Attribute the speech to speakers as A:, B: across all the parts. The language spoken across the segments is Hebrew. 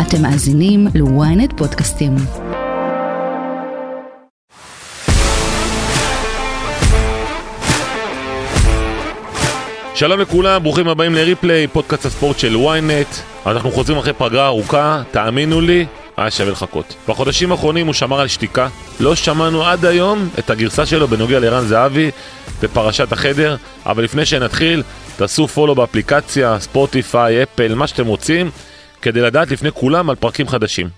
A: אתם מאזינים ל-ynet פודקאסטים.
B: שלום לכולם, ברוכים הבאים לריפליי, פודקאסט הספורט של ynet. אנחנו חוזרים אחרי פגרה ארוכה, תאמינו לי, היה שווה לחכות. בחודשים האחרונים הוא שמר על שתיקה. לא שמענו עד היום את הגרסה שלו בנוגע לערן זהבי בפרשת החדר, אבל לפני שנתחיל, תעשו פולו באפליקציה, ספוטיפיי, אפל, מה שאתם רוצים, כדי לדעת לפני כולם על פרקים חדשים.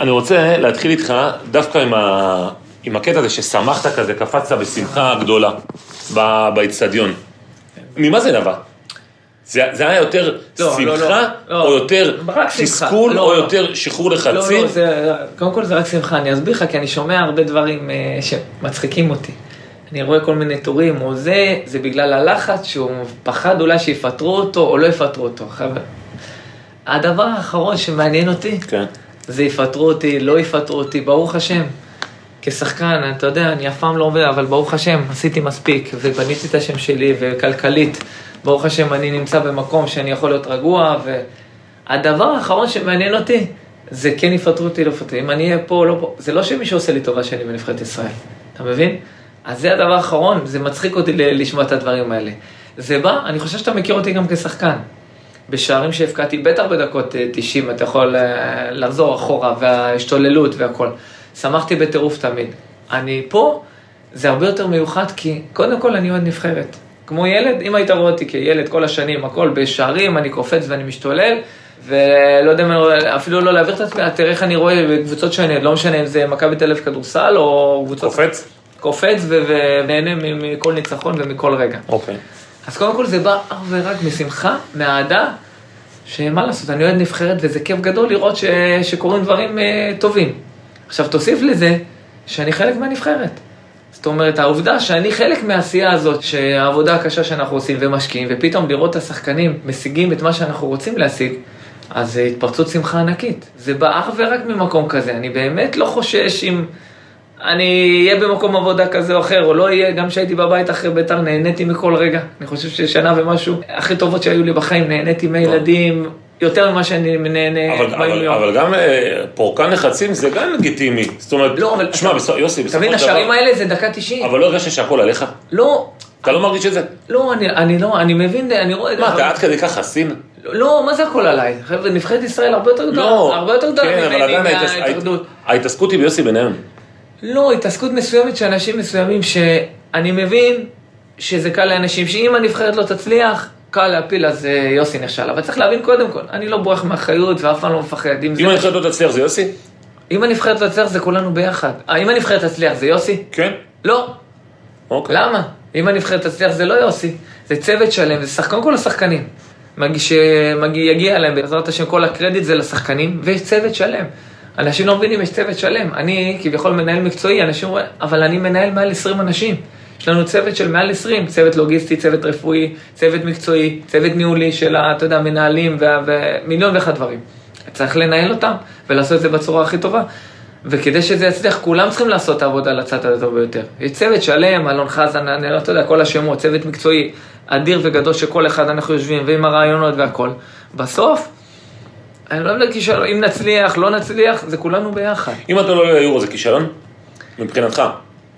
B: אני רוצה להתחיל איתך דווקא עם, ה... עם הקטע הזה ששמחת כזה, קפצת בשמחה גדולה ב- באיצטדיון. ממה זה נבע? זה, זה היה יותר
C: לא,
B: שמחה,
C: לא, לא, לא.
B: או יותר
C: רק שמחה.
B: תסכול,
C: לא,
B: או
C: לא.
B: יותר שחרור
C: לא,
B: לחצים?
C: לא, זה, קודם כל זה רק שמחה, אני אסביר לך, כי אני שומע הרבה דברים אה, שמצחיקים אותי. אני רואה כל מיני טורים, או זה, זה בגלל הלחץ שהוא פחד אולי שיפטרו אותו, או לא יפטרו אותו. חבר. הדבר האחרון שמעניין אותי,
B: כן.
C: זה יפטרו אותי, לא יפטרו אותי, ברוך השם. כשחקן, אתה יודע, אני אף פעם לא עובד, אבל ברוך השם, עשיתי מספיק, ובניתי את השם שלי, וכלכלית, ברוך השם, אני נמצא במקום שאני יכול להיות רגוע, והדבר האחרון שמעניין אותי, זה כן יפטרו אותי, לא יפטרו אותי. אם אני אהיה פה, לא פה, זה לא שמישהו עושה לי טובה שאני בנבחרת ישראל, אתה מבין? אז זה הדבר האחרון, זה מצחיק אותי ל- לשמוע את הדברים האלה. זה בא, אני חושב שאתה מכיר אותי גם כשחקן. בשערים שהבקעתי, בטח בדקות אה, 90, אתה יכול אה, לחזור אחורה, וההשתוללות והכל. שמחתי בטירוף תמיד. אני פה, זה הרבה יותר מיוחד, כי קודם כל אני אוהד נבחרת. כמו ילד, אם היית רואה אותי כילד כל השנים, הכל בשערים, אני קופץ ואני משתולל, ולא יודע, מה- אפילו לא להעביר את עצמי, תראה איך אני רואה בקבוצות שאני, לא משנה אם זה מכבי תל אביב כדורסל, או קבוצות...
B: קופץ?
C: קופץ ו- ונהנה מ- מכל ניצחון ומכל רגע.
B: אוקיי.
C: אז קודם כל זה בא אך ורק משמחה, מאהדה, שמה לעשות, אני אוהד נבחרת וזה כיף גדול לראות ש... שקורים דברים אה, טובים. עכשיו תוסיף לזה שאני חלק מהנבחרת. זאת אומרת, העובדה שאני חלק מהעשייה הזאת, שהעבודה הקשה שאנחנו עושים ומשקיעים, ופתאום לראות את השחקנים משיגים את מה שאנחנו רוצים להשיג, אז זה התפרצות שמחה ענקית. זה בא אך ורק ממקום כזה, אני באמת לא חושש אם... אני אהיה במקום עבודה כזה או אחר, או לא אהיה, גם כשהייתי בבית אחרי בית"ר נהניתי מכל רגע. אני חושב ששנה ומשהו, הכי טובות שהיו לי בחיים, נהניתי מהילדים יותר ממה שאני נהנה
B: אבל, אבל,
C: ביום-יום.
B: אבל גם אה, פורקן לחצים זה גם לגיטימי. זאת אומרת,
C: לא, אבל-
B: שמע, בסופ- יוסי,
C: אתה
B: בסופו
C: מבין,
B: של
C: השערים
B: דבר,
C: האלה זה דקה 90.
B: אבל לא הרגשת שהכל עליך?
C: לא,
B: אתה לא מרגיש את זה?
C: לא, אני- אני לא, אני מבין, אני רואה...
B: מה, אתה עד כדי כך חסין?
C: לא, מה זה הכל עליי? חבר'ה, נבחרת ישראל הרבה יותר גדולה, לא, הרבה יותר גדולה
B: כן, אבל
C: ממני
B: עדיין ההתעס-
C: מההתאחדות.
B: ההת- ההתעסקות היא ביוסי בניון.
C: לא, התעסקות מסוימת של אנשים מסוימים שאני מבין שזה קל לאנשים, שאם הנבחרת לא תצליח, קל להפיל, אז אה, יוסי נכשל. אבל צריך להבין קודם כל, אני לא בורח מאחריות ואף פעם לא מפחד. אם, זה...
B: אם הנבחרת לא תצליח זה יוסי?
C: אם הנבחרת לא תצליח, זה כולנו ביחד. אה, אם הנבחרת תצליח, זה יוסי?
B: כן.
C: לא.
B: אוקיי.
C: למה? אם הנבחרת תצליח, זה לא יוסי. זה צוות שלם, זה שחק... קודם כל השחקנים. מגיע- שמגיע, יגיע להם, בעזרת השם, כל הקרדיט זה לשחקנים, ויש צוות שלם. אנשים לא מבינים, יש צוות שלם. אני כביכול מנהל מקצועי, אנשים אומרים, אבל אני מנהל מעל 20 אנשים. יש לנו צוות של מעל 20, צוות לוגיסטי, צוות רפואי, צוות מקצועי, צוות ניהולי של, ה- אתה יודע, מנהלים וה- ומיליון ואחד דברים. צריך לנהל אותם ולעשות את זה בצורה הכי טובה. וכדי שזה יצליח, כולם צריכים לעשות את העבודה לצד הטוב ביותר. יש צוות שלם, אלון חזן, אני לא אתה יודע, כל השמות, צוות מקצועי אדיר וגדול שכל אחד אנחנו יושבים, ועם הרעיונות והכל. בסוף, אני לא יודע כישלון, אם נצליח, לא נצליח, זה כולנו ביחד.
B: אם אתה לא עולה ליורו זה כישלון? מבחינתך.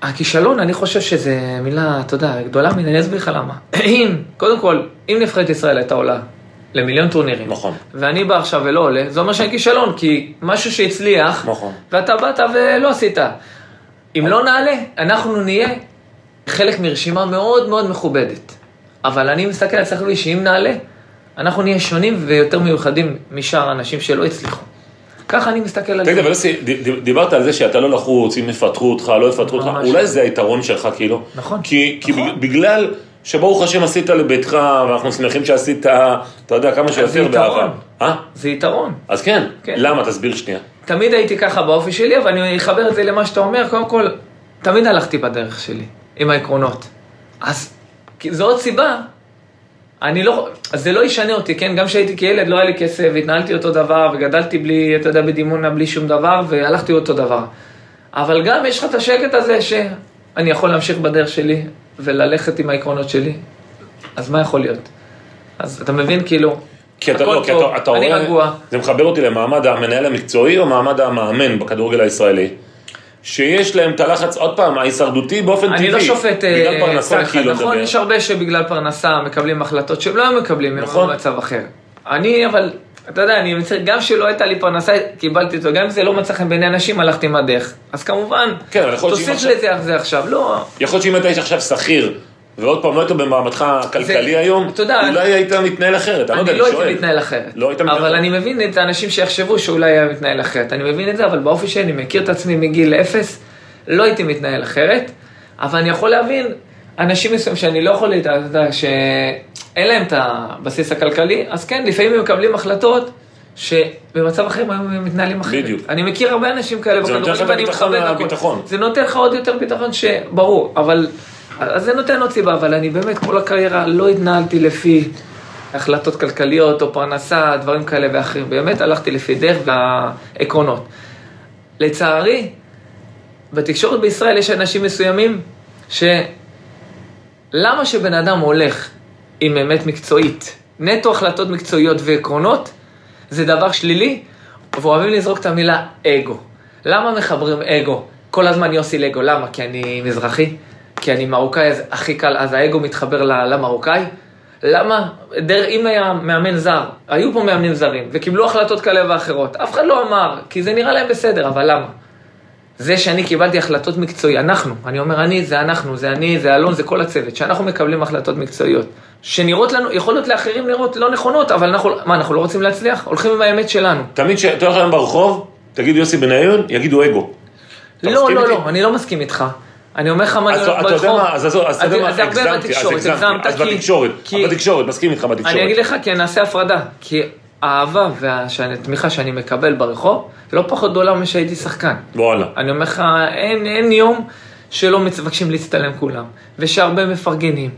C: הכישלון, אני חושב שזה מילה, אתה יודע, גדולה מן, אני אסביר לך למה. אם, קודם כל, אם נבחרת ישראל הייתה עולה למיליון טורנירים,
B: נכון.
C: ואני בא עכשיו ולא עולה, זה אומר שאני כישלון, כי משהו שהצליח,
B: נכון.
C: ואתה באת ולא עשית. אם לא נעלה, אנחנו נהיה חלק מרשימה מאוד מאוד מכובדת. אבל אני מסתכל על סחבי שאם נעלה, אנחנו נהיה שונים ויותר מיוחדים משאר האנשים שלא הצליחו. ככה אני מסתכל על
B: תגיד,
C: זה.
B: אבל יוסי, ד- ד- דיברת על זה שאתה לא לחוץ, אם יפטרו אותך, לא יפטרו אותך,
C: ממש.
B: אולי זה היתרון שלך, כאילו.
C: נכון.
B: כי כי
C: נכון.
B: בגלל שברוך השם עשית לביתך, ואנחנו שמחים שעשית, אתה יודע, כמה שיותר
C: יתרון.
B: באהבה. אה?
C: זה יתרון.
B: אז כן.
C: כן.
B: למה? תסביר שנייה.
C: תמיד הייתי ככה באופי שלי, אבל אני אחבר את זה למה שאתה אומר, קודם כל, תמיד הלכתי בדרך שלי, עם העקרונות. אז כי זו עוד סיבה, אני לא, אז זה לא ישנה אותי, כן? גם כשהייתי כילד לא היה לי כסף, והתנהלתי אותו דבר, וגדלתי בלי, אתה יודע, בדימונה, בלי שום דבר, והלכתי אותו דבר. אבל גם יש לך את השקט הזה שאני יכול להמשיך בדרך שלי, וללכת עם העקרונות שלי, אז מה יכול להיות? אז אתה מבין, כאילו,
D: כי אתה,
C: הכל
D: לא, כי
C: טוב,
D: אתה, אתה
C: אני
D: רואה,
C: רגוע.
D: זה מחבר אותי למעמד המנהל המקצועי או מעמד המאמן בכדורגל הישראלי. שיש להם את הלחץ, עוד פעם, ההישרדותי באופן טבעי.
C: אני לא שופט אה,
D: בגלל פרנסה,
C: כל אחד,
D: כאילו,
C: נכון?
D: מדבר.
C: יש הרבה שבגלל פרנסה מקבלים החלטות שהם לא היו מקבלים, הם
D: נכון.
C: היו במצב אחר. אני, אבל, אתה יודע, אני מצטער, גם שלא הייתה לי פרנסה, קיבלתי אותו, גם אם זה לא מצא חן בעיני אנשים, הלכתי עם הדרך. אז כמובן,
D: כן, אבל יכול להיות שאם
C: תוסיף
D: עכשיו-
C: לזה זה עכשיו, לא,
D: יכול להיות שאם אתה היית עכשיו שכיר, ועוד פעם, לא היית במעמדך הכלכלי
C: זה-
D: היום,
C: אתה יודע,
D: אולי היית מתנהל אחרת, אני לא יודע,
C: אני
D: אני
C: לא
D: שואל.
C: הייתי מתנהל אחרת.
D: לא היית מתנהל
C: אבל
D: אחרת.
C: אני מבין את האנשים שיחשבו שאולי היה מתנהל אחרת. אני מבין את זה, אבל באופי שאני מכיר את עצמי מגיל אפס, לא הייתי מתנהל אחרת. אבל אני יכול להבין אנשים מסוים שאני לא יכול, אתה יודע, שאין להם את הבסיס הכלכלי, אז כן, לפעמים הם מקבלים החלטות. שבמצב אחר הם מתנהלים אחרת.
D: בדיוק.
C: אני מכיר הרבה אנשים כאלה
D: זה נותן לך
C: בכדורגל,
D: את
C: ואני
D: הביטחון
C: מכבד הכול.
D: הביטחון.
C: זה נותן לך עוד יותר ביטחון שברור, אבל אז זה נותן עוד סיבה, אבל אני באמת כל הקריירה לא התנהלתי לפי החלטות כלכליות או פרנסה, דברים כאלה ואחרים, באמת הלכתי לפי דרך והעקרונות. לצערי, בתקשורת בישראל יש אנשים מסוימים ש... למה שבן אדם הולך עם אמת מקצועית, נטו החלטות מקצועיות ועקרונות, זה דבר שלילי, ואוהבים לזרוק את המילה אגו. למה מחברים אגו? כל הזמן יוסי לגו, למה? כי אני מזרחי? כי אני מרוקאי, אז הכי קל, אז האגו מתחבר ל- למרוקאי? למה? דר, אם היה מאמן זר, היו פה מאמנים זרים, וקיבלו החלטות כאלה ואחרות, אף אחד לא אמר, כי זה נראה להם בסדר, אבל למה? זה שאני קיבלתי החלטות מקצועיות, אנחנו, אני אומר אני, זה אנחנו, זה אני, זה אלון, זה כל הצוות, שאנחנו מקבלים החלטות מקצועיות, שנראות לנו, יכול להיות לאחרים נראות לא נכונות, אבל אנחנו, מה, אנחנו לא רוצים להצליח? הולכים עם האמת שלנו.
D: תמיד כשאתה הולך היום ברחוב, תגיד יוסי בניון, יגידו אגו. אתה
C: לא,
D: מסכים
C: לא,
D: איתי?
C: לא, אני לא מסכים איתך. אני אומר לך מה
D: אז
C: אני הולך
D: אתה יודע
C: ברחוב.
D: מה, אז עזוב, אז אתה יודע
C: אז
D: מה,
C: זה הרבה
D: הגזמתי, אז
C: בתקשורת,
D: הגזמתי,
C: הגזמת,
D: אז
C: כי-
D: בתקשורת,
C: כי-
D: בתקשורת, מסכים איתך בתקשורת.
C: אני אגיד לך, כי אני אעשה הפרדה. כי האהבה והתמיכה שאני מקבל ברחוב, לא פחות גדולה משהייתי שחקן.
D: וואלה.
C: אני אומר לך, אין, אין יום שלא מבקשים להצטלם כולם, ושהרבה מפרגנים.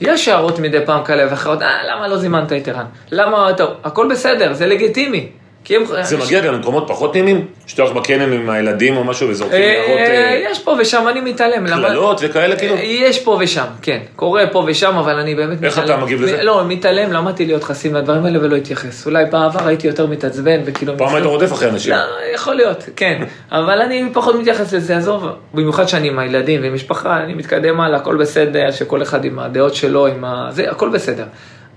C: יש הערות מדי פעם כאלה ואחרות, אה, למה לא זימנת את ערן? למה אתה... הכל בסדר, זה לגיטימי. כי הם...
D: זה מגיע גם למקומות פחות נעימים? שאתה הולך בקניון עם הילדים או משהו וזורקים
C: אה,
D: הערות אה,
C: יש פה ושם, אני מתעלם. למה-
D: קללות וכאלה כאילו?
C: אה, יש פה ושם, כן. קורה פה ושם, אבל אני באמת
D: איך אתה מגיב
C: מ-
D: לזה?
C: לא, מתעלם, למדתי להיות חסין לדברים האלה ולא התייחס. אולי בעבר הייתי יותר מתעצבן וכאילו...
D: פעם היית
C: מצחיק.
D: רודף אחרי אנשים.
C: לא, יכול להיות, כן. אבל אני פחות מתייחס לזה, עזוב. במיוחד שאני עם הילדים ועם משפחה, אני מתקדם הלאה, הכל בסדר, שכל אחד עם הדעות שלו, עם ה... זה, הכל בסדר.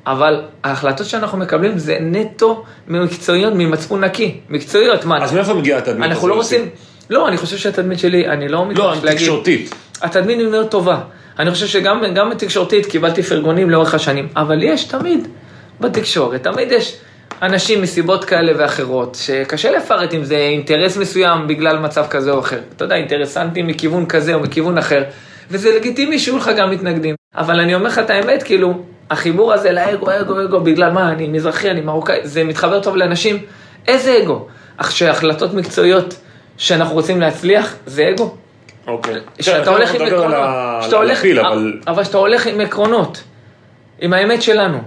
C: אבל ההחלטות שאנחנו מקבלים זה נטו מקצועיות, ממצפון נקי. מקצועיות, מה?
D: אז מאיפה מגיעה התדמית הזו?
C: אנחנו לא
D: יוסי?
C: רוצים... לא, אני חושב שהתדמית שלי, אני לא
D: לא,
C: מתרגש
D: אני תקשורתית.
C: התדמית היא מאוד טובה. אני חושב שגם גם בתקשורתית קיבלתי פרגונים לאורך השנים, אבל יש תמיד בתקשורת, תמיד יש אנשים מסיבות כאלה ואחרות, שקשה לפרט אם זה אינטרס מסוים בגלל מצב כזה או אחר. אתה יודע, אינטרסנטים מכיוון כזה או מכיוון אחר, וזה לגיטימי שיהיו לך גם מתנגדים. אבל אני אומר לך את האמת, כאילו, החיבור הזה לאגו, אגו, אגו, בגלל מה, אני מזרחי, אני מרוקאי, זה מתחבר טוב לאנשים. איזה אגו? אך שהחלטות מקצועיות שאנחנו רוצים להצליח, זה אגו?
D: אוקיי.
C: שאתה
D: כן,
C: הולך
D: אתה
C: עם
D: מדבר על
C: עקרונות,
D: ה-
C: שאתה
D: על
C: הולך, אה,
D: הפיל, אבל...
C: אבל שאתה הולך עם עקרונות, עם האמת שלנו.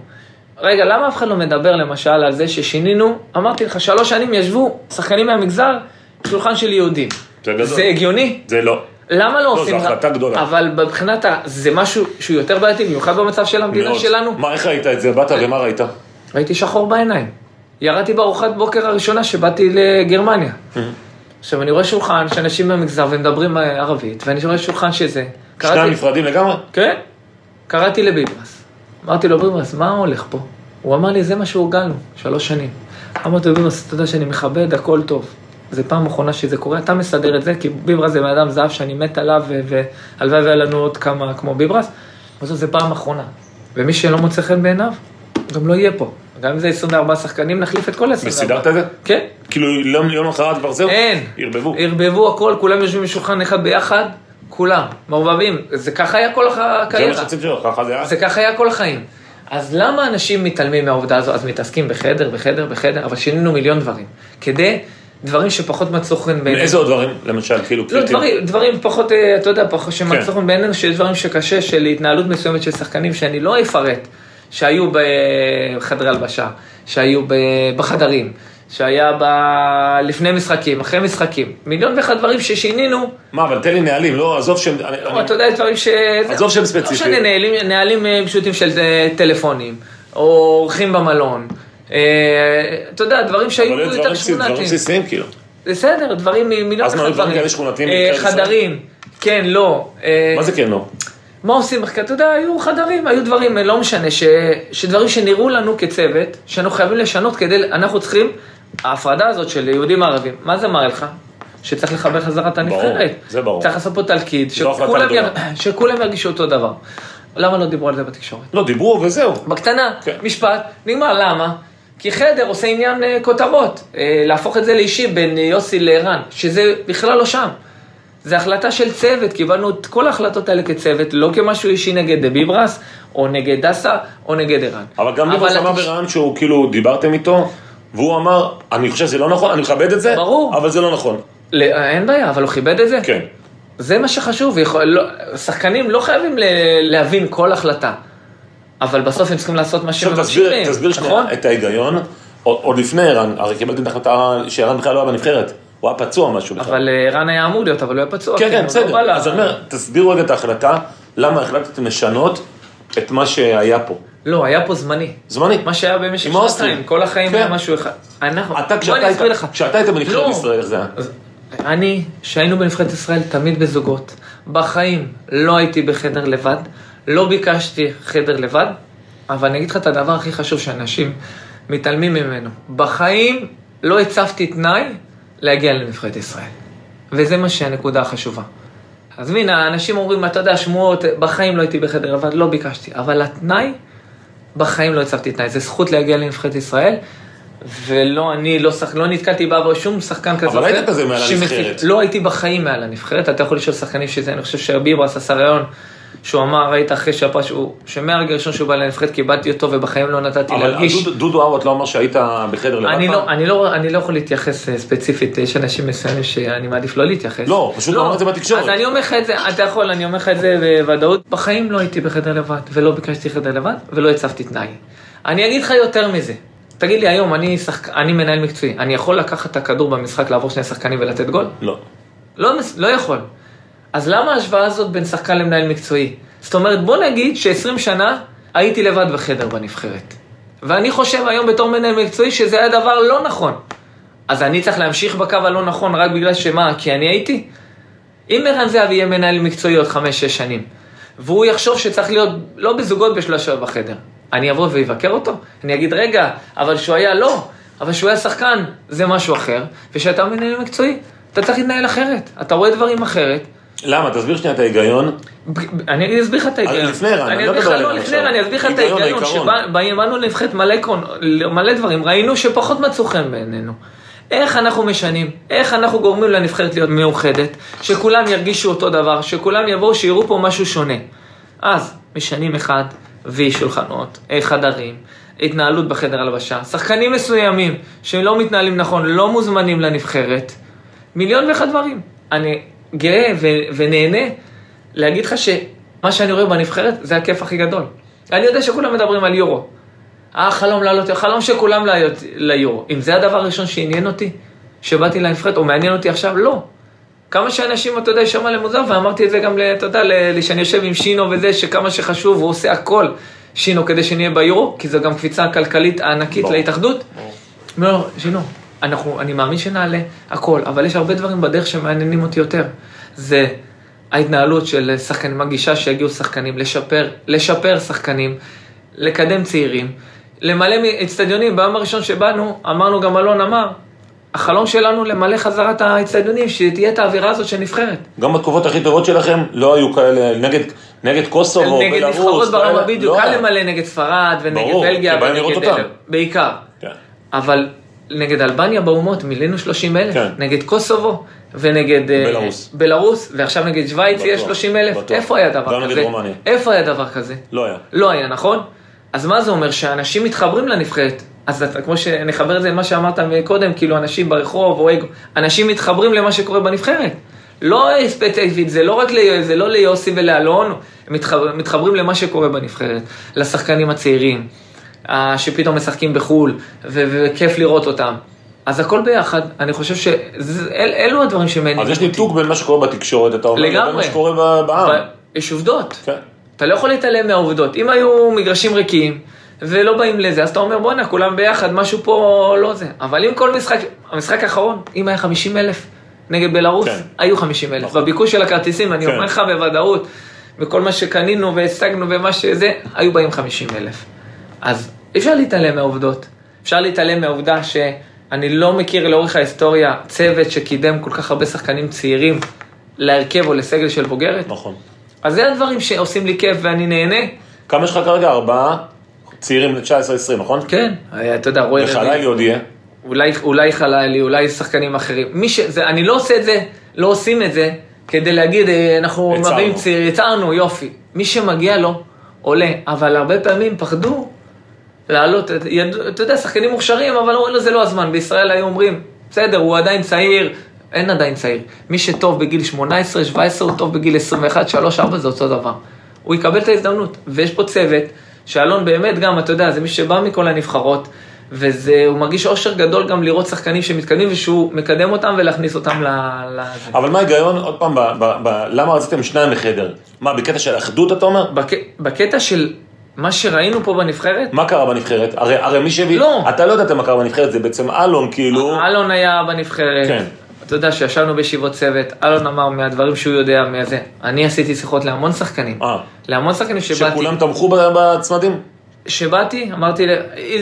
C: רגע, למה אף אחד לא מדבר למשל על זה ששינינו, אמרתי לך, שלוש שנים ישבו שחקנים מהמגזר, שולחן של יהודים.
D: זה גדול.
C: זה הגיוני?
D: זה לא.
C: למה לא
D: זו
C: עושים...
D: החלטה גדולה.
C: אבל מבחינת ה... זה משהו שהוא יותר בעייתי, במיוחד במצב של המדינה
D: מאוד.
C: שלנו.
D: מה, איך ראית את זה? באת ומה ראית?
C: ראיתי שחור בעיניים. ירדתי בארוחת בוקר הראשונה שבאתי לגרמניה.
D: Mm-hmm.
C: עכשיו, אני רואה שולחן שאנשים מהמגזר ומדברים אה, ערבית, ואני רואה שולחן שזה.
D: שניים
C: קראתי-
D: נפרדים לגמרי?
C: כן. קראתי לביברס. אמרתי לו, ביברס, מה הולך פה? הוא אמר לי, זה מה שהורגלנו, שלוש שנים. אמרתי לו, ביברס, אתה יודע שאני מכבד, הכל טוב. זה פעם אחרונה שזה קורה, אתה מסדר את זה, כי ביברס זה בן אדם זהב שאני מת עליו, ו- והלוואי והיה לנו עוד כמה כמו ביברס. בסוף זה פעם אחרונה. ומי שלא מוצא חן בעיניו, גם לא יהיה פה. גם אם זה 24 שחקנים, נחליף את כל ה-24.
D: וסידרת את זה?
C: כן.
D: כאילו יום יום למחרת כבר זהו?
C: אין.
D: ערבבו.
C: ערבבו הכל, כולם יושבים בשולחן אחד ביחד, כולם, מעורבבים. זה ככה היה כל
D: זה מה
C: הקריירה.
D: שרציתי לשאול, ככה זה היה?
C: זה ככה היה כל החיים. אז למה אנשים מתעלמים מהעובדה הזו? אז מתעסקים בחדר, בחדר, בחדר, אבל שינינו מיליון דברים. כדי דברים שפחות מצאו חן בעינינו.
D: איזה עוד דברים, למשל, כאילו,
C: לא,
D: קריטיים?
C: דברים, דברים פחות, אה, אתה יודע, פחות שמצאו
D: כן.
C: חן בעינינו, שיש דברים שקשה, של התנהלות מסוימת של שחקנים, שאני לא אפרט, שהיו בחדרי הלבשה, שהיו ב- בחדרים, שהיה ב... לפני משחקים, אחרי משחקים. מיליון ואחד דברים ששינינו,
D: מה, אבל תן לי נהלים, לא, עזוב שהם... אני-
C: או,
D: אני-
C: אתה יודע, יש דברים ש...
D: עזוב שהם
C: לא
D: ספציפיים.
C: משנה, נהלים, נהלים אה, פשוטים של אה, טלפונים, או אורחים במלון, אה, אה, אתה יודע, דברים שהיו
D: אבל אלה
C: יותר
D: דברים בסיס- דברים
C: שכונתיים.
D: בסיסיים כאילו.
C: בסדר, דברים מ- מיליון
D: אז מה,
C: אחד
D: דברים
C: דברים.
D: כאלה שכונתיים
C: אה,
D: במדינת ישראל?
C: חדרים, כן, לא. אה,
D: מה זה כן לא?
C: מה עושים מחקר? אתה יודע, היו חדרים, היו דברים, לא משנה, ש... שדברים שנראו לנו כצוות, שאנחנו חייבים לשנות כדי, אנחנו צריכים, ההפרדה הזאת של יהודים ערבים, מה זה מראה לך? שצריך לחבר חזרה את
D: ברור,
C: הנבחרת.
D: זה ברור.
C: צריך לעשות פה תלכיד,
D: זו החלטה
C: שכולם,
D: גדולה.
C: ירג- שכולם ירגישו אותו דבר. למה לא דיברו על זה בתקשורת?
D: לא, דיברו וזהו.
C: בקטנה,
D: כן.
C: משפט, נגמר, למה? כי חדר עושה עניין אה, כותרות, אה, להפוך את זה לאישי בין אה, יוסי לערן, שזה בכלל לא שם. זה החלטה של צוות, קיבלנו את כל ההחלטות האלה כצוות, לא כמשהו אישי נגד דבי ברס, או נגד דסה, או נגד ערן.
D: אבל גם ליברס אמר
C: התקש-
D: ברע"מ שהוא כאילו דיברתם איתו, והוא אמר, אני חושב שזה לא נכון, אני מכבד את זה,
C: ברור.
D: אבל זה לא נכון.
C: לא, אין בעיה, אבל הוא כיבד את זה?
D: כן.
C: זה מה שחשוב, יכול, לא, שחקנים לא חייבים ל- להבין כל החלטה, אבל בסוף הם צריכים לעשות מה
D: עכשיו
C: שמבקשים
D: תסביר,
C: מהם,
D: תסביר
C: נכון?
D: שנייה את ההיגיון, עוד עוד לפני ערן, הרי קיבלתם את ההחלטה שערן בכלל לא היה בנבחרת, הוא היה פצוע משהו בכלל.
C: אבל אה, ערן היה אמור להיות, אבל הוא היה פצוע.
D: כן,
C: הוא
D: כן,
C: לא
D: בסדר.
C: בא לה-
D: אז אני אומר, תסבירו רגע את ההחלטה, למה החלטתם לשנות את מה שהיה פה.
C: לא, היה פה זמני.
D: זמני.
C: מה שהיה במשך
D: עם האוסטרים.
C: שנתיים, כל החיים
D: כן.
C: היה משהו אחד. אנחנו,
D: אתה,
C: בוא אני
D: כשאתה
C: אסביר
D: היית-
C: לך.
D: כשאתה היית בנבחרת
C: לא.
D: ישראל, איך זה היה?
C: אז אני, שהיינו בנבחרת ישראל תמיד בזוגות, בחיים לא הייתי בחדר לבד, לא ביקשתי חדר לבד, אבל אני אגיד לך את הדבר הכי חשוב שאנשים מתעלמים ממנו. בחיים לא הצבתי תנאי להגיע לנבחרת ישראל. וזה מה שהנקודה החשובה. אז הנה, האנשים אומרים, אתה יודע, שמועות, בחיים לא הייתי בחדר לבד, לא ביקשתי, אבל התנאי, בחיים לא הצבתי תנאי, זה זכות להגיע לנבחרת ישראל. ולא, אני לא, שח... לא נתקלתי בה בשום שחקן כזה.
D: אבל
C: או אחר
D: היית כזה מעל
C: שמפיק-
D: הנבחרת.
C: לא הייתי בחיים מעל הנבחרת, אתה יכול לשאול שחקנים שזה, אני חושב שביברס עשה רעיון, שהוא אמר, ראית אחרי שהפרש, הוא- שמהרגע הראשון שהוא בא לנבחרת קיבלתי אותו ובחיים לא נתתי
D: אבל
C: להרגיש.
D: דודו- דודו ארוט לא אמר שהיית בחדר לבד?
C: אני
D: פעם?
C: לא, אני, לא, אני לא יכול להתייחס אה, ספציפית, יש אנשים מסוימים שאני מעדיף לא להתייחס.
D: לא, פשוט אמר את זה בתקשורת.
C: אז אני אומר לך את זה, אתה יכול, אני אומר לך את זה בוודאות. בחיים לא הייתי בחדר לבד, ולא ביקשתי חדר לבד, ולא הצבתי תנאי. אני אגיד לך יותר מזה. תגיד לי, היום אני, שחק... אני מנהל מקצועי, אני יכול לקחת את הכדור במשחק, לעבור שני שחקנים ולתת גול?
D: לא.
C: לא, מס- לא יכול. אז למה ההשוואה הזאת בין שחקן למנהל מקצועי? זאת אומרת, בוא נגיד ש-20 שנה הייתי לבד בחדר בנבחרת. ואני חושב היום בתור מנהל מקצועי שזה היה דבר לא נכון. אז אני צריך להמשיך בקו הלא נכון רק בגלל שמה, כי אני הייתי? אם ערן זהבי יהיה מנהל מקצועי עוד 5-6 שנים, והוא יחשוב שצריך להיות לא בזוגות בשלושה בחדר, אני אבוא ואבקר אותו? אני אגיד, רגע, אבל שהוא היה לא, אבל שהוא היה שחקן, זה משהו אחר, וכשאתה מנהל מקצועי, אתה צריך להתנהל אחרת, אתה רואה דברים אחרת.
D: למה? תסביר שנייה את ההיגיון.
C: ב- אני אסביר לך את ההיגיון.
D: לפני ערן, אני
C: אני
D: לא
C: אסביר לך,
D: מדבר על
C: לא
D: ערן
C: לפני
D: עכשיו.
C: ערן, אני אסביר לך את
D: היגיון,
C: ההיגיון.
D: העיקרון.
C: שבאנו לנבחרת מלא עקרון- מלא דברים, ראינו שפחות מצאו חן בעינינו. איך אנחנו משנים, איך אנחנו גורמים לנבחרת להיות מאוחדת, שכולם ירגישו אותו דבר, שכולם יבואו, שיראו פה משהו שונה. אז משנים אחד, וי שולחנות, אה, חדרים, התנהלות בחדר הלבשה, שחקנים מסוימים שלא מתנהלים נכון, לא מוזמנים לנבחרת. מיליון ואחד דברים. אני גאה ו- ונהנה להגיד לך שמה שאני רואה בנבחרת זה הכיף הכי גדול. אני יודע שכולם מדברים על יורו. אה, חלום לעלות, חלום שכולם לעלות ליורו. אם זה הדבר הראשון שעניין אותי, שבאתי לנבחרת, או מעניין אותי עכשיו, לא. כמה שאנשים, אתה יודע, יישמע למוזר, ואמרתי את זה גם, ל- אתה יודע, ל- שאני יושב עם שינו וזה, שכמה שחשוב, הוא עושה הכל, שינו, כדי שנהיה ביורו, כי זו גם קפיצה כלכלית ענקית
D: ברור.
C: להתאחדות. לא, שינו, אנחנו, אני מאמין שנעלה הכל, אבל יש הרבה דברים בדרך שמעניינים אותי יותר. זה ההתנהלות של שחקנים, הגישה שיגיעו שחקנים, לשפר, לשפר שחקנים, לקדם צעירים, למלא אצטדיונים. ביום הראשון שבאנו, אמרנו, גם אלון אמר, החלום שלנו למלא חזרת האצטדיונים, שתהיה את האווירה הזאת של נבחרת.
D: גם התקופות הכי טובות שלכם לא היו כאלה נגד, נגד קוסובו,
C: נגד
D: לא, בלרוס,
C: נבחרות ברמה,
D: כאלה,
C: בדיוק,
D: לא
C: קל
D: היה.
C: למלא נגד ספרד, ונגד
D: ברור,
C: בלגיה,
D: כי באים לראות
C: ונגד
D: אותם.
C: אלה, בעיקר.
D: כן.
C: אבל נגד אלבניה באומות מילאנו 30 אלף,
D: כן.
C: נגד קוסובו ונגד אה,
D: בלרוס.
C: בלרוס, ועכשיו נגד שווייץ
D: בטוח,
C: יש 30 אלף,
D: בטוח.
C: איפה היה דבר
D: גם
C: כזה?
D: נגד רומניה.
C: איפה היה דבר כזה?
D: לא היה.
C: לא היה, נכון? אז מה זה אומר? שאנשים מתחברים לנבחרת. אז אתה, כמו שנחבר את זה למה שאמרת קודם, כאילו אנשים ברחוב או אגו, אנשים מתחברים למה שקורה בנבחרת. לא ספציפית, זה לא רק ל, זה לא ליוסי ולאלון, הם מתחבר, מתחברים למה שקורה בנבחרת, לשחקנים הצעירים, אה, שפתאום משחקים בחו"ל, ו- וכיף לראות אותם. אז הכל ביחד, אני חושב שאלו הדברים שמעניינים.
D: אז יש ניתוק בין מה שקורה בתקשורת, אתה אומר, לבין
C: לגמרי.
D: מה שקורה ב- בעם.
C: אבל יש עובדות.
D: כן.
C: אתה לא יכול להתעלם מהעובדות. אם היו מגרשים ריקים, ולא באים לזה, אז אתה אומר בואנה, כולם ביחד, משהו פה לא זה. אבל אם כל משחק, המשחק האחרון, אם היה 50 אלף נגד בלרוס,
B: כן.
C: היו 50 אלף.
B: נכון.
C: בביקוש של הכרטיסים, אני
B: כן.
C: אומר לך בוודאות, וכל מה שקנינו והשגנו ומה שזה, היו באים 50 אלף. אז אי אפשר להתעלם מהעובדות. אפשר להתעלם מהעובדה שאני לא מכיר לאורך ההיסטוריה צוות שקידם כל כך הרבה שחקנים צעירים להרכב או לסגל של בוגרת.
B: נכון.
C: אז זה הדברים שעושים לי כיף ואני נהנה.
B: כמה יש לך כרגע? ארבעה צעירים, 19-20, נכון?
C: כן, אה, אתה יודע, רואה...
B: וחלילי עוד יהיה.
C: אולי, אולי חללי, אולי שחקנים אחרים. מי ש... זה, אני לא עושה את זה, לא עושים את זה, כדי להגיד, אה, אנחנו
B: יצרנו.
C: מביאים צעיר, יצרנו, יופי. מי שמגיע לו, עולה. אבל הרבה פעמים פחדו לעלות, את- יד... אתה יודע, שחקנים מוכשרים, אבל אומרים לו, זה לא הזמן. בישראל היו אומרים, בסדר, הוא עדיין צעיר, אין עדיין צעיר. מי שטוב בגיל 18, 17, הוא טוב בגיל 21, 3, 4, זה אותו דבר. הוא יקבל את ההזדמנות. ויש פה צוות, שאלון באמת גם, אתה יודע, זה מי שבא מכל הנבחרות, וזה, הוא מרגיש אושר גדול גם לראות שחקנים שמתקדמים, ושהוא מקדם אותם ולהכניס אותם ל... לזה.
B: אבל מה ההיגיון, עוד פעם, ב, ב, ב, למה רציתם שניים בחדר? מה, בקטע של אחדות אתה אומר?
C: בק... בקטע של מה שראינו פה בנבחרת,
B: מה קרה בנבחרת? הרי, הרי מי שהביא...
C: לא. אה,
B: אתה לא יודעת מה קרה בנבחרת, זה בעצם אלון, כאילו...
C: אלון היה בנבחרת.
B: כן.
C: אתה יודע שישבנו בישיבות צוות, אלון אמר מהדברים שהוא יודע, מהזה. אני עשיתי שיחות להמון שחקנים.
B: אה.
C: להמון שחקנים שבאתי.
B: שכולם תמכו ב- בצמדים?
C: שבאתי, אמרתי, לה-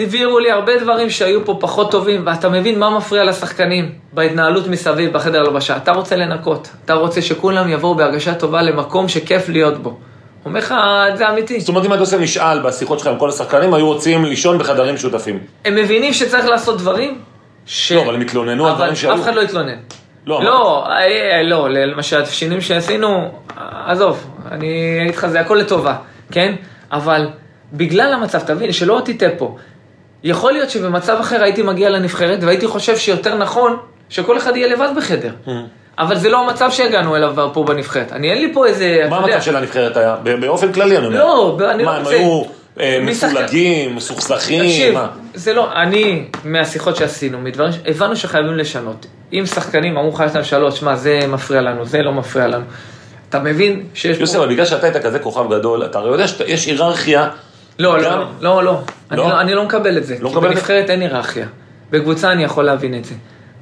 C: הבהירו לי הרבה דברים שהיו פה פחות טובים, ואתה מבין מה מפריע לשחקנים בהתנהלות מסביב, בחדר הלבשה. אתה רוצה לנקות, אתה רוצה שכולם יבואו בהרגשה טובה למקום שכיף להיות בו. אומר לך, "אה, זה אמיתי.
B: זאת אומרת, אם היית עושה משאל בשיחות שלך עם כל השחקנים, היו רוצים לישון בחדרים משותפים.
C: הם מבינים שצריך לעשות דברים ש...
B: לא, אבל הם התלוננו על דברים שהיו.
C: אבל אף אחד לא התלונן.
B: לא,
C: לא, אה, אה, לא, למשל השינויים שעשינו, אה, עזוב, אני אגיד לך, זה הכל לטובה, כן? אבל בגלל המצב, תבין, שלא תטעה פה. יכול להיות שבמצב אחר הייתי מגיע לנבחרת והייתי חושב שיותר נכון שכל אחד יהיה לבד בחדר.
B: אה.
C: אבל זה לא המצב שהגענו אליו פה בנבחרת. אני אין לי פה איזה, אתה
B: מה
C: יודע,
B: המצב של הנבחרת היה? ב- באופן כללי, אני אומר.
C: לא, ב- אני
B: מה,
C: לא
B: הם
C: רוצה-
B: היו אה,
C: מי שחקן?
B: מפולגים, מסוכסכים?
C: תקשיב,
B: מה?
C: זה לא, אני, מהשיחות שעשינו, מדברים, ש- הבנו שחייבים לשנות. אם שחקנים אמרו לך, יש להם שלוש, שמע, זה מפריע לנו, זה לא מפריע לנו. אתה מבין שיש
B: יוסי,
C: פה...
B: אבל בגלל שאתה היית כזה כוכב גדול, אתה הרי יודע שיש היררכיה.
C: לא,
B: גם-
C: לא, לא, לא. אני
B: לא?
C: לא, אני לא מקבל את זה.
B: לא
C: כי
B: מקבל את זה?
C: בנבחרת אין היררכיה. בקבוצה אני יכול להבין את זה.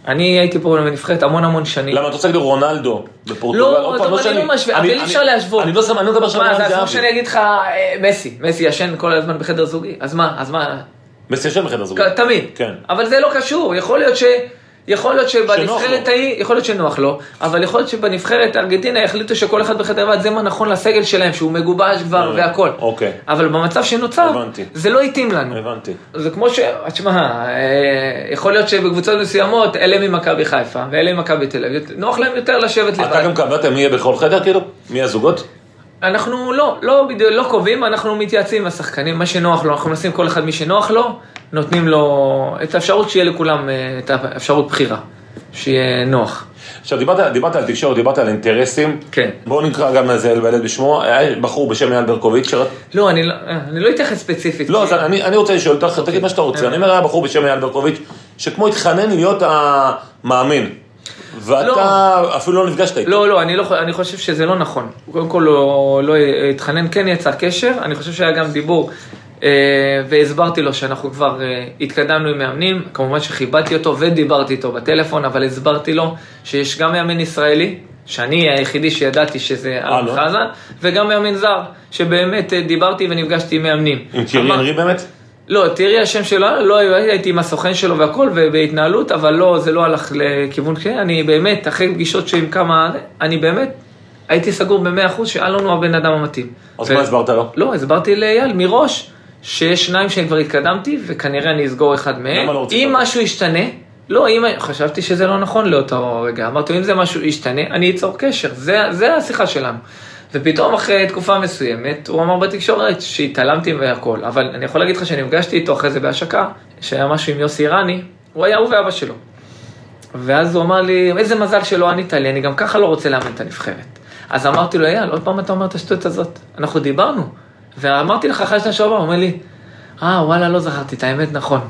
C: אני הייתי פה בנבחרת המון המון שנים.
B: למה אתה רוצה להגיד רונלדו בפורטוגל?
C: לא,
B: עוד
C: אתה
B: פעם,
C: אומר, אני
B: שאני-
C: לא משווה, אבל
B: אני-
C: אי אפשר
B: אני-
C: להשוות.
B: אני לא שם, אני לא מדבר עכשיו
C: מה,
B: על
C: זה
B: זהבי.
C: אסור שאני אגיד לך, אה, מסי, מסי ישן כל הזמן בחדר זוגי, אז מה, אז מה,
B: מסי יושב בחדר זוגי.
C: כ- תמיד.
B: כן.
C: אבל זה לא קשור, יכול להיות ש... יכול להיות
B: שנוח
C: שבנבחרת
B: לו.
C: ההיא, יכול להיות שנוח לו, אבל יכול להיות שבנבחרת ארגנטינה יחליטו שכל אחד בחדר ועד זה מה נכון לסגל שלהם, שהוא מגובש כבר
B: הבנתי.
C: והכל.
B: אוקיי.
C: אבל במצב שנוצר,
B: הבנתי.
C: זה לא התאים לנו.
B: הבנתי.
C: זה כמו ש... תשמע, אה, יכול להיות שבקבוצות מסוימות, אלה ממכבי חיפה ואלה ממכבי תל אביב, נוח להם יותר לשבת לבד.
B: אתה גם קבעת מי יהיה בכל חדר, כאילו? מי הזוגות?
C: אנחנו לא, לא, בדיוק, לא קובעים, אנחנו מתייעצים עם השחקנים, מה שנוח לו, אנחנו מנסים כל אחד מי שנוח לו, נותנים לו את האפשרות שיהיה לכולם, אה, את האפשרות בחירה, שיהיה נוח.
B: עכשיו, דיברת, דיברת על תקשורת, דיברת על אינטרסים.
C: כן.
B: בואו נקרא גם לזה בילד בשמו, היה בחור בשם אייל ברקוביץ', שרק...
C: לא, אני לא, אה, אני לא אתייחס ספציפית.
B: לא,
C: כי-
B: אז אני, אני רוצה לשאול אותך, תגיד מה שאתה
C: כן.
B: רוצה. אני אומר, היה בחור בשם אייל ברקוביץ', שכמו התחנן להיות המאמין. ואתה אפילו לא נפגשת איתו.
C: לא, לא, אני, לא, חו- אני חושב שזה לא נכון. קודם כל, לא, לא התחנן, כן יצר קשר, אני חושב שהיה גם דיבור, אה, והסברתי לו שאנחנו כבר אה, התקדמנו עם מאמנים, כמובן שכיבדתי אותו ודיברתי איתו בטלפון, אבל הסברתי לו שיש גם מאמן ישראלי, שאני היחידי שידעתי שזה אלון
B: לא?
C: חזן, וגם מאמן זר, שבאמת אה, דיברתי ונפגשתי עם מאמנים.
B: עם קירי
C: אמר-
B: אנרי באמת?
C: לא, תראי השם שלו, לא היו- הייתי עם הסוכן שלו והכל, ובהתנהלות, אבל לא, זה לא הלך לכיוון כזה. אני באמת, אחרי פגישות שעם כמה, אני באמת, הייתי סגור ב-100% שאלון הוא הבן אדם המתאים.
B: אז
C: ו-
B: מה הסברת לו?
C: לא, הסברתי לאייל מראש, שיש שניים שכבר התקדמתי, וכנראה אני אסגור אחד מהם.
B: למה לא רצית
C: אם
B: אותו?
C: משהו ישתנה, לא, אם... חשבתי שזה לא נכון לאותו רגע. אמרתי, אם זה משהו ישתנה, אני אצור קשר. זה, זה השיחה שלנו. ופתאום אחרי תקופה מסוימת, הוא אמר בתקשורת שהתעלמתי מהכל. אבל אני יכול להגיד לך שנפגשתי איתו אחרי זה בהשקה, שהיה משהו עם יוסי רני, הוא היה הוא ואבא שלו. ואז הוא אמר לי, איזה מזל שלא ענית לי, אני גם ככה לא רוצה לאמן את הנבחרת. אז אמרתי לו, אייל, עוד פעם אתה אומר את השטות הזאת. אנחנו דיברנו. ואמרתי לך אחרי שנה שעברה, הוא אומר לי, אה, וואלה, לא זכרתי את האמת, נכון.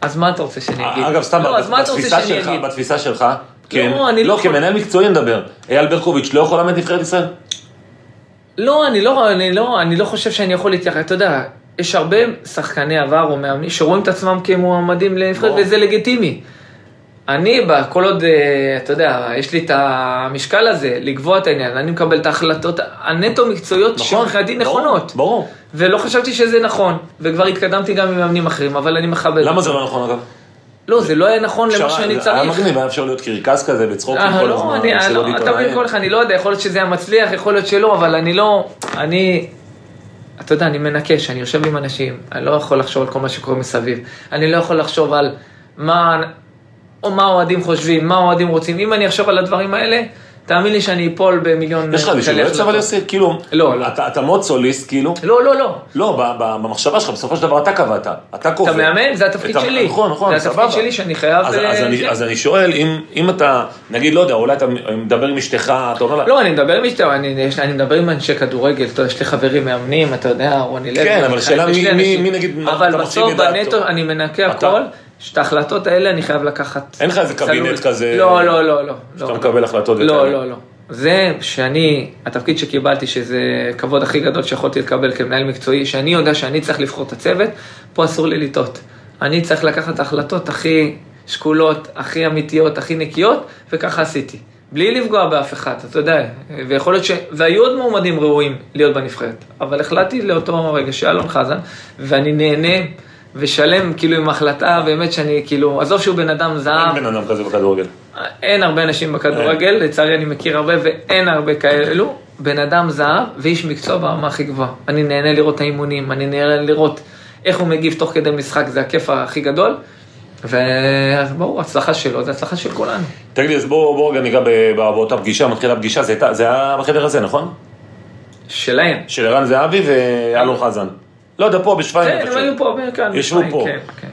C: אז מה אתה רוצה שאני אגיד?
B: אה, אגב, סתם,
C: לא, אז מה אתה רוצה
B: בתפיסה
C: שאני
B: שלך,
C: אגיד?
B: בתפיסה שלך, כן,
C: אני לא
B: לא,
C: יכול-
B: כמנהל מקצועי נדבר, אייל ברקוביץ' לא יכול לאמן את נבחרת ישראל?
C: לא, אני לא, אני לא, אני לא חושב שאני יכול להתייחס, אתה יודע, יש הרבה שחקני עבר או מאמנים שרואים את עצמם כמועמדים לנבחרת,
D: ברור.
C: וזה לגיטימי. אני, בא, כל עוד, אה, אתה יודע, יש לי את המשקל הזה, לקבוע את העניין, אני מקבל את ההחלטות הנטו מקצועיות
B: נכון.
C: שמבחינתי
D: ברור,
C: נכונות.
D: ברור.
C: ולא חשבתי שזה נכון, וכבר התקדמתי גם עם מאמנים אחרים, אבל אני מכבד.
B: למה זה לא נכון אגב?
C: לא, זה לא היה נכון למה
B: אפשר-
C: שאני
B: זה היה
C: צריך.
B: מגניב, היה אפשר להיות קרקס כזה, בצחוקים
C: אה,
B: כל
C: לא,
B: הזמן,
C: אני, אני,
B: מסיבות
C: לא, אתה
B: עיתונאים.
C: מבין כל אחד, אני לא יודע, יכול להיות שזה היה מצליח, יכול להיות שלא, אבל אני לא, אני, אתה יודע, אני מנקש, אני יושב עם אנשים, אני לא יכול לחשוב על כל מה שקורה מסביב, אני לא יכול לחשוב על מה, או מה האוהדים חושבים, מה האוהדים רוצים, אם אני אחשוב על הדברים האלה, תאמין לי שאני אפול במיליון...
B: יש לך לא איזשהו
C: כאלה
B: יועץ אבל
C: החלטות.
B: יוסי, כאילו,
C: לא, לא.
B: אתה- אתה מאוד סוליסט, כאילו,
C: לא, לא, לא.
B: לא, ב- ב- במחשבה שלך, בסופו של דבר אתה קבעת, אתה קובע.
C: אתה מאמן? זה התפקיד
B: את ה-
C: שלי.
B: נכון, נכון,
C: זה התפקיד
B: סבבה.
C: שלי שאני חייב...
B: אז-
C: אה,
B: אז אני-
C: זה.
B: אז אני שואל, אם- אם אתה, נגיד, לא יודע, אולי אתה מדבר עם אשתך, אתה אומר לה,
C: לא, אני מדבר עם אשתו, אני, יש- אני מדבר עם אנשי כדורגל, אתה יודע, יש לי חברים מאמנים, אתה יודע, רוני לוי.
B: כן, אבל
C: מיכאל,
B: השאלה
C: יש לי
B: מי- מי-
C: אנשים.
B: מי נגיד, מה
C: אבל
B: אתה מחשיב
C: בסוף
B: לדעתו?
C: בנטו, אני מנקה
B: אתה?
C: הכל, שאת ההחלטות האלה אני חייב לקחת.
B: אין לך איזה
C: צלול.
B: קבינט כזה-
C: לא, לא, לא, לא.
B: שאתה
C: לא.
B: מקבל החלטות
C: לא,
B: וכאלה.
C: לא, לא. זה שאני, התפקיד שקיבלתי, שזה הכבוד הכי גדול שיכולתי לקבל כמנהל מקצועי, שאני יודע שאני צריך לבחור את הצוות, פה אסור לי לטעות. אני צריך לקחת את ההחלטות הכי שקולות, הכי אמיתיות, הכי נקיות, וככה עשיתי. בלי לפגוע באף אחד, אתה יודע, ויכול להיות ש... והיו עוד מועמדים ראויים להיות בנבחרת, אבל החלטתי לאותו רגע שאלון חזן, ואני נהנה ושלם כאילו עם ההחלטה, באמת שאני כאילו, עזוב שהוא בן אדם זהב,
B: אין בן אדם כזה בכדורגל.
C: אין הרבה אנשים בכדורגל,
B: אה.
C: לצערי אני מכיר הרבה ואין הרבה כאלו. בן אדם זהב ואיש מקצוע ברמה הכי גבוהה. אני נהנה לראות את האימונים, אני נהנה לראות איך הוא מגיב תוך כדי משחק, זה הכיף הכי גדול. וברור, הצלחה שלו זה הצלחה של כולנו.
B: תגיד לי, אז בואו בוא רגע ניגע ב- ב- באותה פגישה, מתחילה הפגישה, זה הייתה- זה היה בחדר הזה, נכון?
C: שלהם.
B: של ערן זהבי ואלון חזן. לא יודע, פה בשווייץ.
C: כן, הם היו פה, באמריקה,
B: ישבו
C: מצרים,
B: פה.
C: כן, כן.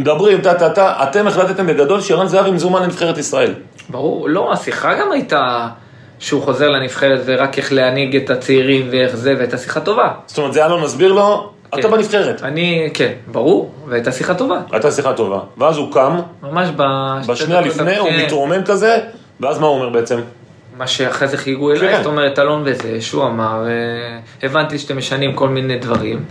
B: מדברים, טה טה טה, אתם החלטתם בגדול שערן זהבי מזומן לנבחרת ישראל.
C: ברור, לא, השיחה גם הייתה שהוא חוזר לנבחרת ורק איך להנהיג את הצעירים ואיך זה, והייתה שיחה טובה.
B: זאת אומרת, זה אלון מסביר לו, אתה
C: כן.
B: בנבחרת.
C: אני, כן, ברור, והייתה שיחה טובה.
B: הייתה שיחה טובה. ואז הוא קם,
C: ממש בשתי
B: בשנייה
C: דקות
B: לפני, הוא
C: כן.
B: מתרומם כזה, ואז מה הוא אומר בעצם?
C: מה שאחרי זה חייגו
B: כן.
C: אליי, זאת אומרת, אלון וזה, שהוא אמר, אה, הבנתי שאתם משנים כל מיני דברים.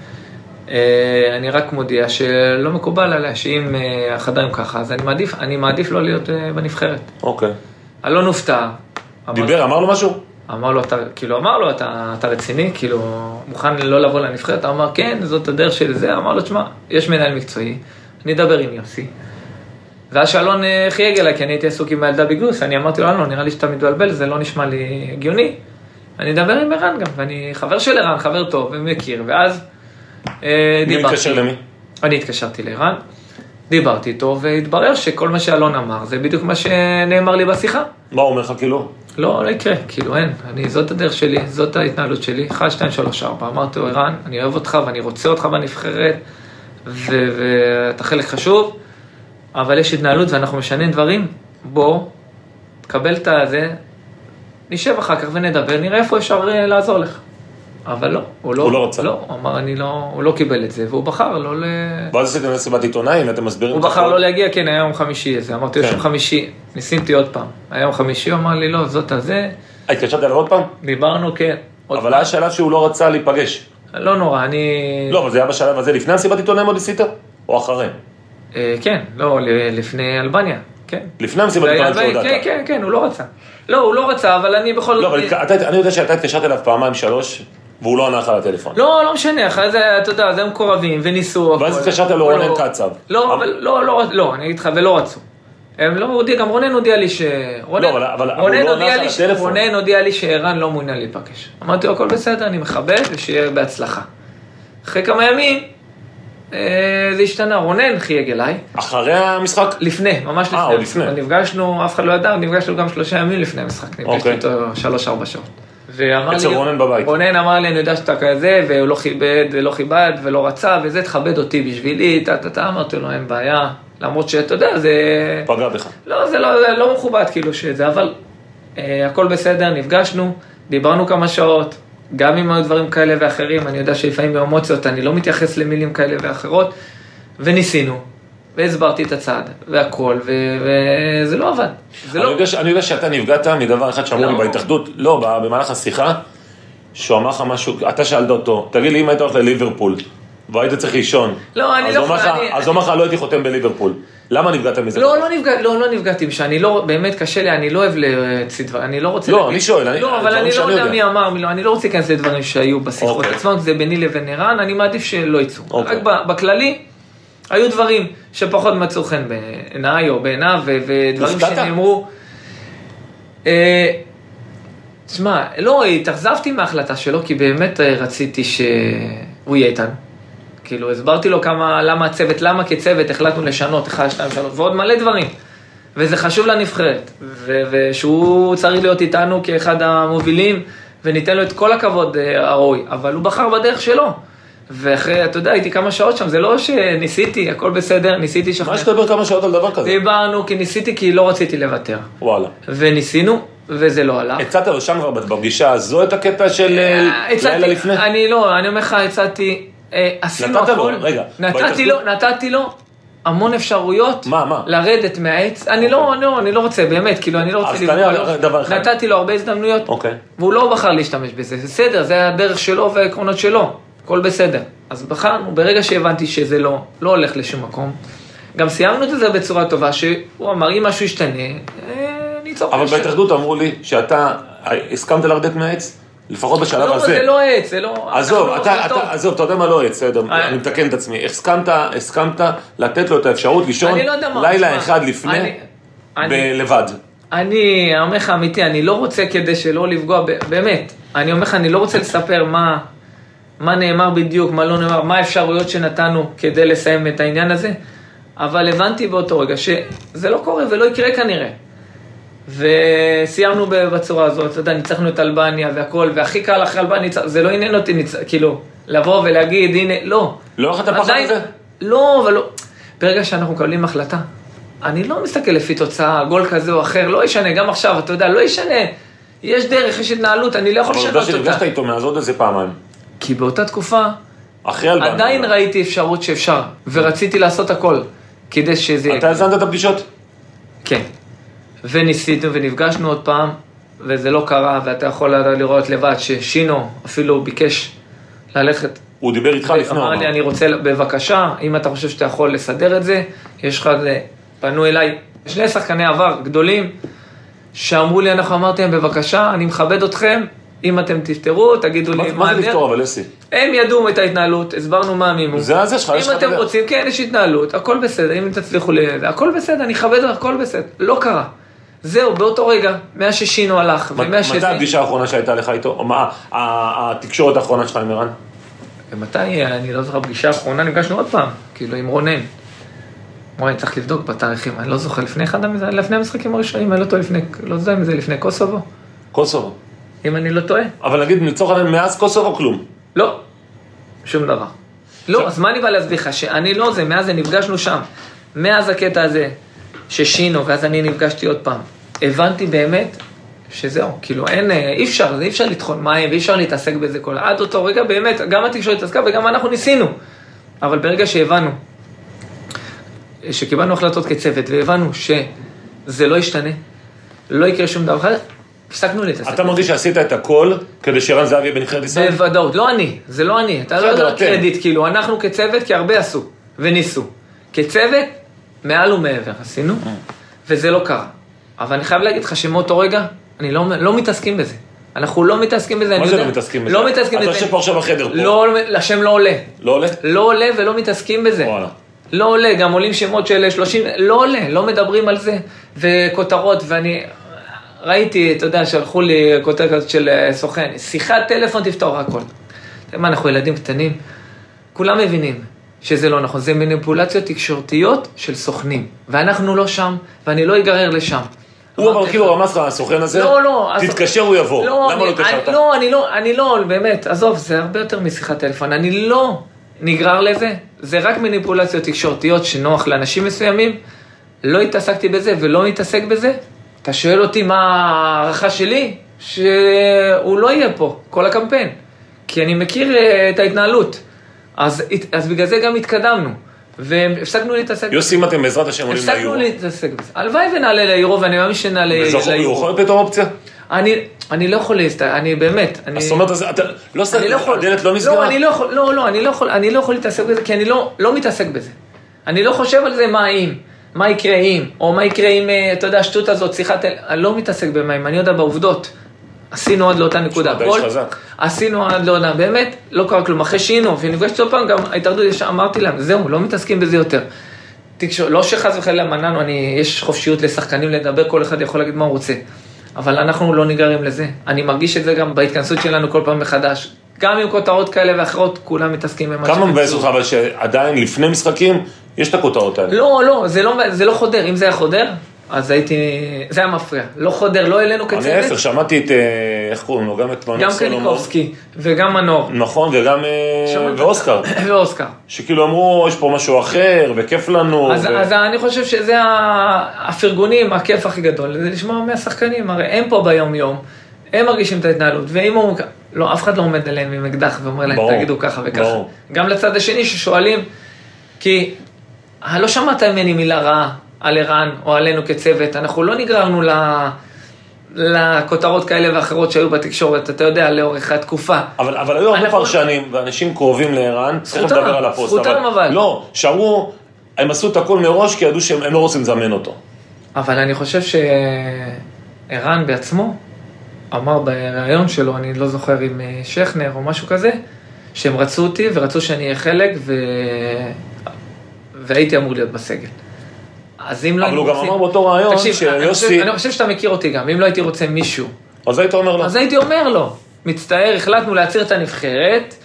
C: אה, אני רק מודיע שלא מקובל עליה שאם אה, החדרים ככה, אז אני מעדיף, אני מעדיף לא להיות אה, בנבחרת.
B: אוקיי.
C: אלון הופתע. אמר-
B: דיבר, אמר לו משהו?
C: אמר לו, אתה, כאילו, אמר לו, אתה, אתה רציני, כאילו, מוכן לא לבוא לנבחרת? הוא אמר, כן, זאת הדרך של זה. אמר לו, תשמע, יש מנהל מקצועי, אני אדבר עם יוסי. ואז שאלון אה, חייג אליי, כי אני הייתי עסוק עם הילדה בגלוס, אני אמרתי לו, אלון, נראה לי שאתה מתבלבל, זה לא נשמע לי הגיוני. אני אדבר עם ערן גם, ואני חבר של ערן, חבר טוב, ומכיר, ואז אה,
B: מי מתקשר למי?
C: אני התקשרתי לערן, דיברתי איתו, והתברר שכל מה שאלון אמר, זה בדיוק מה שנאמר לי בשיחה.
B: מה הוא אומר לך כאילו?
C: לא, לא יקרה, כאילו אין, אני, זאת הדרך שלי, זאת ההתנהלות שלי, 1, 2, 3, 4, אמרתי לו, ערן, אני אוהב אותך ואני רוצה אותך בנבחרת, ו- ואתה חלק חשוב, אבל יש התנהלות ואנחנו משנים דברים, בוא, תקבל את הזה, נשב אחר כך ונדבר, נראה איפה אפשר אה, לעזור לך. אבל לא, הוא לא,
B: הוא לא רצה.
C: לא, הוא אמר, אני לא, הוא לא קיבל את זה, והוא בחר לא ל...
B: ואז עשיתם מסיבת עיתונאים, אתם מסבירים
C: הוא
B: את
C: בחר
B: הכל.
C: לא להגיע, כן, היה יום חמישי, אז אמרתי, יש
B: כן.
C: יום חמישי, ניסיתי עוד פעם, היה יום חמישי, הוא אמר לי, לא, זאת הזה,
B: אה, התקשרת אליו עוד פעם?
C: דיברנו, כן. עוד
B: אבל היה שלב שהוא לא רצה להיפגש.
C: פעם. לא נורא, אני...
B: לא, אבל זה היה בשלב הזה לפני המסיבת עיתונאים עוד ניסית? או אחרי?
C: אה, כן, לא, ל- לפני אלבניה, כן.
B: לפני המסיבת
C: זה היה
B: עיתונאים
C: אלבניה, כן,
B: שהודעת.
C: כן, כן, הוא לא רצה. לא, הוא לא רצה, אבל אני בכל אה,
B: לא, אבל התק- אתה- אני יודע שאתה התקשרת אליו פעמיים שלוש, והוא לא ענה לך לטלפון.
C: לא, לא משנה, אחרי זה, אתה יודע, אז הם מקורבים, וניסו.
B: ואז
C: הכל.
B: התקשרת
C: לא,
B: לרונן
C: לא.
B: קצב.
C: לא, אבל
B: אבל-
C: לא, לא, לא, אני אגיד לך, ולא רצו. הם לא הודיע, גם רונן הודיע לי ש... רונן-
B: אבל- אבל הוא
C: רונן
B: לא
C: הודיע
B: ענה לך
C: לי ש-
B: לטלפון.
C: רונן הודיע לי שערן לא מעוניין להיפגש. אמרתי לו, הכל בסדר, אני מכבד, ושיהיה בהצלחה. אחרי כמה ימים, אה, זה השתנה, רונן חייג אליי,
B: אחרי המשחק?
C: לפני, ממש לפני.
B: אה, עוד לפני.
C: אבל נפגשנו, אף אחד לא ידע, נפגשנו גם שלושה ימים לפני המשחק. נפגשתי
B: אוקיי.
C: איתו שלוש-ארבע שעות. ואמר לי...
B: אצל רונן בבית.
C: רונן אמר לי, אני יודע שאתה כזה, והוא לא כיבד, ולא כיבד, ולא רצה, וזה, תכבד אותי בשבילי, טה טה טה, אמרתי לו, אין בעיה. למרות שאתה יודע, זה...
B: פגע בך.
C: לא, זה לא, זה לא מכובד כאילו שזה, אבל אה, הכל בסדר, נפגשנו, דיברנו כמה שעות, גם אם היו דברים כאלה ואחרים, אני יודע שלפעמים באמוציות אני לא מתייחס למילים כאלה ואחרות, וניסינו, והסברתי את הצעד, והכל, ו- וזה לא עבד. זה
B: אני
C: לא...
B: יודע ש- אני יודע שאתה נפגעת מדבר אחד שאמרו
C: לא.
B: לי בהתאחדות, לא, ב- במהלך השיחה, שהוא אמר לך משהו, אתה שאלת אותו, תגיד לי, אם היית הולך לליברפול, והיית צריך לישון.
C: לא, אני
B: אז
C: לא
B: הוא אומר
C: יכול,
B: לך-
C: אני-
B: אז הוא אומר לך, לא הייתי חותם בליברפול. למה נפגעת מזה?
C: לא, לא, נפגע, לא, לא נפגעתי משם, אני לא, באמת קשה לי, אני לא אוהב להוציא דברים, אני לא רוצה...
B: לא,
C: להגיד-
B: אני שואל, אני-
C: לא, אבל
B: דברים
C: אני לא
B: שאני
C: יודע
B: יודע.
C: מי אמר, מי לא, אני לא רוצה להיכנס לדברים שהיו בשיחות
B: אוקיי.
C: עצמם, כי זה ביני לבין ערן, אני מעדיף שלא יצאו.
B: אוקיי.
C: רק ב- בכללי, היו דברים שפחות מצאו חן בעיניי או בעיניו, ו- ודברים
B: הופתעת?
C: שנאמרו. אה, תשמע, לא, התאכזבתי מההחלטה שלו, כי באמת אה, רציתי שהוא יהיה איתנו. כאילו, הסברתי לו כמה, למה הצוות, למה כצוות החלטנו לשנות, 1, 2, 3, ועוד מלא דברים. וזה חשוב לנבחרת, ו- ושהוא צריך להיות איתנו כאחד המובילים, וניתן לו את כל הכבוד אה, הראוי, אבל הוא בחר בדרך שלו. ואחרי, אתה יודע, הייתי כמה שעות שם, זה לא שניסיתי, הכל בסדר, ניסיתי לשכנע.
B: מה יש לדבר כמה שעות על דבר
C: אה,
B: כזה?
C: דיברנו, כי ניסיתי, כי לא רציתי לוותר.
B: וואלה.
C: וניסינו, וזה לא הלך.
B: הצעת לו שם כבר בפגישה הזו את הקטע של אה,
C: הצעתי-
B: לילה לפני?
C: אני לא, אני אומר לך, הצעתי, אה, עשינו
B: נתת לו,
C: הכל.
B: רגע,
C: נתתי
B: בהתאחדות?
C: לו, נתתי לו המון אפשרויות.
B: מה, מה? אוקיי.
C: לרדת מהעץ. אני לא, לא, אני לא רוצה, באמת, כאילו, אני לא רוצה
B: אז תענה
C: לו.
B: על דבר אחד.
C: נתתי לו הרבה הזדמנויות.
B: אוקיי.
C: והוא לא בחר להשתמש בזה, זה בסדר, זה הדרך שלו והעקרונות שלו, הכל בסדר. אז בחרנו, ברגע שהבנתי שזה לא, לא הולך לשום מקום, גם סיימנו את זה בצורה טובה, שהוא אמר, אם משהו ישתנה, אה, ניצור
B: אבל בהתאחדות אמרו לי שאתה אה, הסכמת לרדת מהעץ, לפחות בשלב
C: לא,
B: הזה.
C: זה לא עץ, זה לא...
B: עזוב,
C: אנחנו-
B: אתה,
C: זה
B: אתה,
C: טוב.
B: עזוב, אתה יודע מה לא עץ, בסדר,
C: אה.
B: אני מתקן את עצמי. הסכמת, הסכמת לתת לו את האפשרות לישון
C: אני לא יודע מה,
B: לילה
C: תשמע,
B: אחד לפני,
C: אני- אני-
B: ב- לבד.
C: אני אומר לך אמיתי, אני לא רוצה כדי שלא לפגוע, ב- באמת, אני אומר לך, אני לא רוצה לספר מה, מה נאמר בדיוק, מה לא נאמר, מה האפשרויות שנתנו כדי לסיים את העניין הזה, אבל הבנתי באותו רגע שזה לא קורה ולא יקרה כנראה. וסיימנו ב- בצורה הזאת, אתה יודע, ניצחנו את אלבניה והכל, והכי קל אחרי אלבניה, ניצח- זה לא עניין אותי, ניצ... כאילו, לבוא ולהגיד, הנה, לא.
B: לא הולך לפחד
C: עדיין-
B: מזה?
C: לא, אבל לא. ברגע שאנחנו מקבלים החלטה, אני לא מסתכל לפי תוצאה, גול כזה או אחר, לא ישנה, גם עכשיו, אתה יודע, לא ישנה. יש דרך, יש התנהלות, אני לא יכול
B: אבל
C: לשנות
B: עובדה
C: אותה.
B: שנפגשת איתו מאז עוד איזה פעמיים.
C: כי באותה תקופה,
B: אחרי אלבן.
C: עדיין ראיתי אפשרות שאפשר, ורציתי לעשות הכל, כדי שזה יהיה.
B: אתה הזנת את הפגישות?
C: כן. וניסינו ונפגשנו עוד פעם, וזה לא קרה, ואתה יכול לראות לבד ששינו אפילו ביקש ללכת
B: הוא דיבר איתך לפני, הוא
C: אה, אמר לי,
B: אמר.
C: אני רוצה, בבקשה, אם אתה חושב שאתה יכול לסדר את זה, יש לך, זה." פנו אליי שני שחקני עבר גדולים, שאמרו לי, אנחנו אמרתי להם, בבקשה, אני מכבד אתכם, אם אתם תפתרו, תגידו לי
B: מה- מה זה
C: הדרך."
B: לפתור אבל, אסי?
C: הם ידעו את ההתנהלות, הסברנו מה המימון.
B: זה הזה שלך, יש לך
C: אם אתם
B: דרך.
C: רוצים, כן, יש התנהלות, הכל בסדר, אם תצליחו ל... הכל בסדר, אני אכבד, הכל בסדר. לא קרה. זהו, באותו רגע, מאז ששינו הלך,
B: מת-
C: ומאז שזה...
B: מתי הפגישה האחרונה שהייתה לך איתו? או מה, ה- ה- התקשורת האחרונה שלך עם ערן?
C: ומתי, אני לא זוכר, הפגישה האחרונה נפגשנו עוד פעם, כאילו עם רונן. וואי, אני צריך לבדוק בתאריכים, אני לא זוכר, לפני אחד, המ- לפני המשחקים הראשונים, אני לא טועה, לפני, לא יודע אם זה לפני קוסובו,
B: קוסובו.
C: אם אני לא טועה.
B: אבל נגיד, לצורך העניין, מאז קוסובו כלום.
C: לא, שום דבר. לא, אז מה אני בא להסביר לך? שאני לא זה, מאז זה נפגשנו שם. מאז הקטע הזה ששינו, ואז אני נפגשתי עוד פעם. הבנתי באמת שזהו, כאילו אין, אה, אי אפשר, אי אפשר לטחון מים, ואי אפשר להתעסק בזה כל... עד אותו רגע באמת, גם התקשורת התעסקה וגם אנחנו ניסינו. אבל ברגע שהבנו, אה, שקיבלנו החלטות כצוות, והבנו שזה לא ישתנה, לא יקרה שום דבר אחר, הפסקנו להתעסק.
B: אתה מרגיש שעשית את הכל כדי שערן זהבי יהיה בנבחרת ישראל?
C: בוודאות, לא אני, זה לא אני, אתה לא
B: בסדר,
C: יודע
B: אתם.
C: קרדיט, כאילו, אנחנו כצוות, כי הרבה עשו, וניסו. כצוות, מעל ומעבר עשינו,
B: אה.
C: וזה לא קרה. אבל אני חייב להגיד לך שמאותו רגע, אני לא, לא מתעסקים בזה. אנחנו לא מתעסקים בזה,
B: מה
C: אני
B: זה
C: יודע.
B: לא מתעסקים בזה?
C: לא מתעסקים
B: אתה
C: בזה.
B: יושב פה עכשיו בחדר פה.
C: לא, השם לא עולה.
B: לא עולה?
C: לא עולה ולא מתעסקים בזה.
B: וואלה.
C: לא עולה, גם עולים שמות של 30, לא עולה, לא מדברים על זה, וכותרות, ואני ראיתי, אתה יודע, שלחו לי כותרת כזאת של אה, סוכן, שיחת טלפון תפתור הכל. אתה יודע מה, אנחנו ילדים קטנים, כולם מבינים שזה לא נכון, זה מניפולציות תקשורתיות של סוכנים, ואנחנו לא שם, ואני לא אגרר לשם.
B: הוא אבל
C: אמרתי
B: כאילו
C: לך,
B: רמז לך, הסוכן הזה,
C: לא, לא. אז-
B: תתקשר הוא יבוא, למה לא
C: אני-
B: התקשרת?
C: אני- לא, אני לא, אני לא, באמת, עזוב, זה הרבה יותר משיחת טלפון. אני לא נגרר לזה, זה רק מניפולציות תקשורתיות שנוח לאנשים מסוימים. לא התעסקתי בזה ולא מתעסק בזה. אתה שואל אותי מה ההערכה שלי? שהוא לא יהיה פה, כל הקמפיין. כי אני מכיר אה, את ההתנהלות. אז, הת- אז בגלל זה גם התקדמנו. והפסקנו להתעסק
B: יוסי, אם אתם בעזרת השם עולים
C: הפסקנו
B: ליורו,
C: להתעסק בזה. הלוואי ונעלה ליורו, ואני מאמין שנעלה
B: וזכור,
C: ליורו. אה,
B: הוא יכול להיות פתאום אופציה?
C: אני, אני לא יכול להסתכל, אני באמת, אני...
B: אז זאת אומרת, אז אתה- לא
C: אני לא יכול.
B: הדלת לא נסגרה?
C: לא, אני לא יכול, לא, לא, אני לא יכול, אני לא יכול להתעסק בזה, כי אני לא, לא מתעסק בזה. אני לא חושב על זה מה אם, מה יקרה אם, או מה יקרה אם, אה, אתה יודע, השטות הזאת, שיחת, טל- אני לא מתעסק במה אם, אני יודע בעובדות. עשינו עד לאותה נקודה.
B: אתה
C: כל-
B: איש חזק.
C: עשינו עד לאותה, באמת, לא קרה כלום. אחרי שהיינו, ונפגשתי עוד פעם, גם ההתאחדות, יש- אמרתי להם, זהו, לא מתעסקים בזה יותר. תקשור, לא שחס וחלילה מנענו, אני, יש חופשיות לשחקנים לדבר, כל אחד יכול להגיד מה הוא רוצה. אבל אנחנו לא ניגרם לזה. אני מרגיש את זה גם בהתכנסות שלנו כל פעם מחדש. גם עם כותרות כאלה ואחרות, כולם מתעסקים במה
B: כמה
C: שהם
B: מבאס
C: יצאו.
B: אותך אבל שעדיין לפני משחקים יש את הכותרות האלה.
C: לא, לא, זה לא, זה לא חודר. אם זה היה חודר, אז הייתי... זה היה מפריע. לא חודר, לא אלינו
B: אני
C: כצוות,
B: ההפך, שמעתי את, אה, איך קוראים לו? גם את מנור
C: גם
B: סולומון.
C: קניקובסקי וגם מנור
B: נכון, וגם... אה,
C: שמעתי.
B: ואוסקר.
C: ואוסקר.
B: שכאילו אמרו, יש פה משהו אחר, וכיף לנו.
C: אז,
B: ו-
C: אז אני חושב שזה ה- הפרגונים, הכיף הכי גדול, זה לשמוע מהשחקנים, הרי הם פה ביום-יום, הם מרגישים את ההתנהלות, ואם הוא... לא, אף אחד לא עומד אליהם עם אקדח ואומר להם,
B: ברור,
C: תגידו ככה וככה.
B: ברור.
C: גם לצד השני ששואלים, כי "אה, לא שמעת ממני מילה רעה על ערן או עלינו כצוות, אנחנו לא נגררנו ל... לכותרות כאלה ואחרות שהיו בתקשורת, אתה יודע, לאורך התקופה.
B: אבל, אבל היו הרבה
C: אנחנו-
B: פרשנים ואנשים קרובים לערן, תכף
C: זכותם,
B: נדבר על הפוסט.
C: זכותם אבל.
B: לא, שאמרו, הם עשו את הכל מראש כי ידעו שהם הם לא רוצים לזמן אותו.
C: אבל אני חושב שערן בעצמו אמר בריאיון שלו, אני לא זוכר אם אה, שכנר או משהו כזה, שהם רצו אותי ורצו שאני אהיה חלק ו... והייתי אמור להיות בסגל. אז אם לא
B: אבל
C: היינו
B: הוא גם
C: רוצים-
B: אמר באותו ריאיון
C: תקשיב, אני
B: שיוסי-
C: חושב- אני חושב שאתה מכיר אותי גם, אם לא הייתי רוצה מישהו,
B: אז היית אומר לו,
C: אז הייתי אומר לו, מצטער, החלטנו להצהיר את הנבחרת,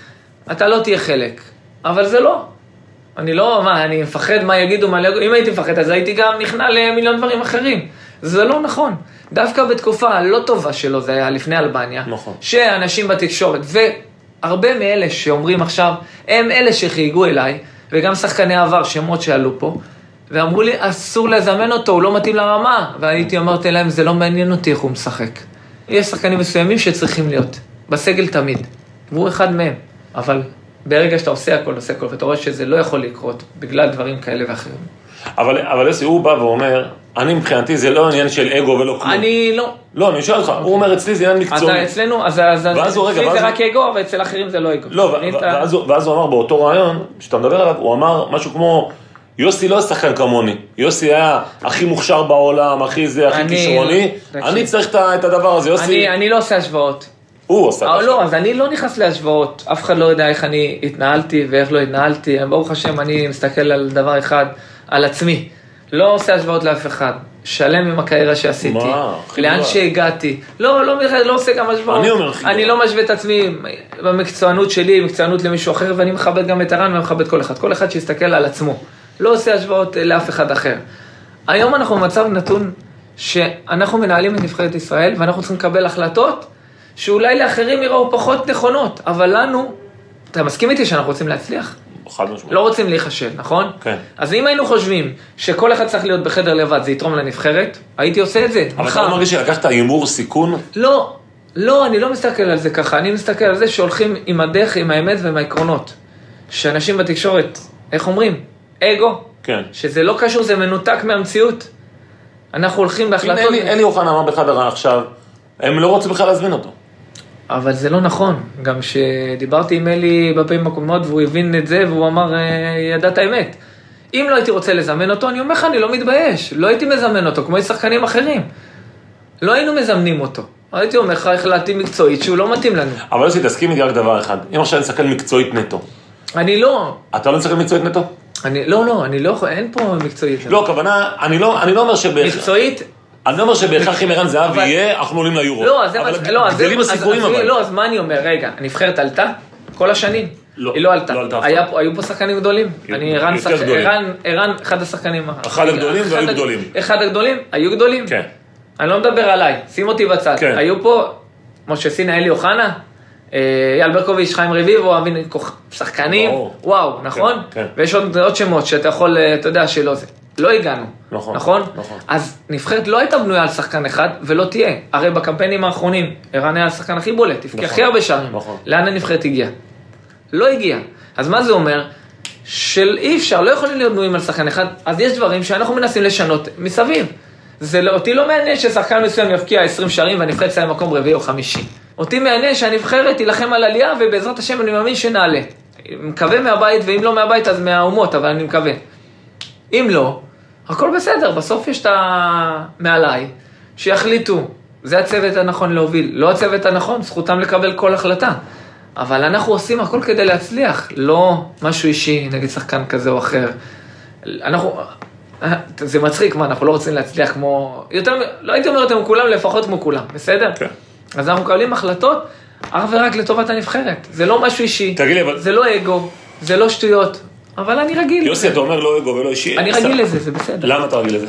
C: אתה לא תהיה חלק. אבל זה לא. אני לא, מה, אני מפחד מה יגידו, מה לא יגידו, אם הייתי מפחד אז הייתי גם נכנע למיליון דברים אחרים. זה לא נכון. דווקא בתקופה הלא טובה שלו, זה היה לפני אלבניה,
B: נכון.
C: שאנשים בתקשורת, והרבה מאלה שאומרים עכשיו, הם אלה שחייגו אליי, וגם שחקני עבר, שמות שעלו פה, ואמרו לי, אסור לזמן אותו, הוא לא מתאים לרמה. והייתי אמרתי להם, זה לא מעניין אותי איך הוא משחק. יש שחקנים מסוימים שצריכים להיות, בסגל תמיד, והוא אחד מהם. אבל ברגע שאתה עושה הכל, עושה הכל, ואתה רואה שזה לא יכול לקרות, בגלל דברים כאלה ואחרים.
B: אבל, אבל יוסי, הוא בא ואומר, אני מבחינתי זה לא עניין של אגו ולא כלום.
C: אני לא...
B: לא, אני שואל אותך, הוא אומר אצלי זה עניין
C: אז
B: מקצועי.
C: אצלנו, אז אז- אז
B: ואז הוא- רגע,
C: אצלי
B: ואז
C: זה
B: הוא-
C: רק אגו, אבל אצל אחרים זה לא אגו.
B: לא, ו-
C: אני-
B: ו- ואז הוא- ואז הוא אמר באותו רעיון, שאתה מדבר עליו, הוא אמר משהו כמו, יוסי לא שחקן כמוני, יוסי היה הכי מוכשר בעולם, הכי זה, הכי
C: אני-
B: כישרוני,
C: תקשיב.
B: אני צריך את ה- את הדבר הזה, יוסי,
C: אני, אני לא עושה השוואות.
B: הוא עשה
C: אה,
B: ככה.
C: לא, אז אני לא נכנס להשוואות. אף אחד לא יודע איך אני התנהלתי ואיך לא התנהלתי. ברוך השם, אני מסתכל על דבר אחד, על עצמי. לא עושה השוואות לאף אחד. שלם עם הקריירה שעשיתי.
B: מה?
C: לאן
B: חידוע.
C: שהגעתי. לא, לא, מיכאל, לא עושה גם השוואות.
B: אני אומר חידוע.
C: אני לא משווה את עצמי במקצוענות שלי, מקצוענות למישהו אחר, ואני מכבד גם את ערן ואני מכבד כל אחד. כל אחד שיסתכל על עצמו. לא עושה השוואות אה, לאף אחד אחר. היום אנחנו במצב נתון שאנחנו מנהלים את נבחרת ישראל, ואנחנו צריכים לקבל החלטות שאולי לאחרים יראו פחות נכונות, אבל לנו, אתה מסכים איתי שאנחנו רוצים להצליח?
B: חד משמעית.
C: לא רוצים להיכשל, נכון?
B: כן.
C: אז אם היינו חושבים שכל אחד צריך להיות בחדר לבד, זה יתרום לנבחרת, הייתי עושה את זה.
B: אבל
C: מחר.
B: אתה לא מרגיש שלקחת הימור סיכון?
C: לא, לא, אני לא מסתכל על זה ככה, אני מסתכל על זה שהולכים עם הדרך, עם האמת ועם העקרונות. שאנשים בתקשורת, איך אומרים? אגו.
B: כן.
C: שזה לא קשור, זה מנותק מהמציאות. אנחנו הולכים
B: הנה,
C: בהחלטות...
B: אלי- אלי אוחנה אמר באחד הרע עכשיו, הם לא רוצים בכלל להזמין אותו.
C: אבל זה לא נכון. גם שדיברתי עם אלי בפעמים הקודמות והוא הבין את זה והוא אמר, "אה, ידעת אמת. אם לא הייתי רוצה לזמן אותו, אני אומר לך, אני לא מתבייש. לא הייתי מזמן אותו, כמו שחקנים אחרים. לא היינו מזמנים אותו. הייתי אומר לך, החלטתי מקצועית שהוא לא מתאים לנו.
B: אבל יוסי, תסכים איתי רק דבר אחד, אם עכשיו אני שחקן מקצועית נטו,
C: אני לא,
B: אתה לא שחקן מקצועית נטו?
C: אני, לא, לא, אני לא יכול, אין פה מקצועית.
B: לא, הכוונה, אני לא אני לא אומר שבהכרח,
C: מקצועית,
B: אני לא אומר שבהכרח אם ערן זהבי
C: אבל-
B: יהיה, אנחנו עולים ליורו.
C: לא, אז זה מה,
B: אבל
C: ש- לא, אז זה,
B: גדלים
C: אז-
B: הסיכויים
C: אז-
B: אבל.
C: לא, אז מה אני אומר, רגע, הנבחרת עלתה כל השנים.
B: לא,
C: היא לא עלתה.
B: לא עלתה אף
C: היה
B: פעם.
C: פה- היו פה שחקנים גדולים.
B: יותר
C: אני ערן, שחק-
B: גדולים.
C: ערן, ערן, אחד השחקנים.
B: אחד הגדולים
C: אחד
B: והיו
C: הג-
B: גדולים.
C: אחד הגדולים, היו גדולים.
B: כן.
C: אני לא מדבר עליי, שים אותי בצד.
B: כן.
C: היו פה משה סינה, אלי אוחנה, אה, אייל ברקוביץ', חיים רביבו, אבי כוח- שחקנים,
B: ברור.
C: וואו, נכון?
B: כן.
C: ויש עוד עוד שמות שאתה יכול, אה, אתה יודע, שלא זה. לא הגענו.
B: נכון,
C: נכון?
B: נכון.
C: אז נבחרת לא הייתה בנויה על שחקן אחד, ולא תהיה. הרי בקמפיינים האחרונים, ערן היה השחקן הכי בולט, הבקיע
B: נכון,
C: הכי הרבה שערים.
B: נכון.
C: לאן הנבחרת הגיעה? לא הגיעה. אז מה זה אומר? של אי אפשר, לא יכולים להיות בנויים על שחקן אחד, אז יש דברים שאנחנו מנסים לשנות מסביב. זה לא, אותי לא מעניין ששחקן מסוים יבקיע 20 שערים והנבחרת תסיים מקום רביעי או חמישי. אותי מעניין שהנבחרת תילחם על עלייה ובעזרת השם אני מאמין שנעלה. מקווה מהבית, ואם לא מהבית אז מהאומות, אבל אני מקווה. אם לא, הכל בסדר, בסוף יש את ה... מעליי, שיחליטו. זה הצוות הנכון להוביל. לא הצוות הנכון, זכותם לקבל כל החלטה. אבל אנחנו עושים הכל כדי להצליח, לא משהו אישי נגד שחקן כזה או אחר. אנחנו, אה, זה מצחיק, מה, אנחנו לא רוצים להצליח כמו, יותר, מ- לא הייתי אומר אתם כולם, לפחות כמו כולם, בסדר?
B: כן.
C: אז אנחנו מקבלים החלטות אך ורק לטובת הנבחרת. זה לא משהו אישי,
B: תגיד לי, אבל-
C: זה לא אגו, זה לא שטויות, אבל אני רגיל.
B: יוסי, אתה אומר לא אגו ולא אישי?
C: אני
B: בסדר.
C: רגיל לזה, זה בסדר.
B: למה אתה רגיל לזה?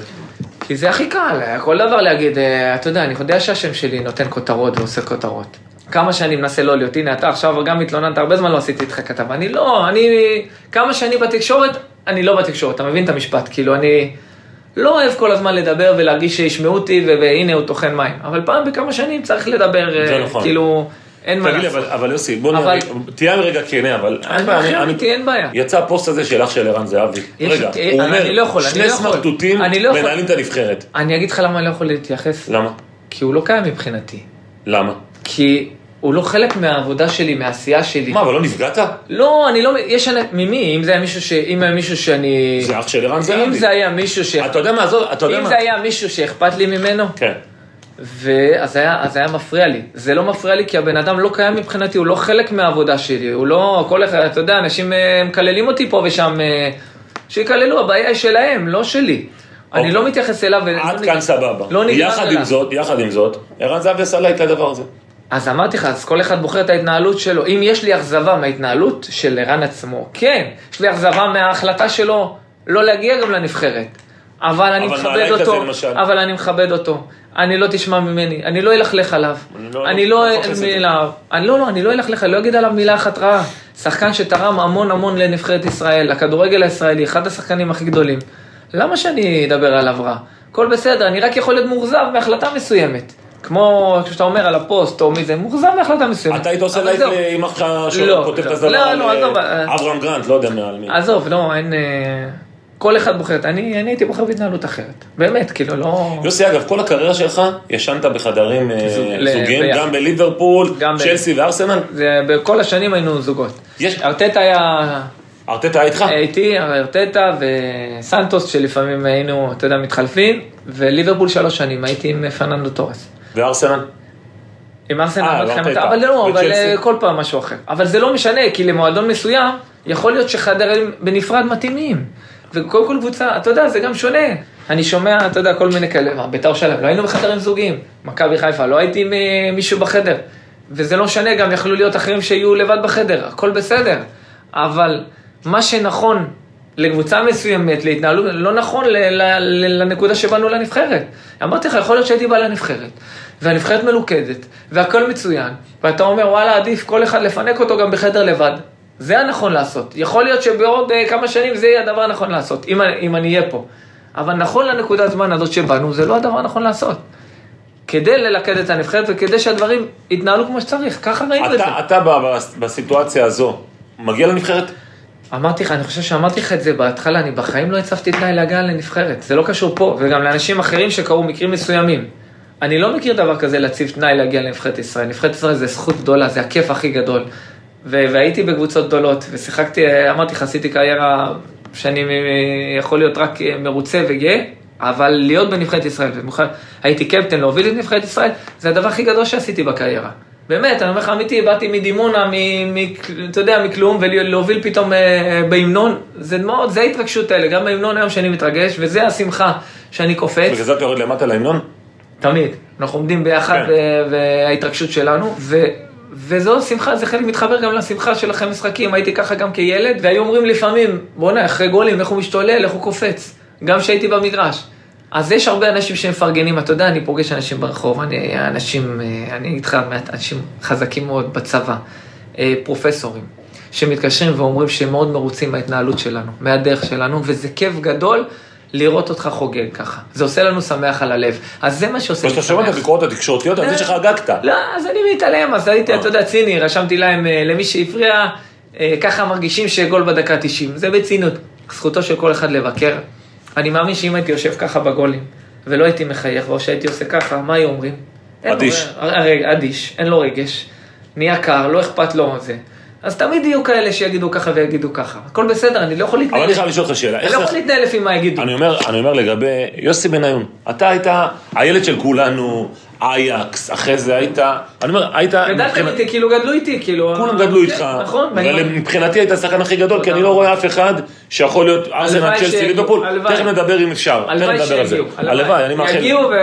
C: כי זה הכי קל, כל דבר להגיד, אה, אתה יודע, אני יודע שהשם שלי נותן כותרות ועושה כותרות. כמה שאני מנסה לא להיות, הנה אתה עכשיו גם התלוננת, הרבה זמן לא עשיתי איתך כתבה, אני לא, אני, כמה שאני בתקשורת, אני לא בתקשורת, אתה מבין את המשפט, כאילו אני לא אוהב כל הזמן לדבר ולהרגיש שישמעו אותי, ו- והנה הוא טוחן מים, אבל פעם בכמה שנים צריך לדבר,
B: זה
C: אה,
B: נכון.
C: כאילו, אין מה
B: תגיד לי,
C: לעשות.
B: אבל- אבל יוסי, בוא
C: אבל-
B: נראה, תהיה רגע כנה, אבל...
C: אני הכי אמיתי, אין בעיה.
B: יצא הפוסט הזה של אח של ערן זהבי.
C: יש
B: רגע,
C: לי-
B: הוא
C: אני לא
B: אומר,
C: יכול, אני לא
B: שני
C: יכול.
B: סמרטוטים
C: אני לא יכול.
B: מנהלים את הנבחרת.
C: אני אגיד לך למה אני לא יכול להתייחס,
B: למה?
C: כי הוא לא קיים מבחינתי,
B: למה?
C: כי הוא לא חלק מהעבודה שלי, מהעשייה שלי.
B: מה, אבל לא נפגעת?
C: לא, אני לא, יש, אנ- ממי, אם זה היה מישהו ש... אם היה מישהו שאני...
B: זה אח של ערן
C: אם
B: זהבי.
C: זה היה מישהו ש...
B: אתה יודע מה, עזוב, אתה יודע
C: אם
B: מה.
C: זה היה מישהו שאכפת לי ממנו,
B: כן.
C: ואז היה, אז היה מפריע לי. זה לא מפריע לי כי הבן אדם לא קיים מבחינתי, הוא לא חלק מהעבודה שלי, הוא לא, כל אחד, אתה יודע, אנשים אה, מקללים אותי פה ושם, אה, שיקללו, הבעיה היא שלהם, לא שלי. אני
B: אוקיי.
C: לא מתייחס אליו. ולא
B: עד
C: נגד-
B: כאן סבבה.
C: לא נגרם
B: יחד
C: אליו.
B: עם זאת, יחד עם זאת, ערן זהבי עשה לה את הדבר הזה.
C: אז אמרתי לך, אז כל אחד בוחר את ההתנהלות שלו. אם יש לי אכזבה מההתנהלות של ערן עצמו, כן. יש לי אכזבה מההחלטה שלו לא להגיע גם לנבחרת. אבל אני
B: אבל
C: מכבד
B: נעליים כזה,
C: אותו,
B: למשל.
C: אבל אני מכבד אותו. אני לא תשמע ממני, אני לא אלכלך עליו.
B: אני לא-
C: אני לא...
B: לא חושב שזה.
C: מילה... אני לא, לא, אני לא אלכלך, אני לא אגיד עליו מילה אחת רעה. שחקן שתרם המון המון לנבחרת ישראל, לכדורגל הישראלי, אחד השחקנים הכי גדולים. למה שאני אדבר עליו רע? הכל בסדר, אני רק יכול להיות מאוכזב מהחלטה מסוימת. כמו כשאתה אומר על הפוסט או מי זה, מאוכזב מהחלטה מסוימת.
B: אתה היית עושה
C: כן. אבל
B: לייק
C: זהו.
B: עם אח שלך
C: לא,
B: שכותב את
C: לא.
B: הזמן
C: לא, לא,
B: על
C: עזוב,
B: אה,
C: אה.
B: אברהם גרנט, לא יודע מעל מי.
C: עזוב, לא, אין... אה, כל אחד בוחר, אני, אני הייתי בוחר בהתנהלות אחרת. באמת, כאילו, לא...
B: יוסי, אגב, כל הקריירה שלך, ישנת בחדרים אה,
C: זוג- ל-
B: זוגיים,
C: ביחד.
B: גם בליברפול,
C: גם ב-
B: צ'לסי וארסנל.
C: זה, בכל השנים היינו זוגות.
B: יש-
C: ארטטה היה
B: ארטטה היה איתך?
C: איתי, ארטטה וסנטוס, שלפעמים היינו, אתה יודע, מתחלפים, וליברפול שלוש שנים, הייתי עם פרננדו תורס.
B: וארסנל?
C: עם ארסנל,
B: אה,
C: אמרתי לך,
B: וארטטה.
C: אבל לא, אבל
B: וצ'לסי?
C: אה, כל פעם משהו אחר. אבל זה לא משנה, כי למועדון מסוים, יכול להיות שחדרים בנפרד מתאימים. וכל כל קבוצה, אתה יודע, זה גם שונה. אני שומע, אתה יודע, כל מיני כאלה, מה, בית"ר שלם, לא היינו בחדרים זוגיים, מכבי חיפה, לא הייתי עם אה, מישהו בחדר. וזה לא משנה, גם יכלו להיות אחרים שיהיו לבד בחדר, הכל בסדר. אבל מה שנכון לקבוצה מסוימת, להתנהלות, לא נכון ל- ל- ל- לנקודה שבאנו לנבחרת. אמרתי לך, יכול להיות שהייתי בא לנבחרת, והנבחרת מלוכדת, והכל מצוין, ואתה אומר, וואלה, עדיף כל אחד לפנק אותו גם בחדר לבד. זה הנכון לעשות. יכול להיות שבעוד אה, כמה שנים זה יהיה הדבר הנכון לעשות, אם, אני- אם אני אהיה פה. אבל נכון לנקודת זמן הזאת שבאנו, זה לא הדבר הנכון לעשות. כדי ללכד את הנבחרת וכדי שהדברים יתנהלו כמו שצריך, ככה ראינו את זה.
B: אתה- אתה ב- בסיטואציה הזו, מגיע לנבחרת?
C: אה, אמרתי לך, אני חושב שאמרתי לך את זה בהתחלה, אני בחיים לא הצבתי תנאי להגעה לנבחרת, זה לא קשור פה, וגם לאנשים אחרים שקרו מקרים מסוימים. אני לא מכיר דבר כזה להציב תנאי להגיע לנבחרת ישראל, נבחרת ישראל זה זכות גדולה, זה הכיף הכי גדול. ו- והייתי בקבוצות גדולות, ושיחקתי, אה, אמרתי לך, עשיתי קריירה שאני מ- מ- יכול להיות רק אה, מרוצה וגאה, אבל להיות בנבחרת ישראל, במיוחד הייתי קפטן להוביל את נבחרת ישראל, זה הדבר הכי גדול שעשיתי בקריירה. באמת, אני אומר לך אמיתי, באתי מדימונה, מ, מ, אתה יודע, מכלום, ולהוביל פתאום אה, בהמנון, זה מאוד, זה ההתרגשות האלה, גם בהמנון היום שאני מתרגש, וזה השמחה שאני קופץ.
B: בגלל זה אתה יורד למטה להמנון?
C: אה, תמיד. אנחנו עומדים ביחד,
B: כן.
C: ו- וההתרגשות שלנו, ו... וזו שמחה, זה חלק מתחבר גם לשמחה של אחרי משחקים, הייתי ככה גם כילד, והיו אומרים לפעמים, בואנה, אחרי גולים, איך הוא משתולל, איך הוא קופץ, גם כשהייתי במגרש. אז יש הרבה אנשים שמפרגנים, אתה יודע, אני פוגש אנשים ברחוב, אני אנשים, אה, אני איתך, מעט אנשים חזקים מאוד בצבא, אה, פרופסורים, שמתקשרים ואומרים שהם מאוד מרוצים מההתנהלות שלנו, מהדרך שלנו, וזה כיף גדול לראות אותך חוגג ככה. זה עושה לנו שמח על הלב. אז זה מה שעושה
B: אז אתה שומע את הביקורות התקשורתיות על זה שחגגת.
C: אה, לא, אז אני מתעלם, אז הייתי,
B: אה.
C: אתה יודע, ציני, רשמתי להם, אה, למי שהפריע, אה, ככה מרגישים שגול בדקה 90. זה בצינות. זכותו של כל אחד לבקר. אני מאמין שאם הייתי יושב ככה בגולים, ולא הייתי מחייך, או שהייתי עושה ככה, מה היו אומרים? אין לו-
B: אדיש.
C: הרי אדיש, אין לו רגש, נהיה קר, לא אכפת לו מזה. אז תמיד יהיו כאלה שיגידו ככה ויגידו ככה. הכל בסדר, אני לא יכול להתנהל.
B: אבל אני חייב לשאול אותך שאלה.
C: אני
B: איך
C: לא
B: זה-
C: יכול להתנהל לפי מה יגידו.
B: אני אומר, אני אומר לגבי יוסי בניון, אתה היית הילד של כולנו, אייקס, אחרי זה היית, אני אומר, היית,
C: גדלת
B: מבחינת-
C: איתי, כאילו גדלו איתי, כאילו...
B: כולם
C: כן,
B: גדלו איתך,
C: נכון, ואני-
B: אבל מבחינתי היית השחקן הכי גדול, כי אני לא
C: רבה.
B: רואה אף אחד שיכול להיות ארסנל,
C: הלוואי
B: צ'לסי,
C: שיגיעו,
B: ליברפול,
C: הלוואי.
B: תכף נדבר אם אפשר, תכף
C: הלוואי
B: נדבר על זה,
C: שיגיעו, הלוואי.
B: הלוואי, אני מאחל,
C: יגיעו ו...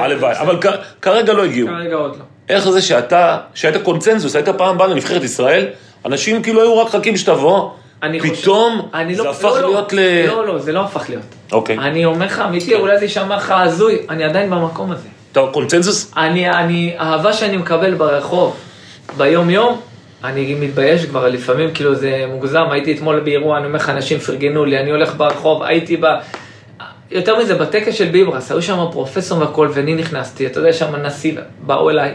B: הלוואי, אבל כ- כרגע לא הגיעו,
C: כרגע עוד לא.
B: איך זה שאתה, שהיית קונצנזוס, היית פעם בא לנבחרת ישראל, אנשים כאילו היו רק חכים שתבוא,
C: אני חושב-
B: פתאום
C: אני
B: זה
C: לא-
B: הפך
C: לא, לא.
B: להיות ל...
C: לא, לא, זה לא הפך להיות.
B: אוקיי.
C: אני אומר לך, אמיתי, אולי זה יישמע לך הזוי, אני עדיין במקום הזה.
B: אתה קונצנזוס?
C: אני, אני, האהבה שאני מקבל ברחוב, ביום יום, אני מתבייש כבר לפעמים, כאילו זה מוגזם, הייתי אתמול באירוע, אני אומר לך, אנשים פרגנו לי, אני הולך ברחוב, הייתי ב... יותר מזה, בטקס של ביברס, היו שם פרופסור והכל, ואני נכנסתי, אתה יודע, שם הנשיא, באו אליי.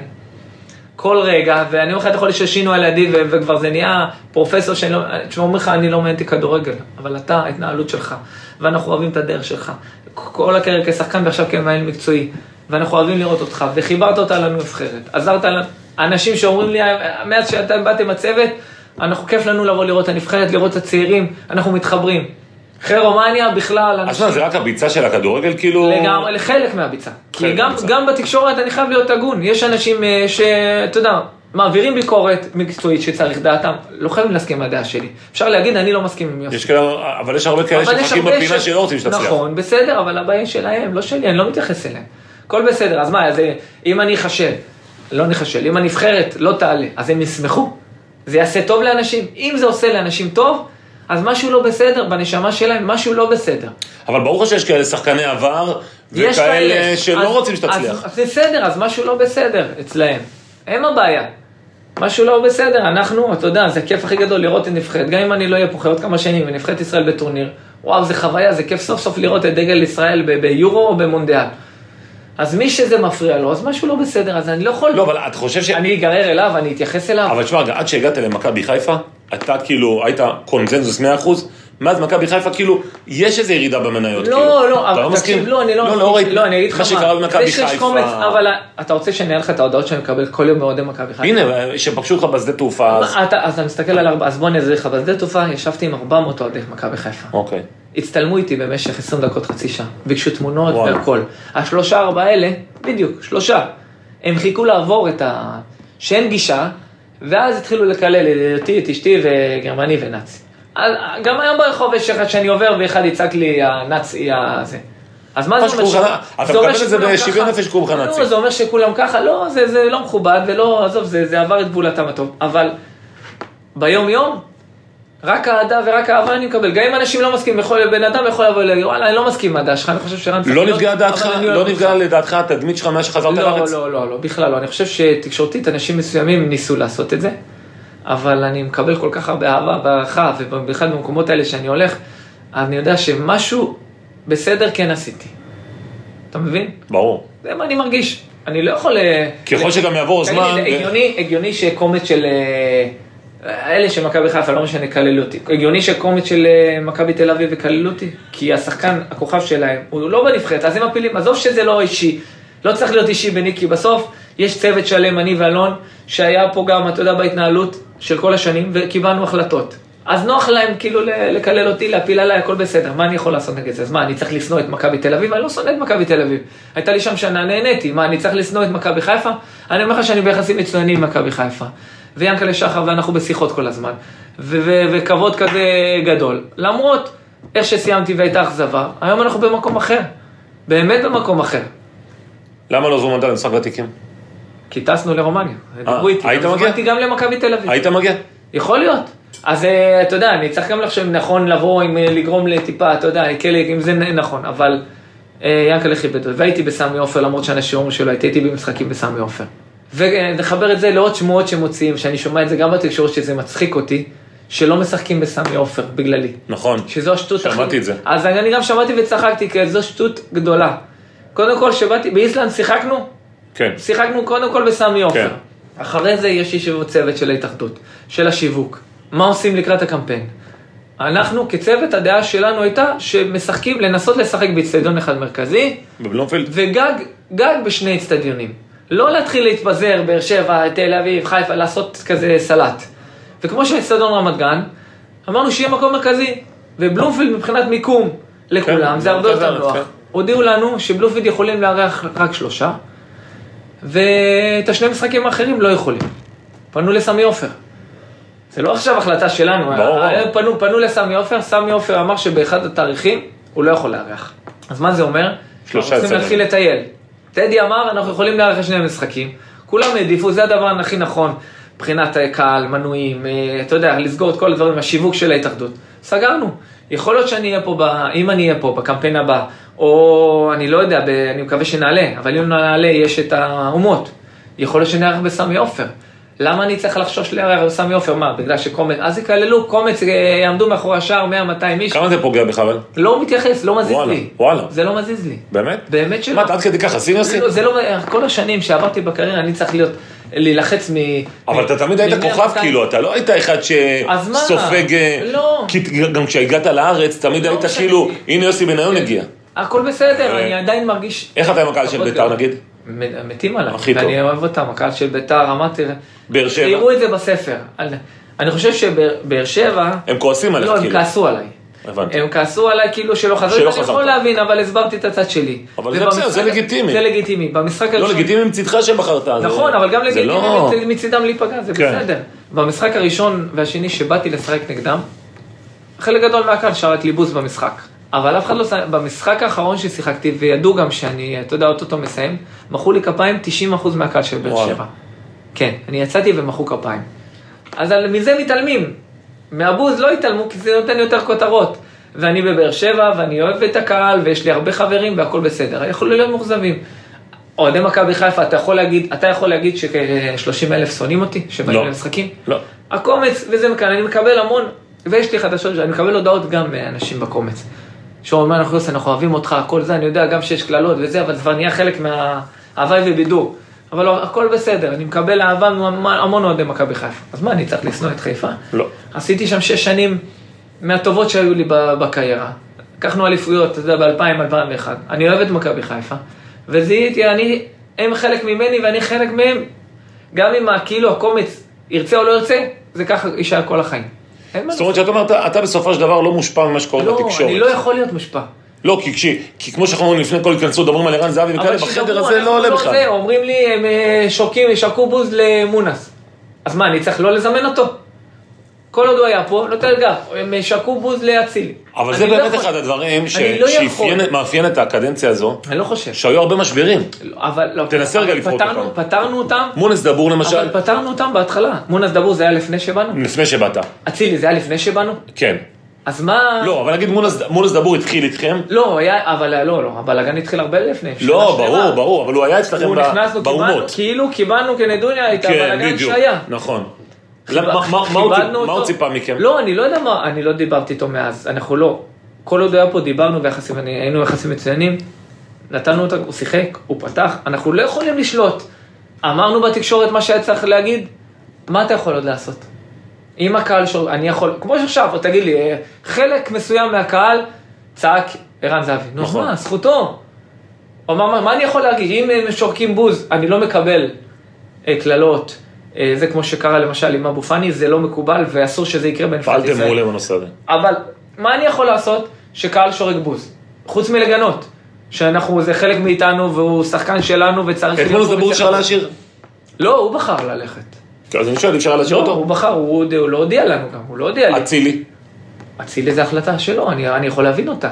C: כל רגע, ואני אומר לך, אתה יכול לשאול שינו על ידי, ו- וכבר זה נהיה פרופסור שאני לא, תשמע, אומר לך, אני לא מעניין אותי כדורגל, אבל אתה, ההתנהלות שלך, ואנחנו אוהבים את הדרך שלך. כל הקריירה כשחקן ועכשיו כמנהל מקצועי, ואנחנו אוהבים לראות אותך, וחיברת אותה לנו נבחרת. עזרת לנו, אנשים שאומרים לי, מאז שאתם באתם הצוות, אנחנו כיף לנו לבוא לראות את הנבחרת, לראות את הצעירים, אנחנו מתחברים. אחרי רומניה בכלל,
B: אז
C: אנשים...
B: מה, זה רק הביצה של הכדורגל, כאילו...
C: לגמרי, לחלק מהביצה. כי
B: חלק
C: גם,
B: מהביצה.
C: גם בתקשורת אני חייב להיות הגון. יש אנשים אה, שאתה יודע, מעבירים ביקורת מקצועית שצריך דעתם, לא חייבים להסכים עם הדעה שלי. אפשר להגיד, אני לא מסכים עם יוסי.
B: יש כאלה, אבל יש הרבה כאלה
C: אבל יש
B: שמחכים
C: הרבה
B: בפינה
C: ש-
B: שלא רוצים שתצליח.
C: נכון, בסדר, אבל הבעיה שלהם, לא שלי, אני לא מתייחס אליהם. הכל בסדר, אז מה, אז אה, אם אני אחשל, לא נחשל, אם הנבחרת לא תעלה, אז הם ישמחו. זה יעשה טוב לאנשים. אם זה עושה לאנשים טוב, אז משהו לא בסדר, בנשמה שלהם משהו לא בסדר.
B: אבל ברור לך שיש כאלה שחקני עבר,
C: יש כאלה.
B: וכאלה שלא
C: אז-
B: רוצים שתצליח.
C: אז אז בסדר, אז משהו לא בסדר אצלהם. הם הבעיה. משהו לא בסדר, אנחנו, אתה יודע, זה הכיף הכי גדול לראות את נבחרת, גם אם אני לא אהיה פה חיות כמה שנים ונבחרת ישראל בטורניר, וואו, זה חוויה, זה כיף סוף סוף לראות את דגל ישראל ב- ביורו או במונדיאל. אז מי שזה מפריע לו, אז משהו לא בסדר, אז אני לא יכול,
B: לא, אבל את חושב ש...
C: אני אגרר אליו, אני אתייחס אליו.
B: אבל תשמע, רגע, עד שהגעת למכבי חיפה, אתה כאילו, היית קונצנזוס 100%, מאז מכבי חיפה, כאילו, יש איזו ירידה במניות.
C: לא,
B: כאילו.
C: לא,
B: אתה לא
C: אבל
B: מסכים?
C: תקשיב, לא, אני לא
B: לא, לא ראיתי.
C: לא, אני אגיד לך
B: מה שקרה במכבי
C: זה שיש קומץ,
B: חיפה.
C: אבל אתה רוצה שאני אענה לך את ההודעות שאני מקבל כל יום מאוהדי מכבי חיפה?
B: הנה, שפגשו אותך בשדה תעופה, אז...
C: מה, אתה, אז אתה מסתכל על ארבע, אז בוא אני אעזור לך, בשדה תעופה ישבתי עם 400 אוהדי מכבי חיפה.
B: אוקיי.
C: הצטלמו איתי במשך 20 דקות, חצי שעה. ביקשו תמונות
B: וואלה.
C: והכל. השלושה ארבע האלה, בדיוק, שלושה. הם חיכו לעבור את ה... שאין גישה, ואז התחילו לקלל אותי, את אשתי וגרמני ונאצי. אז גם היום ברחוב יש אחד שאני עובר ואחד יצעק לי הנאצי הזה. אז מה
B: מה
C: זה אומר
B: שקוראים לך-
C: ש-
B: אתה
C: זה אומר
B: מקבל את זה
C: שכולם
B: בשוויון
C: ככה?
B: נפש שקוראים לך נאצי.
C: לא, זה אומר שכולם ככה, לא, זה, זה לא מכובד ולא, עזוב, זה, זה עבר את גבולתם הטוב. אבל ביום יום, רק אהדה ורק אהבה אני מקבל. גם אם אנשים לא מסכימים, יכול, בן אדם יכול לבוא ולהגיד, וואלה, אני לא מסכים עם הדעה שלך, אני חושב שרן צריך
B: לא
C: להיות,
B: נפגעה
C: אבל
B: דעתך,
C: אני אוהב
B: לא
C: אותך."
B: נפגעה לדעתך התדמית שלך מאז שחזרת
C: לא,
B: לארץ?
C: לא, לא, לא, בכלל לא. אני חושב שתקשורתית אנשים מסוימים ניסו לעשות את זה, אבל אני מקבל כל כך הרבה אהבה והערכה, ובמיוחד במקומות האלה שאני הולך, אני יודע שמשהו בסדר כן עשיתי. אתה מבין?
B: ברור.
C: זה מה אני מרגיש. אני לא יכול... אה,
B: ככל שגם יעבור
C: תגיד לי,
B: הזמן...
C: זה הגיוני, הגיוני שקומץ של... אה, אלה של מכבי חיפה, לא משנה, כללו אותי. הגיוני שקומץ של אה, מכבי תל אביב יקללו אותי? כי השחקן, הכוכב שלהם, הוא לא בנבחרת, אז הם מפילים, עזוב שזה לא אישי. לא צריך להיות אישי ביני, כי בסוף יש צוות שלם, אני ואלון, שהיה פה גם, אתה יודע, בהתנהלות של כל השנים, וקיבלנו החלטות. אז נוח להם כאילו ל- לקלל אותי, להפיל עליי, הכל בסדר, מה אני יכול לעשות נגד זה? אז מה, אני צריך לשנוא את מכבי תל אביב? אני לא שונא את מכבי תל אביב. הייתה לי שם שנה, נהניתי. מה, אני צריך לשנוא את מכבי חיפה? אני אומר לך שאני ביחסים מצוינים עם מכבי חיפה. ויענקלה שחר ואנחנו בשיחות כל הזמן. ו- ו- וכבוד כזה גדול. למרות איך שסיימתי והייתה אכזבה, היום אנחנו במקום אחר. באמת במקום אחר.
B: למה לא זומנת למשחק ותיקים?
C: כי טסנו לרומניה. דיברו איתי.
B: אה, היית
C: גם
B: מגיע?
C: הזמנתי גם למכבי תל אביב.
B: היית מגיע?
C: יכול להיות. אז אה, אתה יודע, אני צריך גם לחשוב אם נכון לבוא, אם אה, לגרום לטיפה, אתה יודע, כאלה, אם זה נ- נכון, אבל אה, ינקלה כיבד אותי, והייתי בסמי עופר, למרות שאנשים אומרים שלא הייתי, הייתי במשחקים בסמי עופר. ונחבר את זה לעוד שמועות שמוציאים, שאני שומע את זה גם בתקשורת, שזה מצחיק אותי, שלא משחקים בסמי עופר, בגללי.
B: נכון.
C: שזו השטות הכי...
B: שמעתי את זה.
C: אז אני גם שמעתי וצחקתי, כי זו שטות גדולה. קודם כל, שבאתי, באיסלנד שיחקנו,
B: כן.
C: שיחקנו קודם כל בסמי עופר.
B: כן.
C: אחרי זה יש ישיבות צוות של ההתאחדות, של השיווק. מה עושים לקראת הקמפיין? אנחנו כצוות הדעה שלנו הייתה שמשחקים, לנסות לשחק באיצטדיון אחד מרכזי,
B: בבלומפילד?
C: וגג גג בשני אצטדיונים. לא להתחיל להתפזר, באר שבע, תל אביב, חיפה, לעשות כזה סלט. וכמו שהאצטדיון רמת גן, אמרנו שיהיה מקום מרכזי. ובלומפילד מבחינת מיקום לכולם,
B: כן,
C: זה הרבה
B: מרכז
C: יותר
B: הארץ,
C: נוח.
B: כן.
C: הודיעו לנו שבלומפילד יכולים לארח רק שלושה, ואת השני משחקים האחרים לא יכולים. פנו לסמי עופר. זה לא עכשיו החלטה שלנו,
B: ברור.
C: אה, פנו, פנו לסמי עופר, סמי עופר אמר שבאחד התאריכים הוא לא יכול לארח. אז מה זה אומר?
B: שלושה
C: אנחנו רוצים
B: יצרים.
C: להתחיל לטייל. טדי אמר, אנחנו יכולים לארח את שני המשחקים. כולם העדיפו, זה הדבר הכי נכון מבחינת אה, קהל, מנויים, אה, אתה יודע, לסגור את כל הדברים, השיווק של ההתאחדות. סגרנו. יכול להיות שאני אהיה פה, ב... אם אני אהיה פה בקמפיין הבא, או אני לא יודע, ב... אני מקווה שנעלה, אבל אם נעלה יש את האומות. יכול להיות שנערך בסמי עופר. למה אני צריך לחשוש לארח בסמי עופר? מה, בגלל שקומץ, אז יקללו, קומץ אה, יעמדו מאחורי השער 100-200 איש.
B: כמה זה פוגע בך אבל?
C: לא מתייחס, לא מזיז
B: וואלה,
C: לי.
B: וואלה.
C: זה לא מזיז לי.
B: באמת?
C: באמת שלא.
B: מה, אתה עד כדי ככה סיריוסי?
C: לא, זה לא, כל השנים שעברתי בקריירה אני צריך להיות, להילחץ מ...
B: אבל אתה תמיד היית
C: מ-
B: כוכב
C: 100-200.
B: כאילו, אתה לא היית אחד
C: אז מה?
B: שסופג... אה,
C: לא.
B: כי גם כשהגעת לארץ, תמיד
C: לא
B: היית
C: משנה.
B: כאילו, הנה יוסי בניון הגיע.
C: הכל בסדר,
B: אה.
C: אני עדיין מרגיש...
B: איך אתה עם הקהל של
C: פחות
B: ביתר
C: גרוע.
B: נגיד?
C: מ- מתים עליו,
B: הכי טוב.
C: ואני אוהב אותם, הקהל של ביתר, אמרתי,
B: באר שבע.
C: תראו את זה בספר. אני- אני חושב שבאר שבע,
B: הם כועסים עליך
C: לא, הם
B: כאילו.
C: כעסו עליי.
B: הבנתי.
C: הם כעסו עליי כאילו שלא חזרתי,
B: שלא
C: אני יכול
B: חזרת.
C: להבין, אבל הסברתי את הצד שלי.
B: אבל זה
C: ובמשחק-
B: בסדר, זה לגיטימי.
C: זה לגיטימי, במשחק הראשון...
B: לא, לגיטימי מצידך שבחרת. זה-
C: נכון, אבל גם
B: זה
C: לגיטימי
B: לא-
C: מצ- מצידם להיפגע, זה
B: כן.
C: בסדר. במשחק הראשון והשני שבאתי לשחק נגדם, חלק גדול מהקהל שרק לי בוז במשחק. אבל אף אחד לא... ש- במשחק האחרון ששיחקתי, וידעו גם שאני, אתה יודע, אוטוטו מסיים, מחאו לי כפיים 90% מהקהל של באר
B: וואלה.
C: שבע. כן, אני יצאתי ומחאו כפיים. אז על- מזה מתעלמים. מהבוז לא התעלמו, כי זה נותן יותר כותרות. ואני בבאר שבע, ואני אוהב את הקהל, ויש לי הרבה חברים, והכול בסדר. יכולו להיות מאוכזבים. אוהדי מכבי חיפה, אתה יכול להגיד, אתה יכול להגיד שכ-30 אלף שונאים אותי, שבאים
B: לא.
C: למשחקים?
B: לא.
C: הקומץ, וזה מכאן, אני מקבל המון, ויש לי חדשות, אני מקבל הודעות גם מאנשים בקומץ. שאומרים, מה אנחנו לא עושים, אנחנו אוהבים אותך, הכל זה, אני יודע גם שיש קללות וזה, אבל זה כבר נהיה חלק מההוואי ובידור. אבל לא, הכל בסדר, אני מקבל אהבה מהמון אוהדי מכבי חיפה. אז מה, אני צריך לשנוא את חיפה?
B: לא.
C: עשיתי שם שש שנים מהטובות שהיו לי ב- בקריירה. לקחנו אליפויות, אתה יודע, ב-2000-2001. אני אוהב את מכבי חיפה. וזיהיתי, אני, הם חלק ממני ואני חלק מהם. גם אם ה- כאילו הקומץ ירצה או לא ירצה, זה ככה יישאר כל החיים. אין מה
B: זאת אומרת שאת אומרת, אתה בסופו של דבר לא מושפע ממה שקורה
C: לא,
B: בתקשורת.
C: אני לא יכול להיות מושפע.
B: לא, כי כש... כי כמו שאנחנו אומרים לפני כל התכנסות, מדברים על ערן זהבי וכאלה,
C: אבל שידברו,
B: בחדר הזה
C: אנחנו
B: לא עולה
C: זה,
B: בכלל.
C: אומרים לי, הם אה, שורקים, ישרקו בוז למונס. אז מה, אני צריך לא לזמן אותו? כל עוד הוא היה פה, לא תרגע, הם ישרקו בוז לאצילי.
B: אבל
C: אני
B: זה
C: לא
B: באמת
C: יכול.
B: אחד הדברים ש-
C: אני לא יכול.
B: שמאפיין את הקדנציה הזו,
C: אני לא חושב.
B: שהיו הרבה משברים.
C: לא, אבל לא.
B: תנסה רגע
C: אבל
B: לפרוט
C: פתרנו-
B: אותם.
C: פתרנו אותם,
B: מונס דבור למשל,
C: אבל פתרנו אותם בהתחלה. מונס דבור זה היה לפני שבאנו?
B: לפני שבאת.
C: אצילי זה היה לפני שבאנו?
B: כן.
C: אז מה...
B: לא, אבל נגיד מונס- מונס דבור התחיל איתכם.
C: לא, היה, אבל לא, לא, הבלאגן התחיל הרבה לפני. שנה
B: לא,
C: שלמה.
B: ברור, ברור, אבל הוא היה אצלכם
C: הוא
B: ב-
C: נכנסנו, קיבלנו,
B: באומות.
C: כאילו קיבלנו כנדוניה את
B: כן,
C: הבלאגן
B: בדיוק.
C: שהיה.
B: נכון. למה- מה- מה הוא ציפ-
C: כיבדנו
B: מה הוא
C: אותו.
B: ציפה מכם?
C: לא, אני לא יודע מה, אני לא דיברתי איתו מאז, אנחנו לא. כל עוד הוא היה פה דיברנו ויחסים, אני- היינו יחסים מצוינים, נתנו אותו, הוא שיחק, הוא פתח, אנחנו לא יכולים לשלוט. אמרנו בתקשורת מה שהיה צריך להגיד, מה אתה יכול עוד לעשות? אם הקהל שור... אני יכול, כמו שעכשיו, תגיד לי, אה, חלק מסוים מהקהל צעק ערן זהבי. נו, אז
B: נכון.
C: מה, זכותו. הוא אמר, מה, מה אני יכול להגיד? אם הם שורקים בוז, אני לא מקבל אה, קללות. אה, זה כמו שקרה למשל עם אבו פאני, זה לא מקובל ואסור שזה יקרה בנבחרת
B: פעלתם
C: ישראל.
B: מעולה בנושא הזה.
C: אבל מה אני יכול לעשות שקהל שורק בוז? חוץ מלגנות. שאנחנו, זה חלק מאיתנו והוא שחקן שלנו וצריך...
B: את
C: להיות
B: מונס
C: פה
B: דבור
C: וצריך-
B: אפשר להשאיר.
C: לא, הוא בחר ללכת.
B: אז אני שואל, אפשר להשאיר
C: לא,
B: אותו?
C: הוא בחר, הוא הוד- הוא לא הודיע לנו גם, הוא לא הודיע לי.
B: אצילי.
C: אצילי זה החלטה שלו, אני, אני יכול להבין אותה.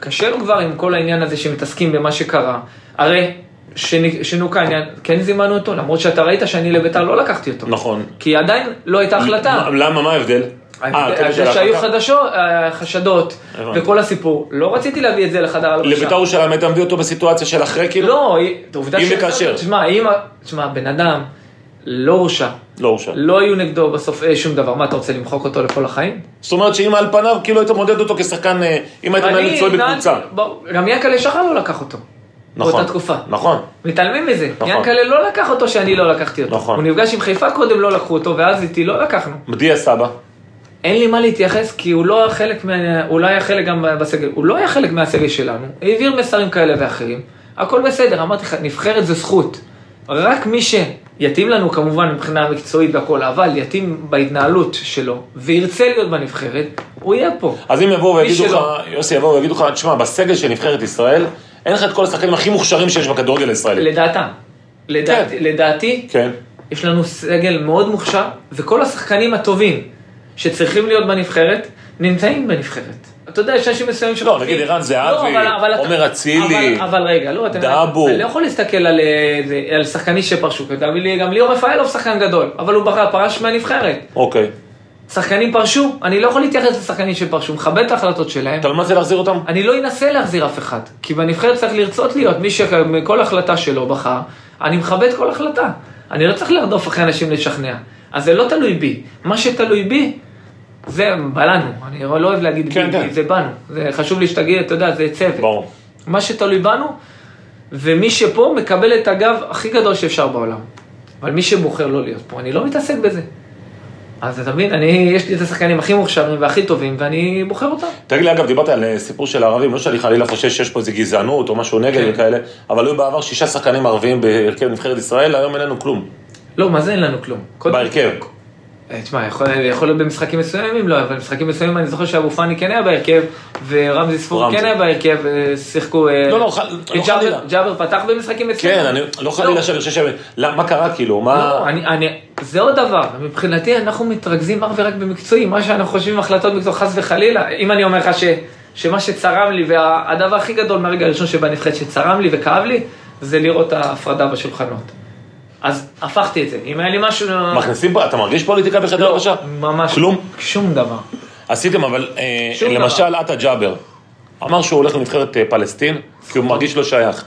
C: קשה לו כבר עם כל העניין הזה שמתעסקים במה שקרה. הרי שנ- שנוק העניין, כן זימנו אותו, למרות שאתה ראית שאני לביתר לא לקחתי אותו.
B: נכון.
C: כי עדיין לא הייתה החלטה.
B: מה- למה, מה ההבדל? אה, הקטע של
C: ההבדל שהיו
B: ההחלטה?
C: חדשות, אה, חשדות,
B: הבנתי.
C: וכל הסיפור. לא רציתי להביא את זה לחדר הלבשה.
B: לביתר ירושלים היית מביא אותו בסיטואציה של אחרי כאילו?
C: לא, עובדה
B: אם
C: ש-
B: וכאשר.
C: תשמע, אם... ה- תשמע, בן אדם לא הורשע.
B: לא הורשע.
C: לא היו נגדו בסוף אה, שום דבר. מה, אתה רוצה למחוק אותו לכל החיים?
B: זאת אומרת שאם על פניו כאילו היית מודד אותו כשחקן, אה, אם היית מנהל
C: אני
B: מקצועי
C: נעל-
B: בקבוצה.
C: ברור, גם ינקלה שחר לא לקח אותו.
B: נכון.
C: באותה תקופה.
B: נכון.
C: מתעלמים מזה.
B: נכון.
C: ינקלה לא לקח אותו שאני לא לקחתי אותו.
B: נכון.
C: הוא נפגש עם חיפה קודם לא לקחו אותו, ואז איתי לא לקחנו.
B: דיה סבא.
C: אין לי מה להתייחס, כי הוא לא היה חלק, מה... הוא לא היה חלק גם בסגל, הוא לא היה חלק מהסגל שלנו, העביר מסרים כאלה ואחרים, הכל בסדר, אמרתי לך, נבחרת זה זכות. רק מי שיתאים לנו כמובן מבחינה מקצועית והכל, אבל יתאים בהתנהלות שלו, וירצה להיות בנבחרת, הוא יהיה פה.
B: אז אם יבואו
C: מי
B: ויגידו לך,
C: שלא.
B: יוסי יבואו ויגידו לך, תשמע, בסגל של נבחרת ישראל, אין לך את כל השחקנים הכי מוכשרים שיש בכדורגל הישראלי.
C: לדעתם. לדעתי, לדעתי,
B: כן.
C: יש לנו סגל מאוד מוכשר, וכל השחקנים הטובים שצריכים להיות בנבחרת, נמצאים בנבחרת. אתה יודע, יש אנשים מסוימים
B: לא, נגיד ערן זהבי,
C: אבל- אבל אתה-
B: עומר אצילי,
C: אבל, אבל רגע, לא, אתם...
B: דאבור.
C: אני לא יכול להסתכל על, אה, זה- על שחקנים שפרשו, כי גם לי- גם ליאור רפאלוב שחקן גדול, אבל הוא ברח- פרש מהנבחרת.
B: אוקיי.
C: שחקנים פרשו, אני לא יכול להתייחס לשחקנים שפרשו, מכבד את ההחלטות שלהם.
B: אתה לא מנסה להחזיר אותם?
C: אני לא אנסה להחזיר אף אחד, כי בנבחרת צריך לרצות להיות מי שכל החלטה שלו בחר, אני מכבד כל החלטה. אני לא צריך לרדוף אחרי אנשים לשכנע. אז זה לא תלוי בי. מה שתלוי בי, זה בלנו. אני לא אוהב להגיד
B: כן,
C: בי,
B: כן.
C: כי זה בנו. זה חשוב לי שתגיד, אתה יודע, זה צוות.
B: ברור.
C: מה שתלוי בנו, ומי שפה מקבל את הגב הכי גדול שאפשר בעולם. אבל מי שבוחר לא להיות פה, אני לא מתעסק בזה. אז אתה מבין, אני, יש לי את השחקנים הכי מוכשרים והכי טובים, ואני בוחר אותם.
B: תגיד לי, אגב, דיברת על אה, סיפור של הערבים, לא שאני חלילה חושש שיש פה איזה גזענות או משהו נגד
C: כן.
B: וכאלה, אבל היו בעבר שישה שחקנים ערבים בהרכב נבחרת ישראל, היום אין לנו כלום.
C: לא, מה זה אין לנו כלום? קודם-
B: בהרכב.
C: אה, תשמע, יכול, יכול להיות במשחקים מסוימים, לא, אבל במשחקים מסוימים אני זוכר שאבו פאני כן היה בהרכב, ורמזי ספור
B: רמזי.
C: כן היה בהרכב, אה, שיחקו... אה,
B: לא, לא, ח- לא,
C: ג'אבר-
B: חלילה.
C: ג'אבר פתח במשחקים מסוימים?
B: כן, אני לא חלילה שאני חושב ש... לא, מה קרה כאילו?
C: לא,
B: מה...
C: אני, אני, זה עוד דבר, מבחינתי אנחנו מתרכזים אך ורק במקצועי, מה שאנחנו חושבים החלטות מקצוע חס וחלילה, אם אני אומר לך ש, שמה שצרם לי, והדבר הכי גדול מהרגע הראשון שבנבחרת שצרם לי וכאב לי, זה לראות ההפרדה בשולחנות. אז הפכתי את זה, אם היה לי משהו...
B: מכניסים פה, אתה מרגיש פוליטיקה בחדר
C: לא,
B: הבשה?
C: ממש,
B: כלום?
C: שום דבר.
B: עשיתם, אבל אה,
C: שום דבר.
B: למשל עטה ג'אבר, אמר שהוא הולך לנבחרת אה, פלסטין, כי הוא מרגיש לא שייך.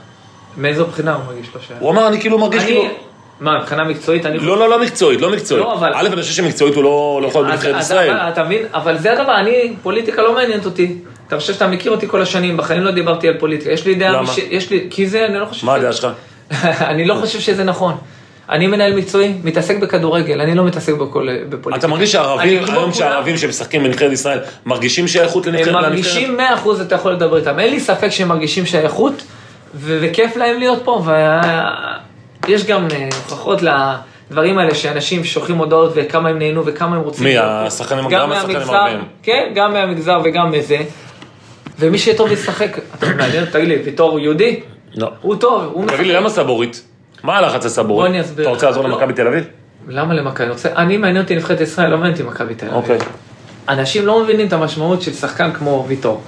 C: מאיזו בחינה הוא מרגיש לא שייך?
B: הוא אמר, אני כאילו מרגיש כאילו...
C: אני, מה, מבחינה מקצועית אני...
B: לא, לא, לא מקצועית, לא מקצועית.
C: לא, אבל-
B: א', אני חושב שמקצועית הוא לא- לא יכול להיות
C: אז-
B: בנבחרת
C: אז-
B: ישראל.
C: אבל אתה מבין? אבל זה הדבר, אני, פוליטיקה לא מעניינת אותי. אתה חושב שאתה מכיר אותי כל השנים, בחיים לא דיברתי על פוליטיקה. יש לי דעה...
B: למה?
C: מש- יש לי... כי זה, אני לא חושב...
B: מה
C: שזה-
B: הדעה שלך?
C: אני לא חושב שזה נכון. אני מנהל מקצועי, מתעסק בכדורגל, אני לא מתעסק בכל... בפוליטיקה.
B: אתה מרגיש
C: אני
B: שהערבים,
C: כמו
B: היום
C: כולם.
B: שהערבים שמשחקים בנבחרת ישראל, מרגישים שייכות לנבחרת?
C: הם
B: לנבחרת?
C: מרגישים 100% אתה יכול לדבר איתם, אין לי ספק שהם מרגישים שייכות, ו- וכיף להם להיות פה, ויש גם אה, הוכחות לדברים האלה, שאנשים שולחים הודעות וכמה הם נהנו וכמה הם רוצים.
B: מי,
C: להיות פה.
B: השחקנים-
C: גם
B: גם השחקנים
C: מהמגזר-
B: הערבים.
C: כן, גם מהמגזר וגם מזה. ומי שטוב לשחק, אתה מעניין, תגיד לי, ויטור הוא יהודי?
B: לא.
C: הוא טוב, הוא משחק.
B: תגיד לי, למה סבורית? מה הלחץ הסבורית?
C: בוא אני אסביר
B: אתה
C: לך.
B: רוצה לעזור
C: לא.
B: למכבי תל אביב?
C: למה למכבי? אני רוצה- אני מעניין אותי נבחרת ישראל, לא מעניין אותי מכבי תל אביב.
B: אוקיי.
C: אנשים לא מבינים את המשמעות של שחקן כמו ויטור.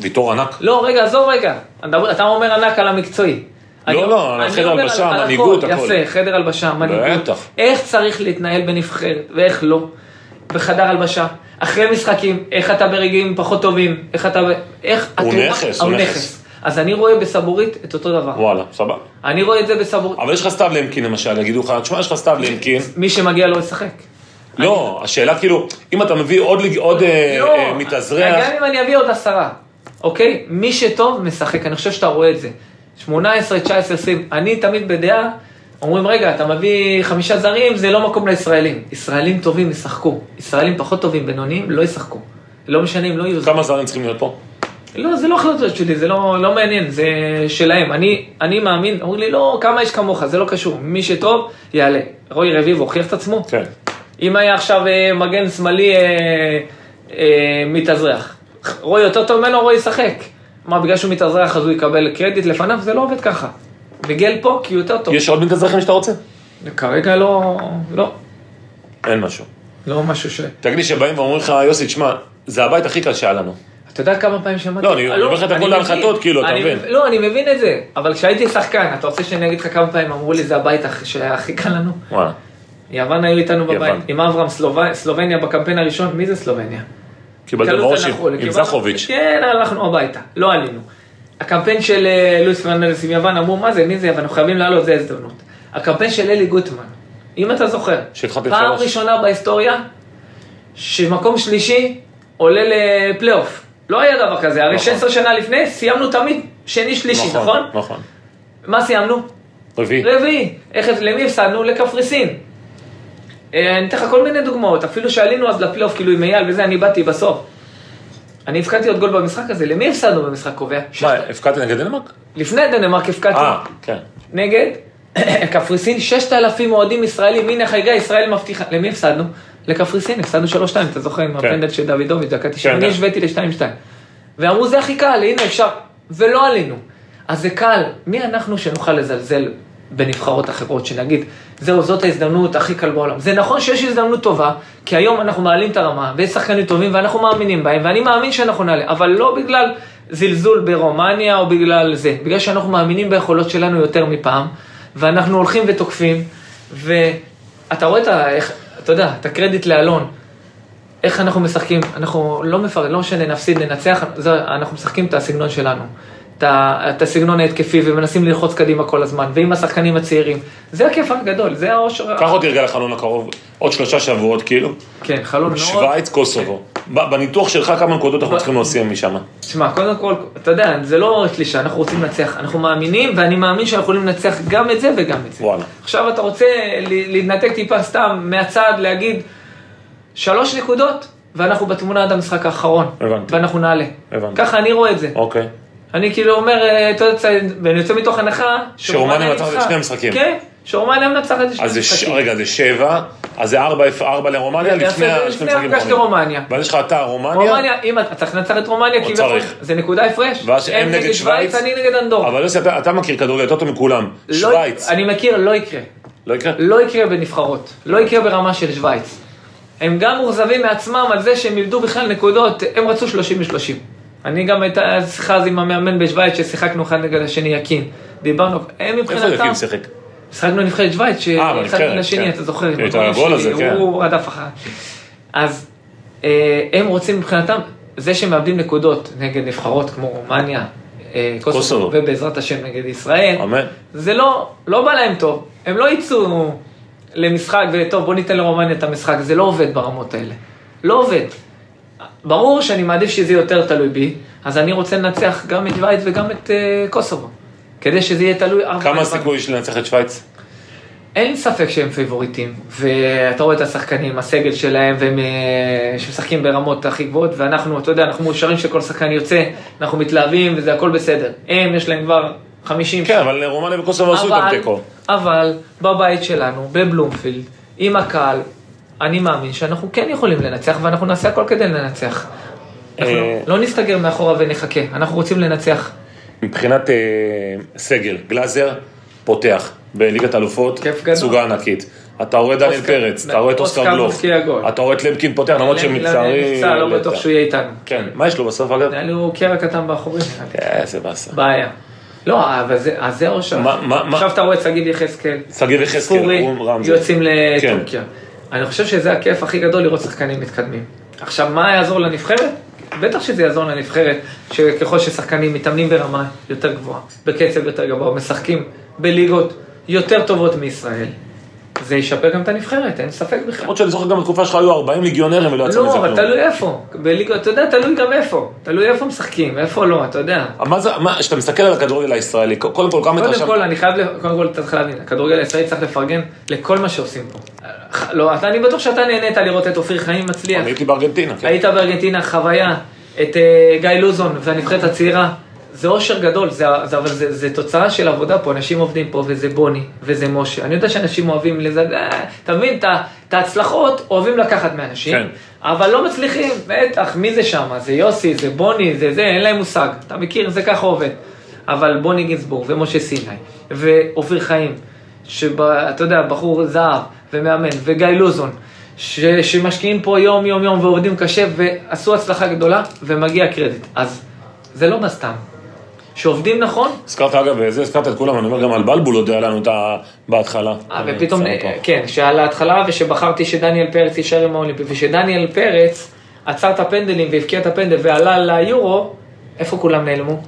B: ויטור ענק.
C: לא, רגע, עזוב רגע. אתה- אתה אומר ענק על המקצועי. אני-
B: לא, על
C: אני
B: חדר
C: אומר
B: הלבשה,
C: על- על
B: מנהיגות,
C: הכל.
B: הכל.
C: יפה, חדר הלבשה, מנהיגות.
B: בטח.
C: איך צריך להתנהל בנבחרת ואיך לא. בחדר הלבשה, אחרי משחקים, איך אתה ברגעים פחות טובים, איך אתה... ב- איך...
B: הוא
C: התרומה-
B: נכס, הוא נכס.
C: אז אני רואה בסבורית את אותו דבר.
B: וואלה, סבבה.
C: אני רואה את זה בסבורית.
B: אבל יש לך סתיו למקין למשל, יגידו לך, תשמע, יש לך סתיו למקין.
C: מי שמגיע לו לשחק.
B: לא, השאלה כאילו, אם אתה מביא עוד ליג- עוד אה,
C: לא,
B: אה, מתאזרח,
C: גם אם אני אביא עוד עשרה, אוקיי? מי שטוב משחק, אני חושב שאתה רואה את זה. 18, 19, 20, אני תמיד בדעה, אומרים רגע, אתה מביא חמישה זרים, זה לא מקום לישראלים. ישראלים טובים ישחקו, ישראלים פחות טובים, בינוניים, לא ישחקו. לא משנה אם לא יהיו זרים.
B: כמה זרים צריכים להיות פה?
C: לא, זה לא החלטות שלי, זה לא, לא מעניין, זה שלהם. אני, אני מאמין, אומרים לי, לא, כמה יש כמוך, זה לא קשור. מי שטוב, יעלה. רועי רביבו הוכיח את עצמו.
B: כן.
C: אם היה עכשיו אה, מגן שמאלי אה, אה, מתאזרח, רועי יותר טוב ממנו, רועי ישחק. מה, בגלל שהוא מתאזרח אז הוא יקבל קרדיט לפניו? זה לא עובד ככה. מיגל פה כי הוא יותר טוב.
B: יש עוד מתאזרחים שאתה רוצה?
C: כרגע לא, לא,
B: אין משהו.
C: לא משהו ש...
B: תגיד לי שבאים ואומרים לך, יוסי, תשמע, זה הבית הכי קל שהיה לנו.
C: אתה יודע כמה פעמים שמעתי?
B: לא, אני- אני אומר לך את הכל
C: אני
B: להנחתות,
C: מבין.
B: כאילו, אתה
C: אני-
B: מבין.
C: לא, אני מבין את זה, אבל כשהייתי שחקן, אתה רוצה שאני אגיד לך כמה פעמים אמרו לי זה הבית הכי- שהיה הכי קל לנו?
B: וואלה.
C: יוון היו איתנו בבית,
B: יוון.
C: עם אברהם סלובנ- סלובניה בקמפיין הראשון, מי זה סלובניה?
B: קיבלת
C: קלות
B: בראש
C: אנחנו,
B: עם- עם
C: קיבלנו-
B: זכוביץ'.
C: נכון, כן, הלכנו הביתה, לא עלינו. הקמפיין של אה, לואיס פרננדס עם יוון אמרו, מה זה, מי זה, אבל אנחנו חייבים לעלות, זה הזדמנות. הקמפיין של אלי גוטמן, אם אתה זוכר,
B: שהתחלתי
C: פעם
B: לפרש.
C: ראשונה בהיסטוריה, שמקום שלישי עולה לפלייאוף. לא היה דבר כזה, הרי
B: נכון.
C: 16 שנה לפני סיימנו תמיד שני-שלישי, נכון?
B: נכון.
C: מה סיימנו?
B: רביעי.
C: רביעי. איך, למי הפסדנו? לקפריסין. אה, אני אתן לך כל מיני דוגמאות, אפילו שעלינו אז לפלייאוף, כאילו עם אייל וזה, אני באתי בסוף. אני הבקעתי עוד גול במשחק הזה, למי הפסדנו במשחק קובע?
B: מה, הפקעתי נגד דנמרק?
C: לפני דנמרק
B: אה,
C: הפקעתי.
B: כן.
C: נגד קפריסין, 6,000 אוהדים ישראלים, הנה חגיגה, ישראל מבטיחה. למי הפסדנו? לקפריסין, הפסדנו 3-2, אתה זוכר עם
B: כן.
C: הפנדל של דוידוביץ', דקה 90, אני
B: כן.
C: השוויתי ל-2-2. ואמרו, זה הכי קל, הנה אפשר. ולא עלינו. אז זה קל. מי אנחנו שנוכל לזלזל בנבחרות אחרות, שנגיד, זהו, זאת ההזדמנות הכי קל בעולם. זה נכון שיש הזדמנות טובה, כי היום אנחנו מעלים את הרמה, ויש שחקנים טובים, ואנחנו מאמינים בהם, ואני מאמין שאנחנו נעלה, אבל לא בגלל זלזול ברומניה או בגלל זה, בגלל שאנחנו מאמינים ביכולות שלנו יותר מפעם, ואנחנו הולכים ותוקפים, ואתה רואה את ה... איך- אתה יודע, את הקרדיט לאלון, איך אנחנו משחקים, אנחנו לא מפרט, לא משנה, נפסיד, ננצח, זה, אנחנו משחקים את הסגנון שלנו. את ה- את הסגנון ההתקפי ומנסים ללחוץ קדימה כל הזמן, ועם השחקנים הצעירים. זה הכיף הגדול, זה העושר.
B: קח אותי רגע לחלון הקרוב, עוד שלושה שבועות כאילו.
C: כן, חלום מאוד.
B: שווייץ, קוסובו. ב- בניתוח שלך כמה נקודות אנחנו צריכים להוציא משם.
C: תשמע, קודם כל, אתה יודע, זה לא קלישה, אנחנו רוצים לנצח. אנחנו מאמינים, ואני מאמין שאנחנו יכולים לנצח גם את זה וגם את זה.
B: וואלה.
C: עכשיו אתה רוצה ל- להתנתק טיפה סתם מהצד, להגיד שלוש נקודות, ואנחנו בתמונה עד המשחק האחרון.
B: הבנתי.
C: ואנחנו נעלה.
B: הבנתי.
C: ככה אני רואה את זה.
B: אוקיי.
C: אני כאילו אומר, אה, אתה יודע, ואני יוצא מתוך הנחה,
B: שרומניה מנצחת את
C: ניצחה.
B: שני המשחקים.
C: כן, שרומניה מנצחת את שני
B: אז זה, ש-
C: המשחקים.
B: רגע, זה שבע, אז זה ארבע, ארבע לרומניה,
C: יפה,
B: לפני
C: זה
B: ה-
C: לפני
B: שני משחקים
C: הפגשת
B: האחרונים.
C: רומניה.
B: ואז יש לך אתה רומניה,
C: רומניה, אם אתה צריך לנצח את רומניה,
B: או
C: כביכול,
B: צריך.
C: זה נקודה הפרש.
B: ואז הם נגד שווייץ.
C: אני נגד אנדור.
B: אבל יוסי, אתה אתה מכיר כדורגל יותר טוב מכולם.
C: לא-
B: שווייץ.
C: אני מכיר, לא יקרה.
B: לא יקרה?
C: לא יקרה בנבחרות. לא יקרה ברמה של שווייץ. הם גם מאוכזבים מעצמם על זה שהם איבדו בכלל נקודות, הם רצו 30 מ-30. אני גם הייתה שיחה אז עם המאמן בשוויץ ששיחקנו אחד נגד השני יקין. דיברנו, הם מבחינתם...
B: איפה יקין שיחק?
C: משחקנו לא נבחרת שווייץ,
B: בנבחרת,
C: שאחד מן השני,
B: כן.
C: אתה זוכר,
B: כן, את
C: הגול
B: הגול
C: שלי,
B: הזה, כן.
C: הוא רדף אחריו. אז אה, הם רוצים מבחינתם, זה שמאבדים נקודות נגד נבחרות כמו רומניה, אה, קוסובו,
B: קוסובו.
C: ובעזרת השם נגד ישראל,
B: אמן.
C: זה לא, לא בא להם טוב, הם לא יצאו למשחק וטוב בוא ניתן לרומניה את המשחק, זה לא עובד ברמות האלה, לא עובד. ברור שאני מעדיף שזה יהיה יותר תלוי בי, אז אני רוצה לנצח גם את שווייץ וגם את אה, קוסובו, כדי שזה יהיה תלוי אה, אך
B: כמה
C: ורק-
B: הסיכוי שלי לנצח את שווייץ?
C: אין ספק שהם פייבוריטים, ואתה רואה את השחקנים, הסגל שלהם, והם אה, שמשחקים ברמות הכי גבוהות, ואנחנו, אתה יודע, אנחנו מאושרים שכל שחקן יוצא, אנחנו מתלהבים, וזה הכל בסדר. הם, יש להם כבר 50
B: כן, אבל רומניה וקוסובו עשו איתם
C: אבל,
B: תיקו.
C: אבל בבית שלנו, בבלומפילד, עם הקהל, אני מאמין שאנחנו כן יכולים לנצח, ואנחנו נעשה הכל כדי לנצח. אנחנו
B: אה,
C: לא נסתגר מאחורה ונחכה, אנחנו רוצים לנצח.
B: מבחינת אה, סגל, גלאזר פותח בליגת אלופות,
C: כיף גדול.
B: סוגה ענקית. אתה רואה דניאל
C: אוסקר-
B: פרץ, אתה רואה את
C: אוסקר
B: אוסקר בלוף,
C: מבקיע גול.
B: אתה רואה את למקין פותח, כן, למרות
C: למ-
B: שמצערי...
C: נפצע, לא בטוח שהוא יהיה איתנו.
B: כן, מה יש לו בסוף אגב?
C: היה לו קרע קטן באחורי,
B: כן.
C: נראה לי.
B: איזה באסה.
C: בעיה. לא, אבל זה, אז זה אושר.
B: מה- מה- מה-
C: עכשיו אתה רואה את שגיב יחזקאל,
B: שגיב יחזקאל,
C: ספורי,
B: אום רמזי.
C: יוצאים
B: כן.
C: לטורקיה. אני חושב שזה הכיף הכי גדול לראות שחקנים מתקדמים. עכשיו, מה יעזור לנבחרת? בטח שזה יעזור לנבחרת, שככל ששחקנים מתאמנים ברמה יותר גבוהה, בקצב יותר גבוה, משחקים בליגות יותר טובות מישראל, זה ישפר גם את הנבחרת, אין ספק בכלל.
B: למרות שאני זוכר גם בתקופה שלך היו 40 ליגיונרים ולא יצא מזה
C: לא,
B: כלום.
C: אבל תלוי איפה. בליגות, אתה יודע, תלוי גם איפה. תלוי איפה משחקים, איפה לא, אתה יודע.
B: אה, מה זה, מה, כשאתה מסתכל על הכדורגל הישראלי, קודם כל כמה
C: קודם
B: התרשמת,
C: כל, אני חייב, ל- קודם כל, אתה צריך להבין, הכדורגל הישראלי צריך לפרגן לכל מה שעושים פה. לא, אתה- אני בטוח שאתה נהנית לראות את אופיר חיים מצליח.
B: אני הייתי בארגנטינה, כן.
C: היית בארגנטינה, חוויה, את אה, גיא לוזון והנבחרת הצעירה. זה אושר גדול, זה, זה, אבל זה, זה תוצאה של עבודה פה, אנשים עובדים פה, וזה בוני, וזה משה. אני יודע שאנשים אוהבים לזה, אה, אתה מבין, את ה- את ההצלחות אוהבים לקחת מאנשים,
B: כן.
C: אבל לא מצליחים, בטח, מי זה שם? זה יוסי, זה בוני, זה זה, אין להם מושג. אתה מכיר, זה ככה עובד. אבל בוני גינזבורג, ומשה סיני, ואופיר חיים, שאתה יודע, בחור זהב, ומאמן, וגיא לוזון, ש, שמשקיעים פה יום יום יום ועובדים קשה, ועשו הצלחה גדולה, ומגיע קרדיט. אז זה לא בסתם. שעובדים נכון,
B: הזכרת אגב, זה הזכרת את כולם, אני אומר גם על בלבול יודע לנו את ה... בהתחלה.
C: אה, ופתאום,
B: אני שם אותו.
C: כן, שעל ההתחלה ושבחרתי שדניאל פרץ יישאר עם האולימפי, ושדניאל פרץ עצר את הפנדלים והבקיע את הפנדל ועלה ליורו, איפה כולם נעלמו?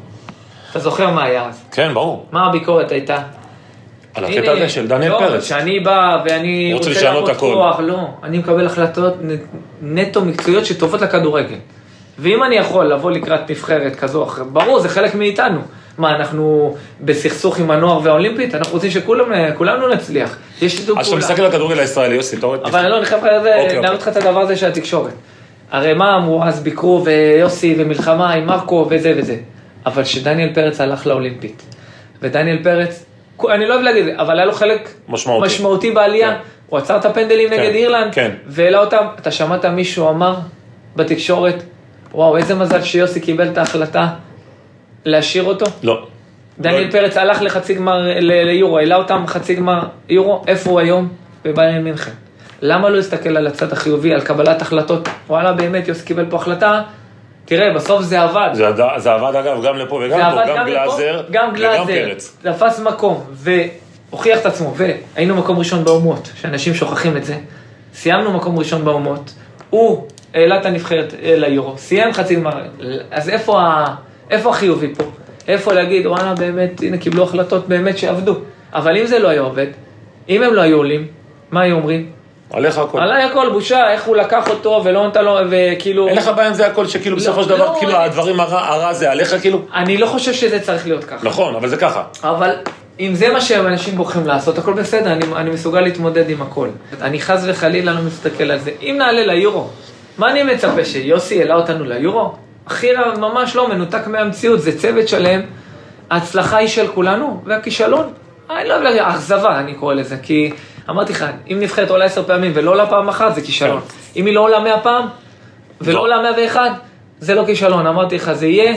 C: אתה זוכר מה היה אז?
B: כן, ברור.
C: מה הביקורת הייתה?
B: על
C: הנה,
B: הקטע הזה של דניאל
C: לא,
B: פרץ.
C: שאני בא ואני
B: הוא רוצה לשנות
C: להראות
B: הכל.
C: כוח, לא, אני מקבל החלטות נ- נטו מקצועיות שטובות לכדורגל. ואם אני יכול לבוא לקראת נבחרת כזו או אחרת, ברור, זה חלק מאיתנו. מה, אנחנו בסכסוך עם הנוער והאולימפית? אנחנו רוצים שכולנו נצליח. יש שיתוף
B: אז אתה
C: פעולה.
B: אה, מסתכל על הכדורגל הישראלי, יוסי, אתה רואה...
C: אבל לא, אני חייב לך זה-
B: אוקיי,
C: להראות לך את הדבר הזה של התקשורת. הרי מה אמרו, אז ביקרו ויוסי ומלחמה עם מרקו וזה וזה. אבל כשדניאל פרץ הלך לאולימפית, ודניאל פרץ, אני לא אוהב להגיד, אבל היה לו חלק
B: משמעותי.
C: משמעותי בעלייה,
B: כן.
C: הוא עצר את הפנדלים נגד אירלנד,
B: כן.
C: והעלה אותם, אתה שמעת מישהו אמר בתקשורת, וואו, איזה מזל שיוסי קיבל את ההחלטה להשאיר אותו.
B: לא.
C: דניאל
B: לא-
C: פרץ הלך לחצי גמר, ל- ליורו, העלה אותם חצי גמר יורו, איפה הוא היום? בביירן מינכן. למה לא להסתכל על הצד החיובי, על קבלת החלטות? וואלה, באמת, יוסי קיבל פה החלטה, תראה, בסוף זה עבד.
B: זה עד- זה עבד אגב גם לפה וגם
C: זה עבד
B: פה, גם
C: לפה,
B: גלאזר
C: גם
B: וגם
C: גלאזר,
B: פרץ.
C: תפס מקום והוכיח את עצמו, והיינו מקום ראשון באומות, שאנשים שוכחים את זה, סיימנו מקום ראשון באומות, הוא העלה את הנבחרת אה, ליורו, סיים חצי גמר, אז איפה, ה... איפה החיובי פה? איפה להגיד, וואלה באמת, הנה קיבלו החלטות באמת שעבדו, אבל אם זה לא היה עובד, אם הם לא היו עולים, מה היו אומרים?
B: עליך הכל.
C: עליי הכל בושה, איך הוא לקח אותו ולא נתן לו, וכאילו...
B: אין לך בעיה עם זה הכל, שכאילו בסופו של דבר,
C: לא,
B: כאילו
C: אני-
B: הדברים הרע הרע זה עליך כאילו?
C: אני לא חושב שזה צריך להיות ככה.
B: נכון, אבל זה ככה.
C: אבל אם זה מה שאנשים בוחרים לעשות, הכל בסדר, אני, אני מסוגל להתמודד עם הכל. אני חס וחלילה לא מסתכל על זה. אם נעלה ליורו, מה אני מצפה, שיוסי העלה אותנו ליורו? אחי, ממש לא, מנותק מהמציאות, זה צוות שלם. ההצלחה היא של כולנו, והכישלון, אני לא אוהב להגיד, אכזבה אני קורא לזה, כי אמרתי לך, אם נבחרת עולה עשר פעמים ולא עולה פעם אחת, זה כישלון. אם היא לא עולה מאה פעם, ולא
B: לא.
C: עולה 101, זה לא כישלון. אמרתי לך, זה יהיה,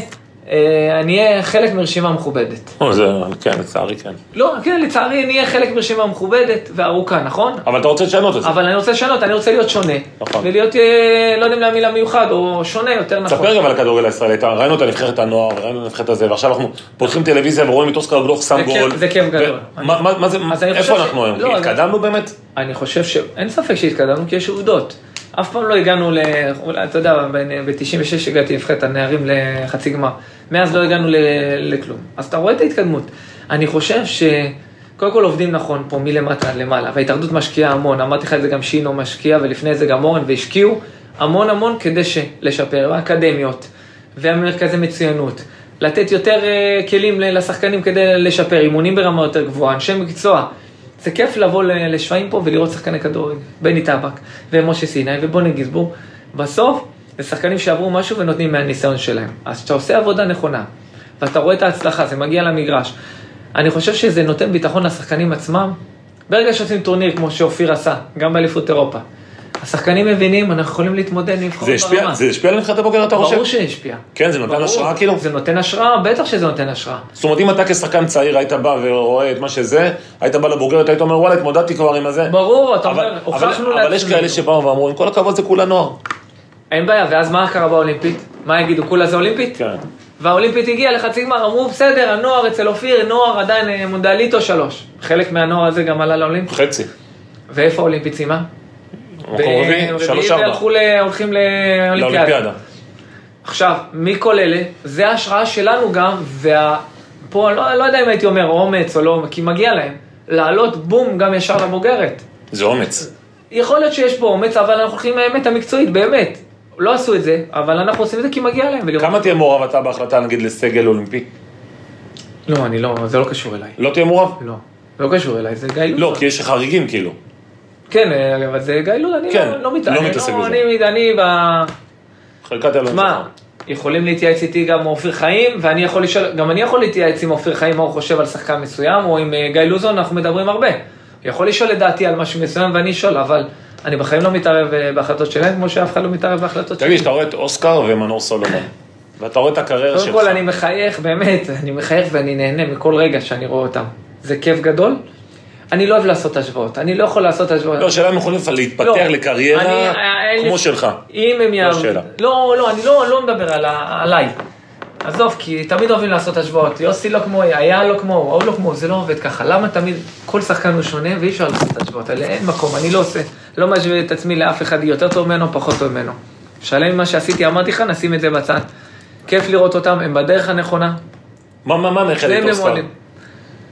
C: אה, אני אהיה חלק מרשימה מכובדת.
B: או, זה, כן, לצערי כן.
C: לא, כן, לצערי נהיה חלק מרשימה מכובדת וארוכה, נכון?
B: אבל אתה רוצה לשנות את זה.
C: אבל אני רוצה לשנות, אני רוצה להיות שונה.
B: נכון.
C: ולהיות, אה, לא יודע אם להמילה מיוחד, או שונה, יותר נכון.
B: ספר גם על הכדורגל הישראלי, אתה- ראינו את הנבחרת הנוער, ראינו את הנבחרת הזה, ועכשיו אנחנו פותחים טלוויזיה ורואים את אוסקר גלוך שם
C: זה כיף-
B: גול.
C: זה כיף
B: ו-
C: גדול.
B: מה- מה מה זה,
C: אז אני חושב
B: איפה
C: ש-
B: אנחנו היום?
C: לא,
B: כי
C: אני-
B: התקדמנו באמת?
C: אני חושב ש... אין ספק שהתקדמנו, כי יש עובדות. אף פעם לא הגענו ל... אולי, אתה יודע, ב-96 הגעתי נבחרת הנערים לחצי גמר. מאז לא הגענו ל... לכלום. אז אתה רואה את ההתקדמות. אני חושב ש... קודם כל עובדים נכון פה מלמטה עד למעלה, וההתאחדות משקיעה המון, אמרתי לך את זה גם שינו משקיע, ולפני זה גם אורן, והשקיעו המון המון כדי ש... לשפר, האקדמיות, והמרכזי מצוינות, לתת יותר אה, כלים ל- לשחקנים כדי לשפר, אימונים ברמה יותר גבוהה, אנשי מקצוע, זה כיף לבוא ל- לשפיים פה ולראות שחקני כדורגל, בני טבק ומשה סיני ובוני גזבור. בסוף זה שחקנים שעברו משהו ונותנים מהניסיון שלהם. אז כשאתה עושה עבודה נכונה, ואתה רואה את ההצלחה, זה מגיע למגרש. אני חושב שזה נותן ביטחון לשחקנים עצמם. ברגע שעושים טורניר כמו שאופיר עשה, גם באליפות אירופה, השחקנים מבינים, אנחנו יכולים להתמודד עם נבחרות
B: זה השפיע-
C: ברמה.
B: זה השפיע על נבחרת הבוגר, אתה חושב?
C: ברור שהשפיע.
B: כן, זה נותן
C: ברור.
B: השראה כאילו?
C: זה נותן השראה, בטח שזה נותן השראה.
B: זאת אומרת, אם אתה כשחקן צעיר היית בא ורואה את מה שזה, היית בא לבוגרת, היית אומר, וואלה, התמודדתי כבר עם הזה.
C: ברור, אתה
B: אבל-
C: אומר, הוכחנו
B: אבל אבל יש כאלה שבאו ואמרו, עם כל הכבוד זה כולה נוער.
C: אין בעיה, ואז מה קרה באולימפית? מה יגידו, כולה זה אולימפית?
B: כן.
C: והאולימפית הגיעה לחצי גמר, אמרו, בסדר, הנוער אצל אופיר, נוער עדיין אה, מונדליטו שלוש. חלק מהנוער הזה גם עלה לאולימפית.
B: חצי.
C: ואיפה האולימפית סיימה?
B: מקום רביעי, שלוש ארבע. לא,
C: והלכו ל... הולכים לאולימפיאדה.
B: לאולימפיאדה.
C: עכשיו, מכל אלה, זה ההשראה שלנו גם, ופה, לא, לא יודע אם הייתי אומר אומץ או לא, כי מגיע להם, לעלות בום גם ישר לבוגרת.
B: זה אומץ.
C: יכול להיות שיש פה אומץ, אבל אנחנו הולכים לאמת המקצועית, באמת. לא עשו את זה, אבל אנחנו עושים את זה כי מגיע להם. ולראות-
B: כמה תהיה מעורב אתה בהחלטה, נגיד, לסגל אולימפי?
C: לא, אני לא, זה לא קשור אליי.
B: לא תהיה מעורב?
C: לא. זה לא קשור אליי, זה גיא לולו.
B: לא, כי יש חריגים כאילו.
C: כן, אה, אבל זה גיא לולו, אני
B: כן,
C: לא- לא מתעסק.
B: לא מתעסק בזה. לא
C: אני, אני ב...
B: חלקת אלוהים
C: מה, יכולים להתייעץ איתי גם אופיר חיים, ואני יכול לשאול, גם אני יכול להתייעץ עם אופיר חיים מה הוא חושב על שחקן מסוים, או עם אה, גיא לוזון, אנחנו מדברים הרבה. הוא יכול לשאול את דעתי על משהו מסוים ואני אשאל, אבל אני בחיים לא מתערב אה, בהחלטות שלהם, כמו שאף אחד לא מתערב בהחלטות
B: תגיד, שאתה רואה את אוסקר ומנור סולומון, ואתה רואה את הקריירה
C: קודם
B: שלך.
C: כל אני מחייך, באמת, אני מחייך ואני נהנה מכל רגע שאני רואה אותם. זה כיף גדול. אני לא אוהב לעשות השוואות, אני לא יכול לעשות השוואות.
B: לא, שאלה אם יכולים לפ- להתפתח
C: לא,
B: לקריירה
C: אני- אה, אין לי-
B: כמו שלך.
C: אם הם יעבדו...
B: שאלה.
C: לא, לא, אני לא, לא מדבר על ה... עליי. עזוב, כי תמיד אוהבים לעשות השוואות. יוסי לא כמו, היה לא כמו, ההוא לא כמו, זה לא עובד ככה. למה תמיד כל שחקן הוא שונה ואי אפשר לעשות את השוואות האלה? אין מקום, אני לא עושה, לא משווה את עצמי לאף אחד יותר טוב ממנו, פחות טוב ממנו. שלם ממה שעשיתי, אמרתי לך, נשים את זה בצד. כיף לראות אותם, הם בדרך הנכונה,
B: מה, מה, מה מאחד את
C: שניהם
B: אוסקר?
C: ממועלים.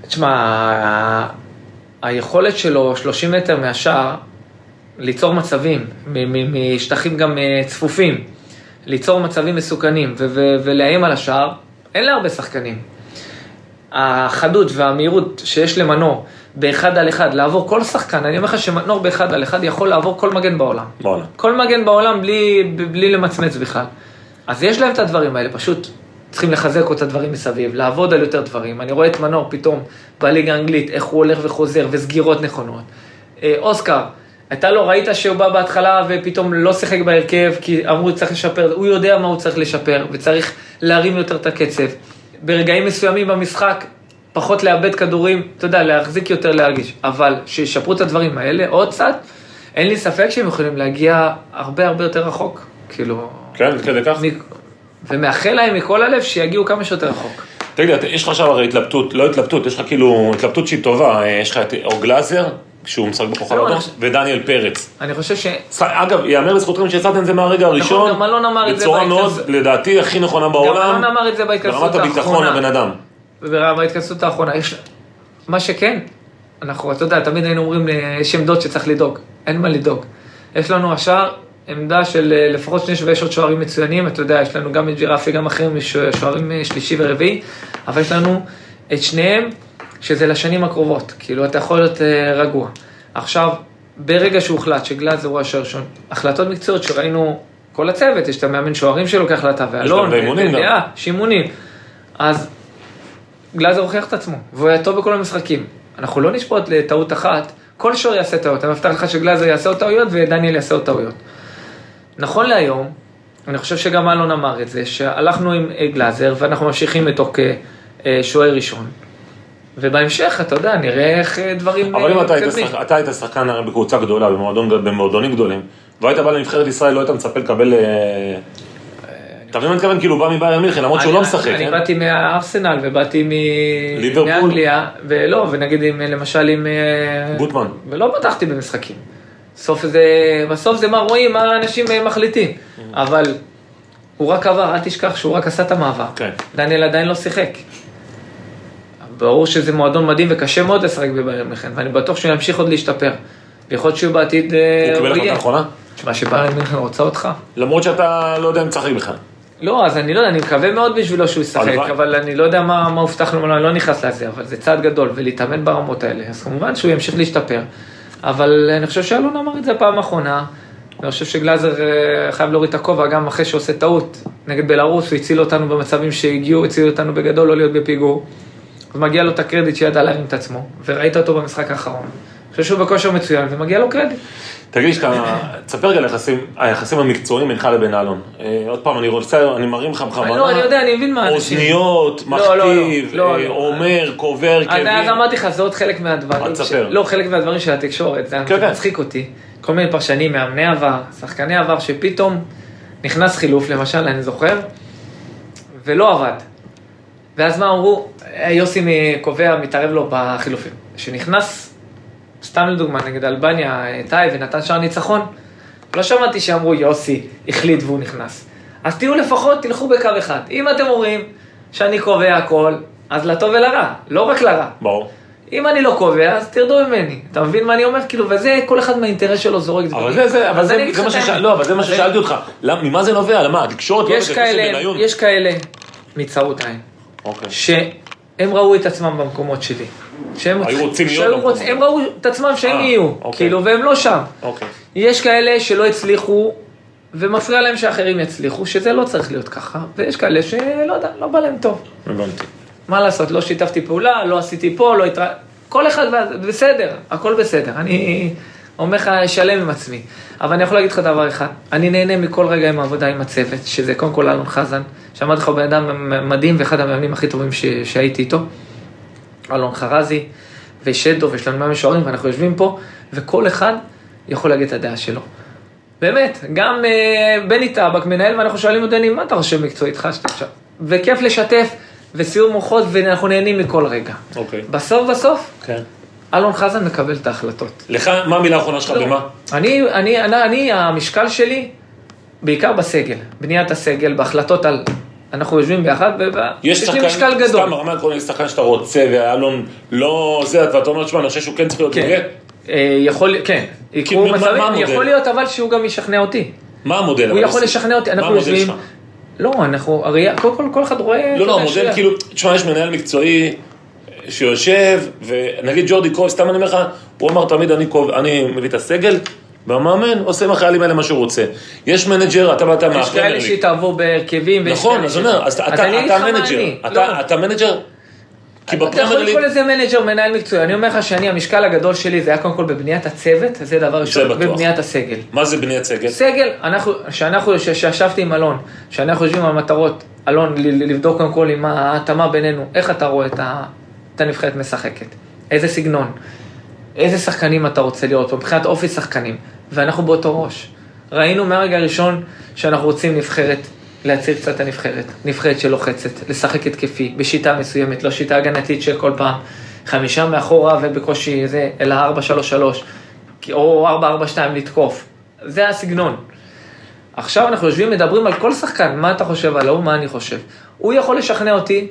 C: תשמע, ה- היכולת שלו 30 מטר מהשער, ליצור מצבים, מ- מ- משטחים גם אה, צפופים, ליצור מצבים מסוכנים ו- ו- ולאיים על השער, אין לה הרבה שחקנים. החדות והמהירות שיש למנור באחד על אחד, לעבור כל שחקן, אני אומר לך שמנור באחד על אחד יכול לעבור כל מגן בעולם.
B: וואלה.
C: כל מגן בעולם בלי, בלי למצמץ בכלל. אז יש להם את הדברים האלה, פשוט צריכים לחזק את הדברים מסביב, לעבוד על יותר דברים. אני רואה את מנור פתאום בליגה האנגלית, איך הוא הולך וחוזר, וסגירות נכונות. אה, אוסקר, אתה לא ראית שהוא בא בהתחלה ופתאום לא שיחק בהרכב, כי אמרו צריך לשפר, הוא יודע מה הוא צריך לשפר, וצריך להרים יותר את הקצב. ברגעים מסוימים במשחק, פחות לאבד כדורים, אתה יודע, להחזיק יותר להרגיש. אבל שישפרו את הדברים האלה עוד קצת, אין לי ספק שהם יכולים להגיע הרבה הרבה יותר רחוק. כאילו...
B: כן, כדי כך.
C: מ- ומאחל להם מכל הלב שיגיעו כמה שיותר רחוק.
B: תגיד, אתה- יש לך עכשיו הרי התלבטות, לא התלבטות, יש לך כאילו התלבטות שהיא טובה, אה, יש לך את אור גלאזר, שהוא משחק בכוכב
C: לא,
B: אדום,
C: אני חושב-
B: ודניאל פרץ.
C: אני חושב ש...
B: ס- אגב, ייאמר לזכותכם שהצעתם את זה מהרגע הראשון,
C: נכון, גם אלון אמר את זה
B: בצורה מאוד,
C: בהתכנס-
B: לדעתי, הכי נכונה בעולם,
C: אלון אמר את זה בהתכנסות
B: ברמת הביטחון
C: האחרונה.
B: לבן אדם.
C: בהתכנסות האחרונה, יש... מה שכן, אנחנו, אתה יודע, תמיד היינו אומרים, אה, יש עמדות שצריך לדאוג, אין מה לדאוג. יש לנו השאר עמדה של אה, לפחות שני שווה, יש עוד שוערים מצוינים, אתה יודע, יש לנו גם את ג'ירפי, גם אחרים, יש, אה, שוערים אה, שלישי ורביעי, אבל יש לנו את שניהם, שזה לשנים הקרובות, כאילו, אתה יכול להיות אה, רגוע. עכשיו, ברגע שהוחלט שגלאזר הוא השוער ראשון, החלטות מקצועיות שראינו, כל הצוות, יש את המאמן שוערים שלו כהחלטה, ואלון,
B: את האימונים גם.
C: ולאה, שימונים. אה, אז גלאזר הוכיח את עצמו, והוא היה טוב בכל המשחקים. אנחנו לא נשפוט לטעות אחת, כל שוער יעשה טעויות, אני מבטיח לך שגלאזר יעשה עוד טעויות ודניאל יעשה עוד טעויות. נכון להיום, אני חושב שגם אלון אמר את זה, שהלכנו עם אה, גלאזר ואנחנו ממשיכים איתו כשוער ראשון. ובהמשך, אתה יודע, נראה איך אה, דברים
B: אבל אם
C: אה,
B: אתה היית
C: מתקדמים.
B: שחק- אתה היית שחקן הרי בקבוצה גדולה, במועדון- במועדונים גדולים, והיית בא לנבחרת ישראל, לא היית מצפה לקבל... אה, אתה מבין מה אני מתכוון? כאילו, הוא בא מבאיירן מינכן, למרות שהוא
C: אני-
B: לא משחק,
C: אני
B: כן?
C: באתי מהארסנל ובאתי מ-
B: ליברפול.
C: מאנגליה, ולא, ונגיד עם, למשל עם... אה,
B: גוטמן.
C: ולא פתחתי במשחקים. בסוף זה, בסוף זה מה רואים, מה אנשים אה, מחליטים.
B: Mm-hmm.
C: אבל הוא רק עבר, אל תשכח שהוא רק עשה את המעבר.
B: כן.
C: דניאל עדיין לא שיחק. ברור שזה מועדון מדהים וקשה מאוד לשחק בביירן מינכן, ואני בטוח שהוא ימשיך עוד להשתפר. ויכול להיות שהוא בעתיד... אה,
B: הוא קיבל
C: יהיה.
B: החלטה נכונה?
C: תשמע, שביירן מינכן רוצה אותך.
B: למרות שאתה לא יודע אם תשחק בכלל.
C: לא, אז אני לא יודע, אני מקווה מאוד בשבילו שהוא ישחק,
B: הלוואי.
C: אבל אני לא יודע מה מה הובטח לו, אני לא נכנס לזה, אבל זה צעד גדול, ולהתאמן ברמות האלה, אז כמובן שהוא ימשיך להשתפר. אבל אני חושב שאלון אמר את זה פעם האחרונה, ואני חושב שגלאזר אה, חייב להוריד את הכובע גם אחרי שעושה טעות. נגד בלרוס, הוא הציל אותנו במצבים שהגיעו, הציל אותנו בגדול לא להיות בפיגור. אז מגיע לו את הקרדיט שידע להרים את עצמו, וראית אותו במשחק האחרון. אני חושב שהוא בכושר מצוין, ומגיע לו קרדיט.
B: תגיד לי שאתה, תספר רגע על היחסים, היחסים המקצועיים בינך לבין אלון. אה, עוד פעם, אני רוצה, אני מרים לך בכוונה.
C: לא, אני יודע, אני מבין מה אנשים-
B: אוזניות,
C: לא, לא, לא,
B: מכתיב,
C: לא,
B: אה,
C: לא.
B: אומר, קובר,
C: אז אז
B: כאבים.
C: אמרתי לך, זה עוד חלק
B: כן, אל
C: מהדברים. ש-
B: תספר.
C: לא, חלק מהדברים של התקשורת, זה
B: כן, כן.
C: מצחיק אותי. כל מיני פרשנים, מאמני עבר, שחקני עבר, שפתאום נכנס חילוף, למשל, אני זוכר, ולא עבד. ואז מה אמרו? אה, יוסי מ- קובע, מתערב לו בחילופים. שנכנס, סתם לדוגמה, נגד אלבניה, אה, טייב, ונתן שער ניצחון, לא שמעתי שאמרו יוסי החליט והוא נכנס. אז תהיו לפחות, תלכו בקו אחד. אם אתם אומרים שאני קובע הכל, אז לטוב ולרע, לא רק לרע.
B: ברור.
C: אם אני לא קובע, אז תרדו ממני. אתה מבין מה אני אומר? כאילו, וזה, כל אחד מהאינטרס שלו זורק דברים.
B: אבל זה, זה, אבל
C: אז
B: זה,
C: אני אגיד
B: זה
C: לך
B: מה
C: את
B: שש...
C: האמת.
B: לא, אבל זה מה
C: אז
B: ששאלתי אותך. למה- ממה זה נובע? למה? התקשורת? לא
C: יש
B: יודעת, יוסי
C: כאלה,
B: בניון?
C: יש כאלה, מצרות עין,
B: אוקיי.
C: שהם ראו את עצמם במקומות שלי. שהם
B: היו רוצים להיות
C: שהם
B: במקומות.
C: רוצ- הם ראו את עצמם שהם
B: אה,
C: יהיו,
B: אוקיי.
C: כאילו, והם לא שם.
B: אוקיי.
C: יש כאלה שלא הצליחו, ומפריע להם שאחרים יצליחו, שזה לא צריך להיות ככה, ויש כאלה שלא יודע, לא בא להם טוב.
B: הבנתי.
C: מה לעשות, לא שיתפתי פעולה, לא עשיתי פה, לא התרא... כל אחד, וה- בסדר, הכל בסדר. אני אומר לך, שלם עם עצמי. אבל אני יכול להגיד לך דבר אחד, אני נהנה מכל רגע עם העבודה עם הצוות, שזה קודם כל אלון חזן, שאמרתי לך, הוא בן אדם מדהים ואחד המאמנים הכי טובים ש... שהייתי איתו. אלון חרזי ושדו, ויש לנו 100 משוערים, ואנחנו יושבים פה, וכל אחד יכול להגיד את הדעה שלו. באמת, גם אה, בני טבק מנהל, ואנחנו שואלים אותו, דני, מה אתה חושב מקצועית שלך? שאתה עכשיו?" וכיף לשתף, וסיום מוחות, ואנחנו נהנים מכל רגע.
B: אוקיי.
C: בסוף בסוף,
B: כן.
C: אלון חזן מקבל את ההחלטות.
B: לך, מה המילה האחרונה שלך?
C: לא.
B: במה?
C: אני, אני, אני, אני, המשקל שלי, בעיקר בסגל, בניית הסגל, בהחלטות על... אנחנו יושבים ביחד, ויש
B: יש
C: לי משקל
B: שחקן,
C: גדול.
B: סתם ברמה העקרונית, יש שחקן שאתה רוצה, ואלון לא זה, ואתה אומר, תשמע, אני חושב שהוא כן צריך להיות
C: כן,
B: מוגן.
C: אה, יכול, כן,
B: מה-
C: יקרו
B: מה
C: מצבים,
B: המודל?
C: יכול להיות אבל שהוא גם ישכנע אותי,
B: מה המודל?
C: הוא
B: אבל
C: יכול
B: יוסי?
C: לשכנע אותי,
B: מה
C: אנחנו
B: המודל
C: יושבים,
B: שלך?
C: לא אנחנו, הרי כל- כל כל אחד רואה, אתה
B: לא, לא,
C: יודע,
B: המודל
C: שנייה.
B: כאילו, תשמע, יש מנהל מקצועי, שיושב, ונגיד ג'ורדי קרויף, סתם אני אומר לך, הוא אמר תמיד, אני, קוב, אני מביא את הסגל, והמאמן עושה עם החיילים האלה מה שהוא רוצה. יש מנג'ר, אתה ואתה
C: יש כאלה
B: מהחיילים.
C: שתעבור בהרכבים. ויש
B: נכון,
C: כאלה
B: אז
C: ש-
B: אני אומר, אז אתה-
C: אני
B: אתה
C: אגיד לך מה
B: מנג'ר,
C: אני,
B: אתה-
C: לא.
B: אתה מנג'ר, כי
C: אתה יכול
B: בפרמייר ליג,
C: לקרוא לזה מנג'ר, מנהל מקצועי. אני אומר לך שאני, המשקל הגדול שלי זה היה קודם כל בבניית הצוות, זה דבר ראשון,
B: בטוח.
C: ובבניית הסגל.
B: מה זה בניית סגל?
C: סגל, אנחנו, שאנחנו, ש- שישבתי עם אלון, שאנחנו יושבים על מטרות, אלון, ל- ל- לבדוק קודם כל עם ההתאמה בינינו, איך אתה רואה את, ה, את הנבחרת משחקת, איזה סגנון, איזה שחקנים אתה רוצה לראות פה, מבחינת אופי שחקנים, ואנחנו באותו ראש. ראינו מהרגע הראשון שאנחנו רוצים נבחרת, להציל קצת את הנבחרת, נבחרת שלוחצת, לשחק התקפי, בשיטה מסוימת, לא שיטה הגנתית של כל פעם, חמישה מאחורה ובקושי זה, אלא ארבע, שלוש, שלוש, כי- או ארבע, ארבע, שתיים, לתקוף. זה הסגנון. עכשיו אנחנו יושבים, מדברים על כל שחקן, מה אתה חושב על ההוא, מה אני חושב. הוא יכול לשכנע אותי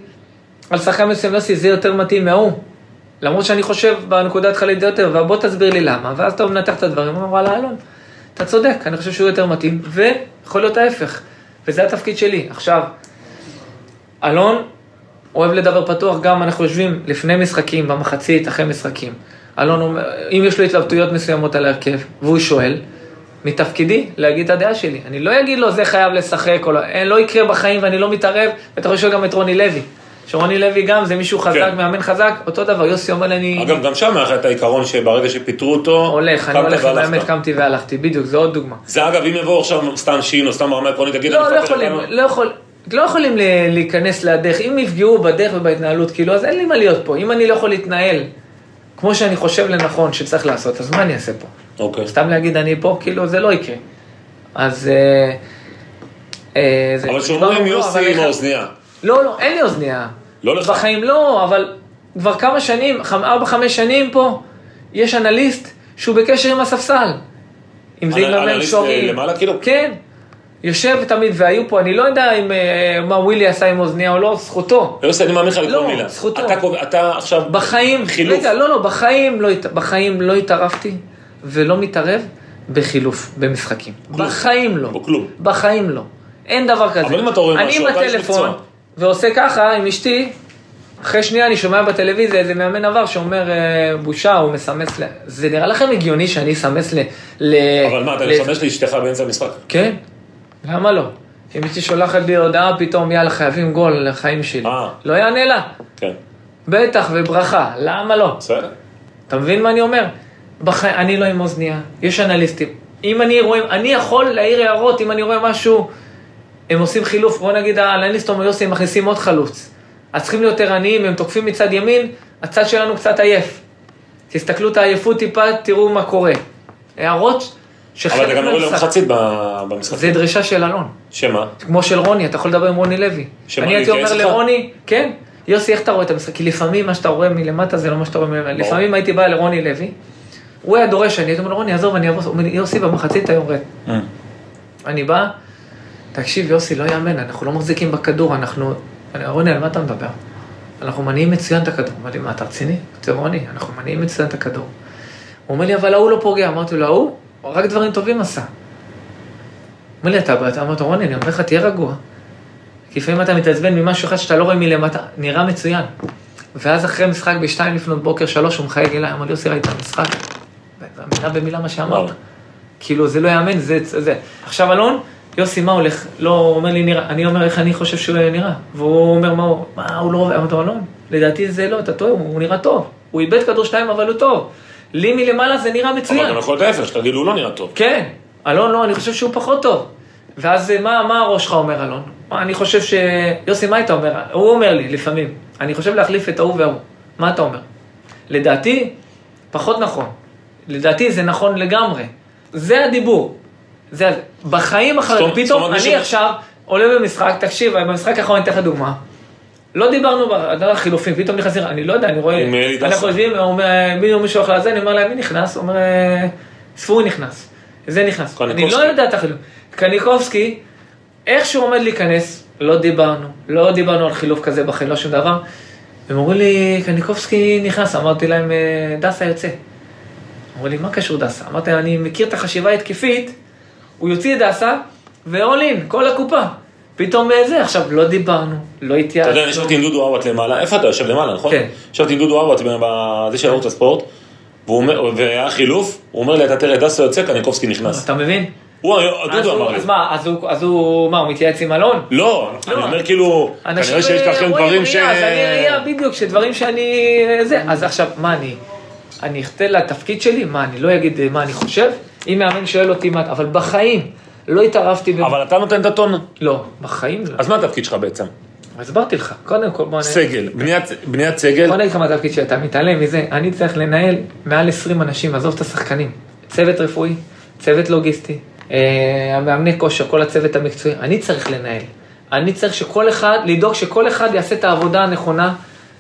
C: על שחקן מסוים, יוסי, זה יותר מתאים מההוא. למרות שאני חושב בנקודת התחלית זה יותר, ובוא תסביר לי למה, ואז אתה מנתח את הדברים, הוא אומר, וואלה, אלון, אתה צודק, אני חושב שהוא יותר מתאים, ויכול להיות ההפך, וזה התפקיד שלי. עכשיו, אלון אוהב לדבר פתוח, גם אנחנו יושבים לפני משחקים, במחצית, אחרי משחקים. אלון אומר, אם יש לו התלבטויות מסוימות על ההרכב, והוא שואל, מתפקידי להגיד את הדעה שלי. אני לא אגיד לו, זה חייב לשחק, או לא, אין, לא יקרה בחיים ואני לא מתערב, ואתה יכול לשאול גם את רוני לוי. שרוני לוי גם, זה מישהו חזק,
B: כן.
C: מאמן חזק, אותו דבר, יוסי אומר לי, אני...
B: אגב, גם שם היה לך את העיקרון שברגע שפיטרו אותו,
C: הולך, אני
B: קמת
C: הולך,
B: והלכת.
C: באמת קמתי והלכתי, בדיוק, זו עוד דוגמה.
B: זה אגב, אם יבואו עכשיו סתם שין או סתם ברמה עקרונית, תגיד,
C: לא,
B: כן, אני
C: לא
B: מפטר
C: יכולים,
B: אותנו.
C: לא יכול... לא יכולים ל- להיכנס לדרך, אם יפגעו בדרך ובהתנהלות, כאילו, אז אין לי מה להיות פה. אם אני לא יכול להתנהל כמו שאני חושב לנכון שצריך לעשות, אז מה אני אעשה פה?
B: אוקיי.
C: סתם להגיד אני פה, כאילו, זה לא יקרה. אז... אה, אה, זה-
B: אבל שאומרים
C: לא, אבל
B: יוסי עם
C: איך-
B: האוזנייה.
C: לא, לא, אין לי אוזנייה.
B: לא לך.
C: בחיים לא, אבל כבר כמה שנים, חמ- ארבע, חמש שנים פה, יש אנליסט שהוא בקשר עם הספסל. אם זה
B: אנ-
C: ייגמר
B: אנליסט,
C: שורי.
B: אה, למעלה, כאילו?
C: כן. יושב תמיד, והיו פה, אני לא יודע אם, אה, מה ווילי עשה עם אוזניה או לא, זכותו.
B: יוסי, אני מאמין לך לכל
C: לא,
B: מילה.
C: זכותו.
B: אתה קובע- אתה עכשיו...
C: בחיים,
B: חילוף.
C: רגע, לא, לא, בחיים לא, הת- בחיים לא התערבתי ולא מתערב בחילוף, במשחקים.
B: כלום.
C: בחיים לא.
B: או כלום.
C: בחיים לא. אין דבר כזה.
B: אבל אם אתה רואה משהו,
C: אני
B: אתה
C: עם
B: איש
C: הטלפון,
B: מקצוע.
C: ועושה ככה עם אשתי, אחרי שנייה אני שומע בטלוויזיה איזה מאמן עבר שאומר אה, בושה, הוא מסמס ל... זה נראה לכם הגיוני שאני אסמס ל... ל-
B: אבל מה, אתה
C: ל-
B: משמש לאשתך באמצע המשחק.
C: כן, למה לא? אם אשתי שולחת לי הודעה פתאום, יאללה, חייבים גול לחיים שלי.
B: אה.
C: לא יענה לה.
B: כן.
C: בטח, וברכה, למה לא?
B: בסדר.
C: אתה מבין מה אני אומר? בחיים, אני לא עם אוזנייה, יש אנליסטים. אם אני רואה, אני יכול להעיר הערות, אם אני רואה משהו, הם עושים חילוף, בוא נגיד האנליסט אומר יוסי, הם מכניסים עוד חלוץ. אז צריכים להיות ערניים, הם תוקפים מצד ימין, הצד שלנו קצת עייף. תסתכלו את העייפות טיפה, תראו מה קורה. הערות שחלק
B: אבל אתה גם לא רואה
C: מהמשחק-
B: למחצית ב- במשחק.
C: זה דרישה של אלון.
B: שמה?
C: כמו של רוני, אתה יכול לדבר עם רוני לוי.
B: שמה,
C: אני
B: הוא
C: הייתי אומר
B: התייעץ איתך?
C: לרוני, כן, יוסי, איך אתה רואה את המשחק? כי לפעמים מה שאתה רואה מלמטה זה לא מה שאתה רואה מלמטה.
B: ברור.
C: לפעמים הייתי בא לרוני לוי, הוא היה דורש, אני הייתי אומר לו, רוני, עזוב, אני אעבור, הוא אומר, לי, יוסי, במחצית אתה יורד. אני בא, תקשיב, יוסי, לא יאמן, אנחנו לא מחזיקים בכדור, אנחנו... אני אומר, רוני, על מה אתה מדבר? אנחנו מניעים מצוין את הכדור. אמרתי, מה, אתה רציני? זה רוני, אנחנו מניעים מצוין את הכדור. הוא אומר לי, אבל ההוא לא פוגע. אמרתי לו, ההוא? רק דברים טובים עשה. אומר לי, אתה בעד? אמרתי, לו, רוני, אני אומר לך, תהיה רגוע. כי לפעמים אתה מתעצבן ממשהו אחד שאתה לא רואה מלמטה, נראה מצוין. ואז אחרי משחק בשתיים לפנות בוקר, שלוש, הוא מחייג אליי, אמר לי, יוסי, ראית את המשחק? מילה במילה מה שאמרת.
B: וואו.
C: כאילו, זה לא יאמן, זה, זה. עכשיו, אלון, יוסי, מה הולך? לא, הוא אומר לי, נראה, אני אומר איך אני חושב שהוא נראה. והוא אומר, מה הוא, מה, הוא לא עובד? אמרתי לו, אלון, לדעתי זה לא, אתה טועה, הוא, הוא נראה טוב. הוא איבד כדור שתיים, אבל הוא טוב. לי מלמעלה זה נראה מצוין.
B: אבל גם יכול להיות ההפך, שתגיד, הוא לא נראה טוב.
C: כן, אלון לא, אני חושב שהוא פחות טוב. ואז אה, מה, מה הראש שלך אומר, אלון? מה, אני חושב ש... יוסי, מה היית אומר? הוא אומר לי, לפעמים, אני חושב להחליף את ההוא וההוא. מה אתה אומר? לדעתי, פחות נכון. לדעתי זה נכון לגמרי. זה הדיבור. זה... בחיים
B: זאת
C: אחרי,
B: אומרת, זאת
C: פתאום
B: אומרת, מי
C: אני
B: ש-
C: עכשיו עולה במשחק, תקשיב, במשחק האחרון אני אתן לך דוגמה. לא דיברנו על החילופים, פתאום נכנסים, אני לא יודע, אני רואה,
B: עם אלי דסה.
C: אנחנו יושבים, הוא אומר, מישהו מישהו אחלה זה, אני אומר להם, מי נכנס? הוא אומר, "אה, ספורי נכנס, זה נכנס. אני
B: קניקובסקי.
C: לא יודע את החילוף. קניקובסקי, איך שהוא עומד להיכנס, לא דיברנו, לא דיברנו על חילוף כזה בחיים, לא שום דבר. הם אמרו לי, קניקובסקי נכנס, אמרתי להם, "אה, דסה יוצא. אמרו לי, מה קשור דסה? אמרתי להם, אני מכיר את החשיבה ההתקפית, הוא יוציא את דסה, ו-all in, כל הקופה. פתאום אה, זה, עכשיו לא דיברנו, לא
B: אתה
C: התייעצנו.
B: יודע, אני ישבתי עם דודו אבואט למעלה, איפה אתה יושב למעלה, נכון?
C: כן.
B: ישבתי עם דודו אבואט ב- בזה של ערוץ הספורט, והוא אומר- והיה חילוף, הוא אומר לי, אתה תראה, דסו יוצא, קניקובסקי נכנס.
C: אתה מבין?
B: הוא,
C: אה. אז
B: דודו
C: הוא-
B: אמר לי.
C: אז מה, אז הוא- אז הוא, מה, הוא מתייעץ עם אלון?
B: לא, אני
C: לא. אה,
B: אומר כאילו, כנראה שיש לכם
C: רואים
B: דברים ש...
C: ראייה, אז אני ראייה, בדיוק, שדברים שאני... אה, זה, אז עכשיו, מה אני... אני אחטא לתפקיד שלי? מה, אני לא אגיד אה, מה אני חושב? אם מאמן שואל אותי מה... אבל בחיים לא התערבתי ב...
B: אבל אתה נותן את הטון,
C: לא, בחיים לא.
B: אז מה התפקיד שלך בעצם?
C: הסברתי לך, קודם כל בוא נ-
B: סגל, בניית- בניית סגל,
C: בוא נגיד לך מה התפקיד שלי, אתה מתעלם מזה, אני צריך לנהל מעל 20 אנשים, עזוב את השחקנים, צוות רפואי, צוות לוגיסטי, אה, המאמני כושר, כל הצוות המקצועי, אני צריך לנהל. אני צריך שכל אחד, לדאוג שכל אחד יעשה את העבודה הנכונה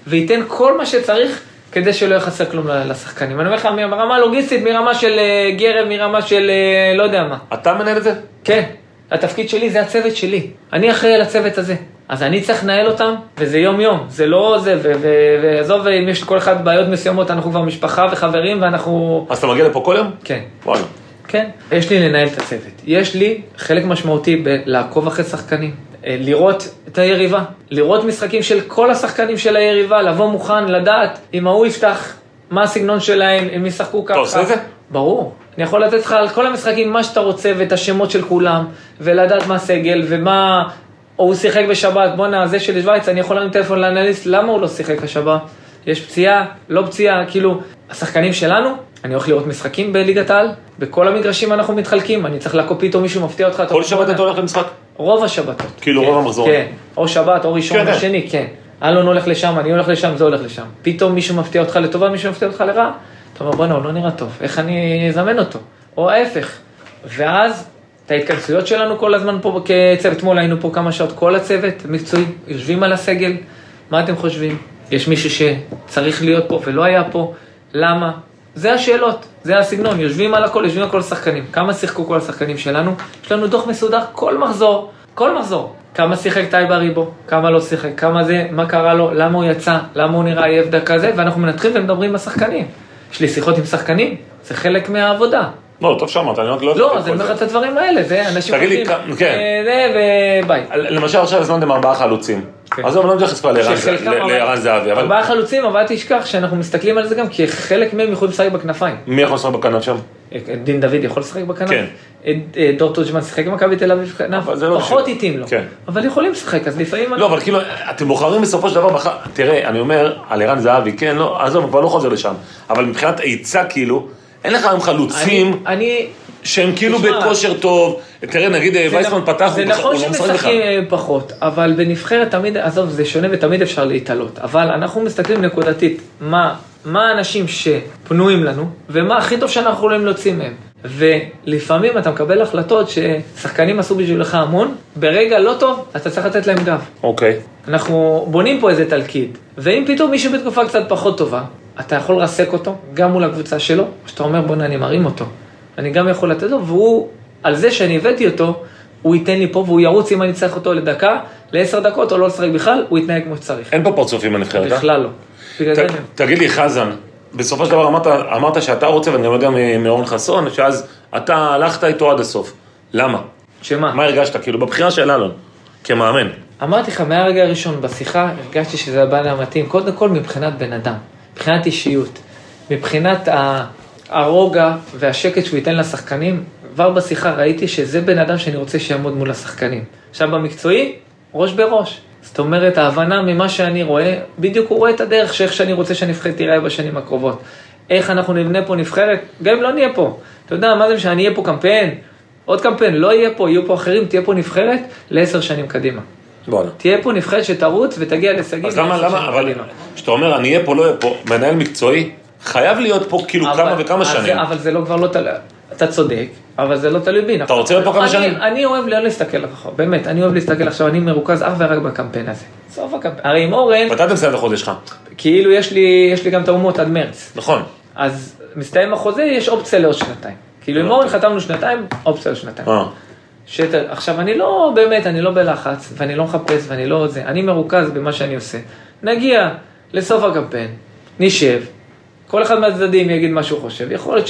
C: וייתן כל מה שצריך כדי שלא יחסר כלום ל- לשחקנים. אני אומר לך, מרמה לוגיסטית, מרמה של אה, גרב, מרמה של אה, לא יודע מה.
B: אתה מנהל את זה?
C: כן, התפקיד שלי זה הצוות שלי. אני אחראי על הצוות הזה. אז אני צריך לנהל אותם, וזה יום-יום, זה לא זה, ו- ו- ועזוב, אם יש לכל אחד בעיות מסוימות, אנחנו כבר משפחה וחברים, ואנחנו...
B: אז אתה מגיע לפה כל יום?
C: כן,
B: וואלה.
C: כן. יש לי לנהל את הצוות. יש לי חלק משמעותי בלעקוב אחרי שחקנים, אה, לראות את היריבה, לראות משחקים של כל השחקנים של היריבה, לבוא מוכן, לדעת אם ההוא יפתח, מה הסגנון שלהם, אם ישחקו ככה.
B: עושה את זה?
C: ברור. אני יכול לתת לך על כל המשחקים מה שאתה רוצה ואת השמות של כולם, ולדעת מה הסגל ומה... או הוא שיחק בשבת, בואנה, זה של שווייץ, אני יכול להרים טלפון לאנליסט, למה הוא לא שיחק השבת? יש פציעה, לא פציעה, כאילו, השחקנים שלנו, אני הולך לראות משחקים בליגת העל, בכל המגרשים אנחנו מתחלקים, אני צריך לעקוב פתאום מישהו מפתיע אותך. אתה
B: כל
C: אומר,
B: שבת
C: "בואנה."
B: אתה הולך למשחק?
C: רוב השבתות.
B: כאילו,
C: כן,
B: רוב המחזורים.
C: כן, או שבת, או ראשון,
B: כן,
C: או
B: כן.
C: שני, כן. אלון הולך לשם, אני הולך לשם, זה הולך לשם. פתאום מישהו מפתיע אותך לטובה, מישהו מפתיע אותך לרעה. אתה אומר, בואנה, הוא לא נראה טוב, איך אני אזמן אותו? או ההפך. ואז, את ההתכנסויות שלנו כל הזמן פה כצוות, אתמול היינו פה כמה שעות, כל הצוות, מקצועי, יושבים על הסגל, מה אתם חושבים? יש מישהו שצריך להיות פה ולא היה פה, למה? זה השאלות, זה הסגנון, יושבים על הכל, יושבים על כל השחקנים. כמה שיחקו כל השחקנים שלנו? יש לנו דוח מסודר כל מחזור, כל מחזור. כמה שיחק טייבה ריבו, כמה לא שיחק, כמה זה, מה קרה לו, למה הוא יצא, למה הוא נראה עייף דקה זה, ואנחנו מנתחים ומדברים עם השחקנים. יש לי שיחות עם שחקנים, זה חלק מהעבודה.
B: לא, טוב שאמרת, אני רק לא...
C: לא,
B: אוהב את
C: אז אני
B: כל
C: אומר
B: זה.
C: לך את הדברים האלה, זה אנשים...
B: תגיד לי,
C: חושבים,
B: כ- כן.
C: אה, זה וביי.
B: למשל עכשיו הזמנתם ארבעה חלוצים.
C: כן.
B: אז אני לא מתייחס כבר לערן זה-
C: שחלקם
B: ל-
C: אבל-
B: לערן זהבי, אבל
C: ארבעה חלוצים, אבל אל תשכח שאנחנו מסתכלים על זה גם, כי חלק מהם יכולים לשחק בכנפיים.
B: מי יכול לשחק בכנף שם?
C: אה, דין דוד יכול לשחק בכנף?
B: כן.
C: אה, אה, דור תורג'מן שיחק במכבי תל אביב בכנף?
B: אבל זה לא
C: פחות
B: בשביל-
C: התאים לו.
B: כן.
C: אבל יכולים לשחק, אז לפעמים...
B: לא, אבל כאילו, אתם בוחרים בסופו של דבר, בח... תראה, אני אומר, על ערן זהבי, כן, לא, עזוב, הוא כבר לא חוזר לשם, אבל מבחינת היצע, כאילו, אין לך היום
C: אני...
B: חלוצים
C: אני...
B: שהם כאילו
C: תשמע.
B: בכושר טוב, תראה, נגיד אה,
C: זה
B: וייסמן
C: נכון-
B: פתח,
C: זה
B: הוא בכ-
C: נכון
B: הוא לא משחק בכלל.
C: שמשחקים אה, פחות, אבל בנבחרת תמיד, עזוב, זה שונה ותמיד אפשר להתעלות. אבל אנחנו מסתכלים נקודתית, מה מה האנשים שפנויים לנו, ומה הכי טוב שאנחנו יכולים להוציא מהם. ולפעמים אתה מקבל החלטות ששחקנים עשו בשבילך המון, ברגע לא טוב, אתה צריך לתת להם גב.
B: אוקיי.
C: אנחנו בונים פה איזה תלכיד, ואם פתאום מישהו בתקופה קצת פחות טובה, אתה יכול לרסק אותו, גם מול הקבוצה שלו, או שאתה אומר בוא'נה אני מרים אותו, אני גם יכול לתת לו, והוא, על זה שאני הבאתי אותו, הוא ייתן לי פה והוא ירוץ אם אני צריך אותו לדקה, לעשר דקות או לא לשחק בכלל, הוא יתנהג כמו שצריך.
B: אין פה פרצופים בנבחרת, אה?
C: בכלל לא. בגלל זה
B: ת-
C: אני-
B: תגיד לי, חזן, בסופו של דבר אמרת, אמרת שאתה רוצה, ואני גם יודע מ- מאורן חסון, שאז אתה הלכת איתו עד הסוף. למה?
C: שמה?
B: מה הרגשת, כאילו, בבחירה של אלון, כמאמן?
C: אמרתי לך, מהרגע הראשון בשיחה, הרגשתי שזה הבן המתאים, קודם כל מבחינת בן אדם, מבחינת אישיות, מבחינת ה- הרוגע והשקט שהוא ייתן לשחקנים, כבר בשיחה ראיתי שזה בן אדם שאני רוצה שיעמוד מול השחקנים. עכשיו במקצועי, ראש בראש. זאת אומרת, ההבנה ממה שאני רואה, בדיוק הוא רואה את הדרך שאיך שאני רוצה שהנבחרת תיראה בשנים הקרובות. איך אנחנו נבנה פה נבחרת, גם אם לא נהיה פה. אתה יודע, מה זה משנה, אני אהיה פה קמפיין, עוד קמפיין, לא יהיה פה, יהיו פה אחרים, תהיה פה נבחרת לעשר שנים קדימה.
B: בואנה.
C: תהיה פה נבחרת שתרוץ ותגיע להישגים.
B: אז למה,
C: לעשר
B: למה,
C: שנים
B: אבל
C: קדימה.
B: כשאתה אומר, אני אהיה פה, לא אהיה פה, מנהל מקצועי, חייב להיות פה כאילו
C: אבל-
B: כמה וכמה
C: אז
B: שנים.
C: זה- אבל זה לא כבר לא תלוי, אתה צודק, אבל זה לא תלוי בי. אתה
B: רוצה להיות פה כמה שנים?
C: אני אוהב לא להסתכל אחורה, באמת, אני אוהב להסתכל עכשיו, אני מרוכז אך ורק בקמפיין הזה. סוף הקמפיין, הרי עם אורן,
B: מתי אתה מסיים את החודש שלך?
C: כאילו יש לי, יש לי גם את האומות עד מרץ.
B: נכון.
C: אז מסתיים החוזה, יש אופציה לעוד שנתיים. כאילו עם אורן חתמנו שנתיים, אופציה לשנתיים.
B: אה.
C: שאת, עכשיו, אני לא, באמת, אני לא בלחץ, ואני לא מחפש, ואני לא זה, אני מרוכז במה שאני עושה. נגיע לסוף הקמפיין, נשב, כל אחד מהצדדים יגיד מה שהוא חושב, יכול להיות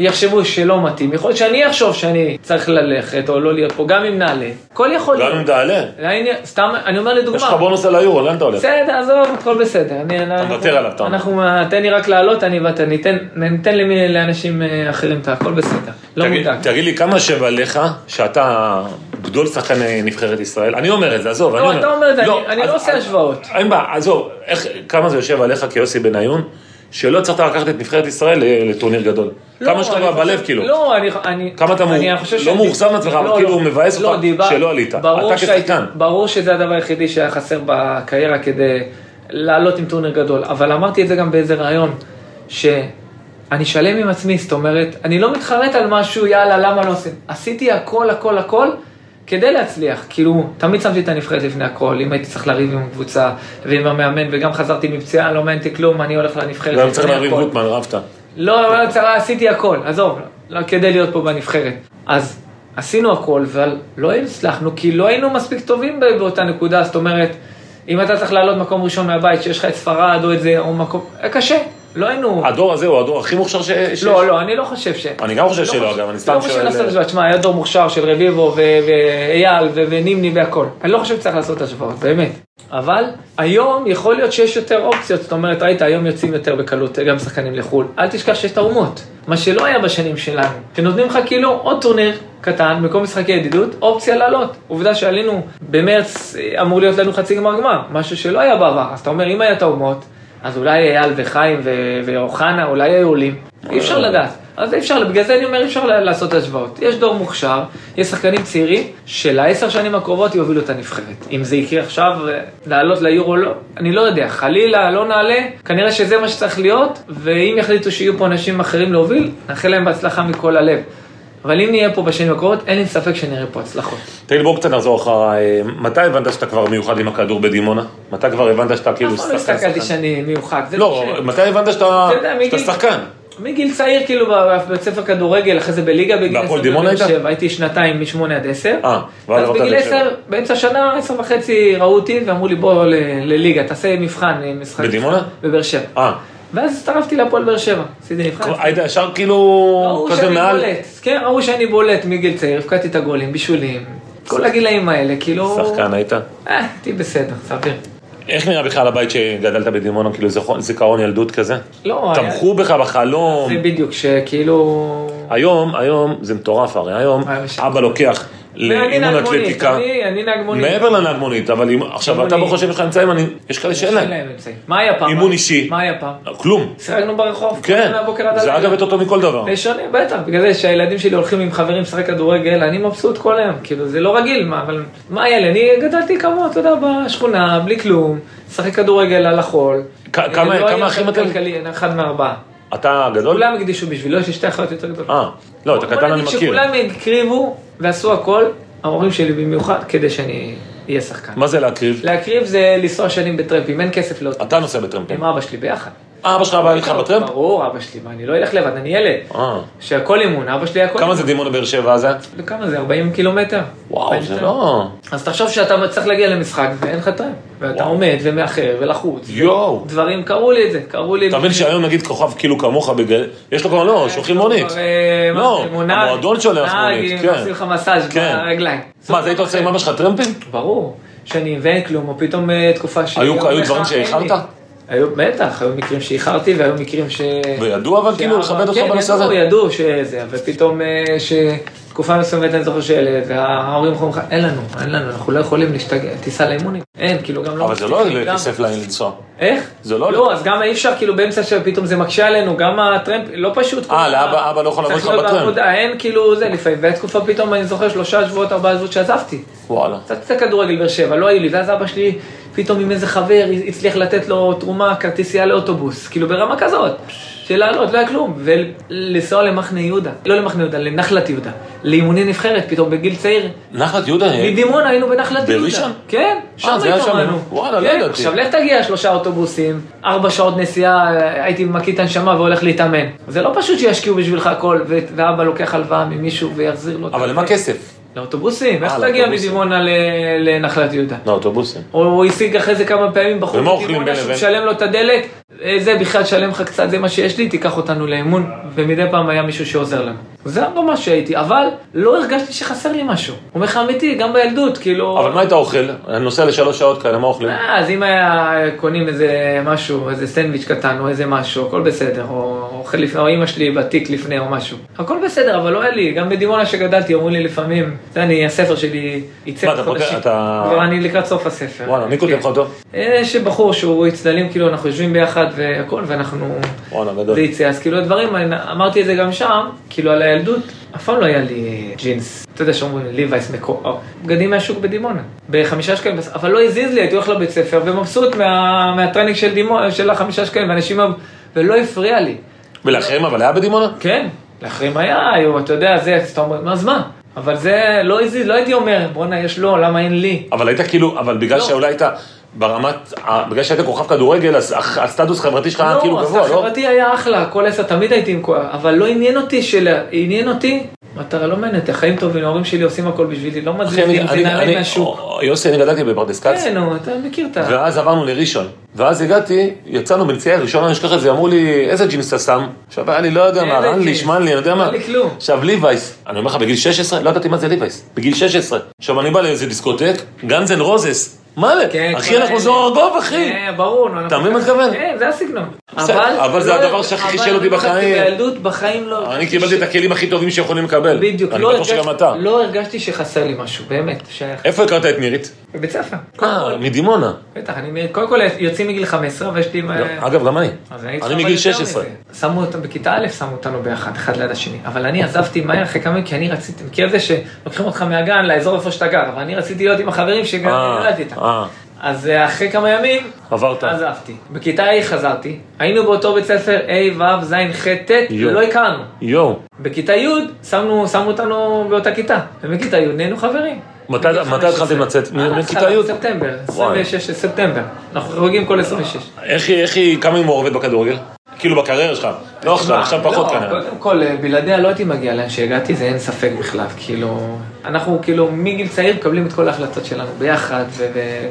C: יחשבו שלא מתאים, יכול להיות שאני אחשוב שאני צריך ללכת או לא להיות פה, גם אם נעלה, הכל יכול
B: גם אם
C: להיות.
B: תעלה.
C: לעניין- סתם, אני
B: יש
C: אומר
B: לך
C: לדוגמה,
B: בונוס על היורו, לאן אתה הולך?
C: בסדר, עזוב, הכל בסדר. אני- אנחנו-
B: מוותר עליו, אתה אומר.
C: אנחנו, תן לי רק לעלות, אני ואתה, ניתן ניתן למי- לאנשים אה, אחרים את הכל בסדר. לא
B: תגיד-
C: מודאג.
B: תגיד לי, כמה יושב עליך שאתה גדול שחקן אה, נבחרת ישראל? אני אומר את זה, עזוב.
C: לא, אתה אומר את זה, אני- אני
B: אז-
C: לא עושה
B: אז-
C: השוואות.
B: אין בעיה, עזוב. איך- כמה זה יושב עליך כיוסי בניון, שלא הצלחת לקחת את נבחרת ישראל ל- לטורניר גדול?
C: לא,
B: כמה שאתה
C: אני
B: בא
C: חושב-
B: בלב, כאילו.
C: לא, אני... אני
B: כמה אתה מאו-
C: אני חושב
B: לא
C: שאני-
B: מאוכזב מעצמך, אבל
C: לא,
B: כאילו
C: לא.
B: הוא מבאס
C: לא,
B: אותך
C: דיבר-
B: שלא עלית.
C: ברור
B: אתה
C: שהייתי-
B: כשחקן.
C: ברור שזה הדבר היחידי שהיה חסר בקריירה כדי לעלות עם טורניר גדול, אבל אמרתי את זה גם באיזה ראיון, שאני שלם עם עצמי, זאת אומרת, אני לא מתחרט על משהו, יאללה, למה לא עושים? עשיתי הכל, הכל, הכל. כדי להצליח, כאילו, תמיד שמתי את הנבחרת לפני הכל, אם הייתי צריך לריב עם הקבוצה ועם המאמן, וגם חזרתי מפציעה, לא מעניין אותי כלום, אני הולך לנבחרת
B: גם צריך
C: לפני
B: להבין
C: הכל.
B: גוטמן, רבת.
C: לא, אבל הצרה, עשיתי הכל, עזוב, לא, כדי להיות פה בנבחרת. אז עשינו הכל, אבל לא הצלחנו, כי לא היינו מספיק טובים ב- באותה נקודה, זאת אומרת, אם אתה צריך לעלות מקום ראשון מהבית, שיש לך את ספרד או את זה, או מקום, היה קשה, לא היינו...
B: הדור הזה הוא הדור הכי מוכשר ש- שיש.
C: לא, לא, אני לא חושב ש...
B: אני גם חושב שלא, אגב, אני סתם
C: לא חושב
B: שואל,
C: לעשות
B: אה,
C: השוואות, תשמע, היה דור מוכשר של רביבו ו- ואייל ו- ונימני והכל. אני לא חושב שצריך לעשות השוואות, באמת. אבל היום יכול להיות שיש יותר אופציות, זאת אומרת, ראית, היום יוצאים יותר בקלות גם שחקנים לחו"ל. אל תשכח שיש את האומות, מה שלא היה בשנים שלנו. שנותנים לך כאילו עוד טורניר קטן, במקום משחקי ידידות, אופציה לעלות. עובדה שעלינו, במרץ אה, אמור להיות לנו חצי גמר גמר, משהו שלא היה בעבר. אז אתה אומר, אם היה את האומות, אז אולי אייל וחיים ו- ואוחנה, אולי היו עולים. אי אפשר לדעת. אז אי אפשר, בגלל זה אני אומר, אי אפשר לה- לעשות השוואות. יש דור מוכשר, יש שחקנים צעירים, שלעשר שנים הקרובות יובילו את הנבחרת. אם זה יקרה עכשיו, אה, לעלות ליורו לא, אני לא יודע. חלילה, לא נעלה, כנראה שזה מה שצריך להיות, ואם יחליטו שיהיו פה אנשים אחרים להוביל, נאחל להם בהצלחה מכל הלב. אבל אם נהיה פה בשנים הקרובות, אין לי ספק שנראה פה הצלחות.
B: תגיד, בואו קצת נחזור אחריי. אה, מתי הבנת שאתה כבר מיוחד עם הכדור בדימונה? מתי כבר הבנת שאתה כאילו
C: אף פעם לא הסתכלתי שאני מיוחד. זה
B: לא,
C: ש-
B: מתי הבנת שאתה
C: אתה יודע,
B: שאתה
C: מגיל-
B: שחקן?
C: מגיל צעיר, כאילו, בבית ספר כדורגל, אחרי זה בליגה, בגיל
B: בהפועל דימונה היית?
C: שבע, הייתי שנתיים, משמונה עד עשר.
B: אה, ואז
C: אז
B: עברת
C: בגיל
B: לבאר שבע.
C: עשר, באמצע שנה, עשר וחצי, ראו אותי ואמרו לי, בוא ל- לליגה, תעשה מבחן, אה, משחק.
B: בדימונה?
C: בבאר שבע.
B: אה,
C: ואז הצטרפתי להפועל באר שבע, עשיתי מבחן.
B: היית ישר כאילו
C: ראו
B: כזה
C: שאני
B: מעל?
C: בולט, כן, ראו שאני בולט מגיל צעיר, הבקעתי את הגולים, בישולים, כל הגילאים האלה, כאילו...
B: שחקן היית?
C: אה, הייתי בסדר, סביר.
B: איך נראה בכלל הבית שגדלת בדימונה? כאילו זכרון- זיכרון ילדות כזה?
C: לא, היה-
B: תמכו בך בחלום.
C: זה בדיוק, שכאילו...
B: היום, היום, זה מטורף הרי, היום
C: היה משנה.
B: אבא לוקח
C: ואני
B: לאימון
C: נהג מונית,
B: אתלטיקה.
C: אני- אני נהג מונית.
B: מעבר לנהג מונית, אבל אם- עכשיו
C: אימון
B: אתה
C: היא-
B: ברוך השם יש לך אמצעים, אני- יש כאלה שאין
C: שאין
B: להם.
C: להם אמצעים. מה היה פעם?
B: אימון אישי.
C: מה היה פעם?
B: כלום.
C: שיחקנו ברחוב.
B: כן,
C: מהבוקר עד
B: זה
C: הלילה.
B: אגב יותר טוב מכל דבר.
C: זה שונה, בטח, בגלל זה שהילדים שלי הולכים עם חברים לשחק כדורגל, אני מבסוט כל היום, כאילו זה לא רגיל, מה, אבל מה היה לי, אני גדלתי כמוהו, אתה יודע, בשכונה, בלי כלום, לשחק כדורגל על החול.
B: כ-
C: אה,
B: כמה-
C: לא
B: כמה
C: היה
B: אחים
C: חלק
B: אתם?
C: כלכלי, אני אחד מארבעה.
B: אתה גדול?
C: כולם הקדישו בשבילו, יש לי שתי אחיות יותר גדולות.
B: אה, לא, את
C: בוא
B: הקטן אני
C: נגיד
B: מכיר.
C: שכולם הקריבו ועשו הכל, ההורים שלי במיוחד, כדי שאני אהיה שחקן.
B: מה זה להקריב?
C: להקריב זה לנסוע שנים בטרמפים, אין כסף לאוטו.
B: אתה נוסע בטרמפים.
C: עם אבא שלי ביחד.
B: אבא שלך בא אה,
C: לא,
B: איתך בטרמפ?
C: ברור, אבא שלי, מה, אני לא אלך לבד, אני ילד.
B: אה.
C: שהכל אימון, אבא שלי הכל
B: כמה זה דימונה באר שבע אז?
C: אימון. כמה זה? 40 קילומטר.
B: וואו, זה
C: 42.
B: לא...
C: אז תחשוב שאתה צריך להגיע למשחק ואין לך טרם. ואתה
B: וואו.
C: עומד ומאחר ולחוץ.
B: יואו.
C: דברים, קראו לי את זה, קראו לי...
B: אתה מבין שהיום נגיד כוכב כאילו כמוך בגלל... יש לו כבר לא, שולחים מונית.
C: כבר, אה, מה
B: לא,
C: זה, מונאז',
B: המועדון שולח
C: נהג,
B: מונית,
C: אה,
B: כן.
C: עושים לך מסאז'
B: כן.
C: ברגליים.
B: מה, אז היית עושה עם אבא שלך טרמפים?
C: ברור, שאני ואין כלום, או פתאום אה, תקופה ש...
B: היו- היו
C: יום
B: דברים
C: אחד אין
B: שאיחרת?
C: לי. היו, בטח, היו מקרים שאיחרתי והיו מקרים ש...
B: וידעו אבל כאילו
C: שאבא-
B: לכבד אותך בנושא הזה?
C: כן, ידעו, ידעו שזה, ופתאום אה, שתקופה מסוימת אני זוכר שאלה, וההורים אומרים לך, אין לנו, אין לנו, אנחנו לא יכולים להשתגע, תיסע לאימונים. אין, כאילו גם לא...
B: אבל זה לא
C: מצליחים, גם-
B: כסף להם לנסוע.
C: איך?
B: זה לא-
C: לא, אז גם אי אפשר, כאילו באמצע השבוע פתאום זה מקשה עלינו, גם הטרמפ, לא פשוט.
B: אה, לאבא- אבא לא יכול לבוא
C: צריך
B: איתך
C: להיות
B: בטרמפ.
C: בעבודה, אין כאילו זה, לפעמים, והתקופה פתאום, אני זוכר שלושה שבועות, ארבעה שבועות שעזבתי.
B: וואלה.
C: קצת קצת כדורגל באר שבע, לא היו לי, ואז אבא שלי פתאום עם איזה חבר הצליח לתת לו תרומה, כרטיסייה לאוטובוס, כאילו ברמה כזאת, של לעלות, לא היה כלום, ולנסוע למחנה יהודה, לא למחנה יהודה, לנחלת יהודה, לאימוני נבחרת, פתאום בגיל צעיר,
B: נחת יהודה, אה,
C: מדימונה היינו בנחלת יהודה.
B: בראשון?
C: כן, שם
B: זה היה
C: התאמנו.
B: שם. וואלה, לא
C: כן,
B: ידעתי.
C: עכשיו לך תגיע שלושה אוטובוסים, ארבע שעות נסיעה, הייתי מקיט הנשמה והולך להתאמן. זה לא פשוט שישקיעו בשבילך הכל, ו- ואבא לוקח הלוואה ממישהו ויחזיר לו. את
B: אבל
C: זה.
B: למה כסף?
C: לאוטובוסים, איך
B: אה,
C: תגיע
B: לאוטובוסים.
C: מדימונה ל- לנחלת יהודה?
B: לאוטובוסים.
C: הוא השיג אחרי זה כמה פעמים בחור
B: ומה אוכלים
C: מדימונה
B: בין לבין?
C: שמשלם לו את הדלק, אה, זה בכלל שלם לך קצת, זה מה שיש לי, תיקח אותנו לאמון, ומדי פעם היה מישהו שעוזר לנו. זה הבמה שהייתי, אבל לא הרגשתי שחסר לי משהו. הוא אומר לך אמיתי, גם בילדות, כאילו...
B: אבל מה היית אוכל? אני נוסע לשלוש שעות כאלה, מה אוכלים?
C: אה, אז אם היה קונים איזה משהו, איזה סנדוויץ' קטן או איזה משהו, הכל בסדר, או אוכל לפני, או אמא שלי בתיק לפני או משהו. הכל בסדר, אבל לא היה לי, גם בדימונה שגדלתי, אמרו לי לפעמים, זה אני, הספר שלי
B: מה,
C: יצא
B: אתה
C: בחודשים.
B: פותח- אתה-
C: כבר אני לקראת סוף הספר.
B: וואלה, מי כותב לך אותו?
C: אה, שבחור שהוא צללים, כאילו אנחנו יושבים ביחד והכל, ואנחנו...
B: וואלה, גדול.
C: זה יצא, אז כאילו הדברים, אמרתי את זה גם שם, כאילו על הילדות, אף פעם לא היה לי ג'ינס, אתה יודע שאומרים לי ליווייס מקור, בגדים מהשוק בדימונה, בחמישה שקלים, אבל לא הזיז לי, הייתי הולך לבית ספר ומבסוט מה, מהטרנינג של דימונה, של החמישה שקלים, ואנשים, היו- ולא הפריע לי,
B: ולאחרים אבל היה בדימונה?
C: כן, לאחרים היה, היו, אתה יודע, זה, אז אתה אומר, אז מה? אבל זה לא הזיז, לא הייתי אומר, בואנה יש לו, למה אין לי?
B: אבל היית כאילו, אבל בגלל
C: לא.
B: שאולי היית ברמת, ה- בגלל שהיית כוכב כדורגל, אז הח- הסטטוס החברתי שלך היה כאילו
C: לא,
B: גבוה, לא?
C: החברתי היה אחלה, כל עשר תמיד הייתי עם כל... אבל לא עניין אותי של... עניין אותי, מטרה לא מעניין אותי, חיים טובים, ההורים שלי עושים הכל בשבילי, לא
B: אחי,
C: מזיז
B: אני-
C: לי, זה
B: אני- אני-
C: נעלם מהשוק.
B: או- יוסי, אני גדלתי בפרדס כץ,
C: כן, נו, אתה מכיר את ה...
B: ואז עברנו לראשון. ואז הגעתי, יצאנו בנסיעה ראשונה, אני אשכח את זה, אמרו לי, איזה ג'ינס אתה שם? עכשיו היה לי, לא יודע
C: אין
B: מה,
C: לי
B: רן לי,
C: ג'ינס.
B: שמע לי, אני יודע מה.
C: אין לי כלום.
B: עכשיו ליווייס, אני אומר לך, בגיל 16, לא ידעתי מה זה ליווייס. בגיל 16. עכשיו אני בא לאיזה דיסקוטק, גאנז אנד רוזס. מה
C: כן,
B: זה?
C: כל
B: אחי, אנחנו
C: האלה.
B: זוהר הגוב, אחי.
C: כן, ברור, נו.
B: אתה מבין מה אני מתכוון?
C: כן, זה הסגנון.
B: בסדר, אבל זה
C: לא-
B: הדבר שהכי
C: אבל
B: חישל אותי
C: לא הרגשתי
B: בחיים.
C: בילדות, בחיים לא...
B: אני קיבלתי את הכלים הכי טובים שיכולים לקבל.
C: בדיוק,
B: אני
C: לא
B: בטוח
C: הרגשתי-
B: שגם אתה.
C: לא הרגשתי שחסר לי משהו, באמת, שייך.
B: איפה הכרת את נירית?
C: בבית ספר.
B: אה, מדימונה.
C: בטח, אני מ- קודם כל יוצאים מגיל 15, אבל יש לי...
B: לא,
C: אה,
B: אגב, גם אני.
C: אז הייתי
B: אני
C: שם
B: מגיל
C: יותר
B: 16.
C: מזה. שמו אותם בכיתה א', שמו אותנו ביחד, אחד ליד השני. אבל אני עזבתי מהר אחרי כמה ימים, כי אני רציתי, מכיר את זה שלוקחים אותך מהגן לאזור איפה שאתה גר, אבל אני רציתי להיות עם החברים שגם
B: אה,
C: נולדתי איתם.
B: אה,
C: אז אה, אחרי כמה ימים,
B: עברת.
C: עזבתי. בכיתה ה' חזרתי, היינו באותו בית ספר ה', ו', ז', ח', ט',
B: יו.
C: ולא הכרנו.
B: יואו.
C: בכיתה י' שמנו, שמו אותנו באותה כיתה, ובכיתה י' נהיינו חברים.
B: מתי-
C: בגיל
B: מתי
C: 15.
B: התחלתם לצאת? מ-
C: אה,
B: מכיתה י'?
C: ספטמבר,
B: וואי.
C: 26 ספטמבר. אנחנו חוגגים כל 26.
B: איך היא, איך היא, כמה היא מעורבת בכדורגל? כאילו בקריירה שלך. לא עכשיו,
C: תשמע,
B: עכשיו פחות
C: לא,
B: כנראה.
C: קודם כל, אה, בלעדיה לא הייתי מגיע לאן שהגעתי, זה אין ספק בכלל. כאילו, אנחנו כאילו מגיל צעיר מקבלים את כל ההחלטות שלנו ביחד, ו-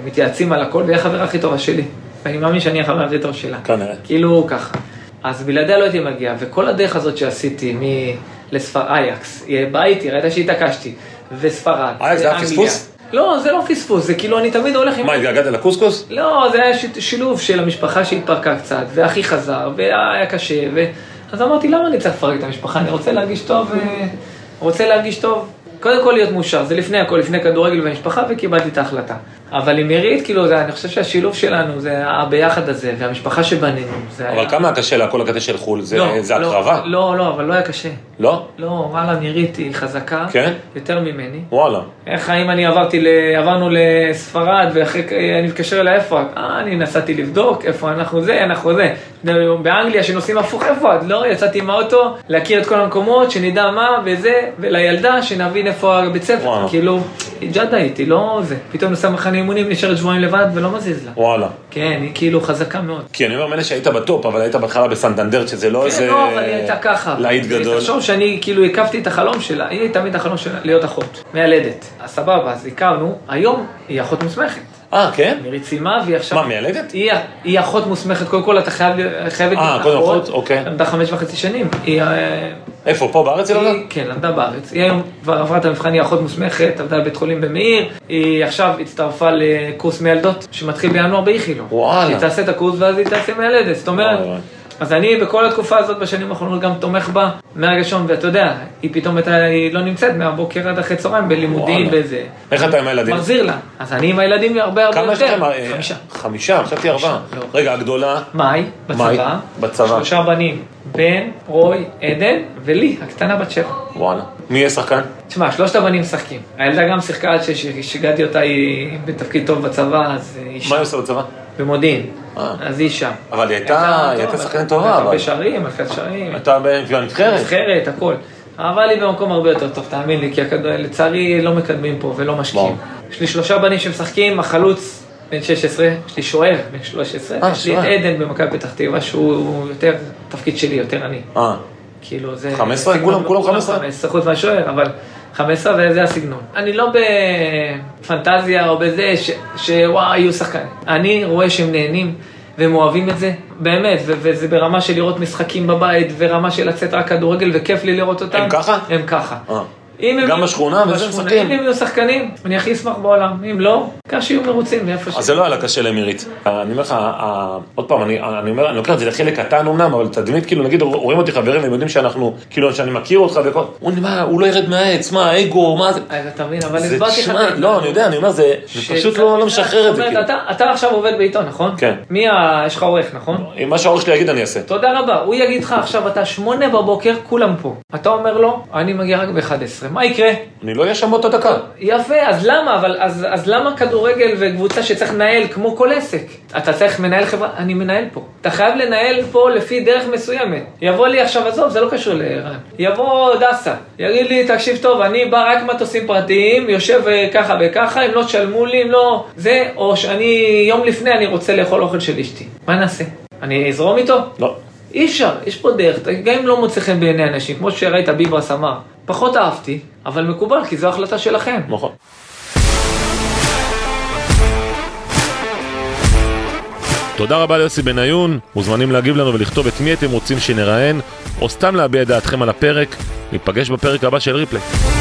C: ומתייעצים על הכל, והיא החברה הכי טובה שלי. ואני מאמין שאני החברה הכי טובה שלה.
B: כנראה.
C: כאילו ככה. אז בלעדיה לא הייתי מגיע, וכל הדרך הזאת שעשיתי מ... לספרד, אייקס, היא באה איתי, ראית שהתעקשתי, וספרד.
B: אייקס זה היה
C: ואנגליה.
B: פספוס?
C: לא, זה לא פספוס, זה כאילו אני תמיד הולך עם...
B: מה, התגעגעת לקוסקוס?
C: לא, זה היה ש- שילוב של המשפחה שהתפרקה קצת, ואחי חזר, והיה קשה, ו... אז אמרתי, למה אני צריך לפרק את המשפחה? אני רוצה להרגיש טוב, אה, רוצה להרגיש טוב. קודם כל להיות מאושר, זה לפני הכל, לפני כדורגל ומשפחה, וקיבלתי את ההחלטה. אבל עם עירית, כאילו, זה, אני חושב שהשילוב שלנו, זה הביחד הזה, והמשפחה שבנינו, זה היה...
B: אבל כמה היה קשה לה כל הקטע של חו"ל? זה זה הקרבה?
C: לא, לא, לא, אבל לא היה קשה.
B: לא?
C: לא, וואלה, עירית היא חזקה,
B: כן?
C: יותר ממני.
B: וואלה.
C: איך האם אני עברתי, ל... עברנו לספרד, ואחרי, אני מתקשר אליה, איפה את? אה, אני נסעתי לבדוק, איפה אנחנו זה, אנחנו זה. באנגליה שנוסעים הפוך, איפה את? לא, יצאתי מהאוטו, להכיר את כל המקומות, שנדע מה וזה, ולילדה, שנבין איפה הבית ספר.
B: וואו.
C: כאילו, היא ג'אדה איתי, לא זה. פתאום נוסע מחנה אימונים, נשארת שבועיים לבד, ולא מזיז לה.
B: וואלה.
C: כן, היא כאילו חזקה מאוד.
B: כי אני אומר, מילא שהיית בטופ, אבל היית בהתחלה בסנטנדר, שזה לא איזה...
C: כן, לא, אבל היא הייתה ככה.
B: להיט גדול.
C: תחשוב שאני כאילו הקפתי את החלום שלה, היא תמיד החלום שלה להיות אחות, מיילדת. אז סבבה, אז הכרנו, היום היא אחות מוסמכת.
B: אה, כן?
C: מירי סיימה, והיא עכשיו...
B: מה, מיילדת?
C: היא, היא אחות מוסמכת, קודם כל אתה חייב, להיות- חייבת...
B: אה,
C: להיות
B: קודם אחות, אוקיי.
C: למדה חמש וחצי שנים. היא, אה,
B: איפה, פה בארץ היא לא
C: היא, כן, למדה בארץ. היא היום כבר עברה את המבחן, היא אחות מוסמכת, עבדה בבית חולים במאיר. היא עכשיו הצטרפה לקורס מיילדות, שמתחיל בינואר באיכילוב.
B: וואלה.
C: היא תעשה את הקורס ואז היא תעשה מיילדת, זאת אומרת...
B: וואי, וואי.
C: אז אני בכל התקופה הזאת בשנים האחרונות גם תומך בה מהראשון, ואתה יודע, היא פתאום הייתה, היא לא נמצאת מהבוקר עד אחרי צהריים בלימודים,
B: וואלה.
C: בזה.
B: איך אתה עם הילדים?
C: מחזיר לה. אז אני עם הילדים הרבה הרבה
B: כמה יש
C: יותר.
B: לכם? אה,
C: חמישה.
B: חמישה, חשבתי ארבעה.
C: לא.
B: רגע, הגדולה,
C: מאי,
B: מאי,
C: בצבא.
B: בצבא.
C: שלושה בנים, בן, רוי, עדן, ולי, הקטנה בת שבע.
B: וואלה. מי יהיה שחקן?
C: תשמע, שלושת הבנים משחקים. הילדה גם שיחקה עד ששיגעתי אותה, היא בתפקיד טוב בצבא, אז היא
B: מה
C: שם.
B: היא עושה בצבא?
C: במודיעין.
B: אה.
C: אז היא שם.
B: אבל היא הייתה, היא הייתה שחקנית טובה,
C: הייתה
B: אבל. אה,
C: בשערים, מלכת שערים.
B: הייתה בנבחרת.
C: נבחרת, הכל. אבל היא במקום הרבה יותר טוב, תאמין לי, כי הכדור- לצערי לא מקדמים פה ולא משקיעים. יש לי שלושה בנים שמשחקים, החלוץ בן 16, יש לי שוער בן 13,
B: אה,
C: יש לי את
B: שוער.
C: עדן במכבי פתח תקווה, שהוא יותר, תפקיד שלי, יותר אני.
B: אה,
C: כאילו זה... לא
B: 15?
C: סגנון-
B: כולם- כולם 15?
C: 15 חוץ מהשוער, אבל 15 זה- זה הסגנון. אני לא בפנטזיה או בזה ש- שוואי, יהיו שחקנים. אני רואה שהם נהנים והם אוהבים את זה, באמת, ו- וזה ברמה של לראות משחקים בבית, ורמה של לצאת רק כדורגל, וכיף לי לראות אותם.
B: הם ככה?
C: הם ככה.
B: אה.
C: אם הם
B: גם
C: יהיו-
B: בשכונה, וזה
C: בשכונה.
B: משחקים.
C: אם הם יהיו שחקנים, אני הכי אשמח בעולם. אם לא, כך שיהיו מרוצים מאיפה ש...
B: אז זה לא היה קשה למירית. אני אומר לך, ה- עוד פעם, אני, אני אומר, אני לוקח את זה לחלק קטן אמנם, אבל תדמית, כאילו, נגיד, רואים אותי חברים, הם יודעים שאנחנו, כאילו, שאני מכיר אותך וכל... הוא אומר, מה, הוא לא ירד מהעץ, מה, האגו, מה זה?
C: אז אה, אתה מבין, אבל
B: זה
C: הסברתי לך...
B: תשמע, לא, אני יודע, אני אומר, זה זה פשוט לא לא משחרר את זה,
C: זאת
B: כאילו.
C: אומרת, אתה- אתה עכשיו עובד בעיתון, נכון?
B: כן.
C: מי ה... יש לך עורך, נכון?
B: אם מה שהעורך שלי יגיד, אני אעשה.
C: תודה רבה, הוא יגיד לך עכשיו, אתה שמונה בבוקר, כולם פה. אתה אומר לו, אני מגיע רק ב-11. מה יקרה?
B: אני לא אהיה שם באותה דקה.
C: יפה, אז למה? אבל אז, אז למה כדורגל וקבוצה שצריך לנהל כמו כל עסק? אתה צריך מנהל חברה, אני מנהל פה. אתה חייב לנהל פה לפי דרך מסוימת. יבוא לי עכשיו, עזוב, זה לא קשור לערן. יבוא דסה, יגיד לי, תקשיב טוב, אני בא רק מטוסים פרטיים, יושב אה, ככה וככה, אם לא תשלמו לי, אם לא... זה, או שאני יום לפני אני רוצה לאכול אוכל של אשתי. מה נעשה? אני אזרום איתו?
B: לא.
C: אי אפשר, יש פה דרך, גם אם לא מוצא חן בעיני אנשים, כמו שראית ביברס אמר, פחות אהבתי, אבל מקובל, כי זו החלטה שלכם.
B: נכון.
D: תודה רבה ליוסי בניון, מוזמנים להגיב לנו ולכתוב את מי אתם רוצים שנראיין, או סתם להביע את דעתכם על הפרק. ניפגש בפרק הבא של ריפלי.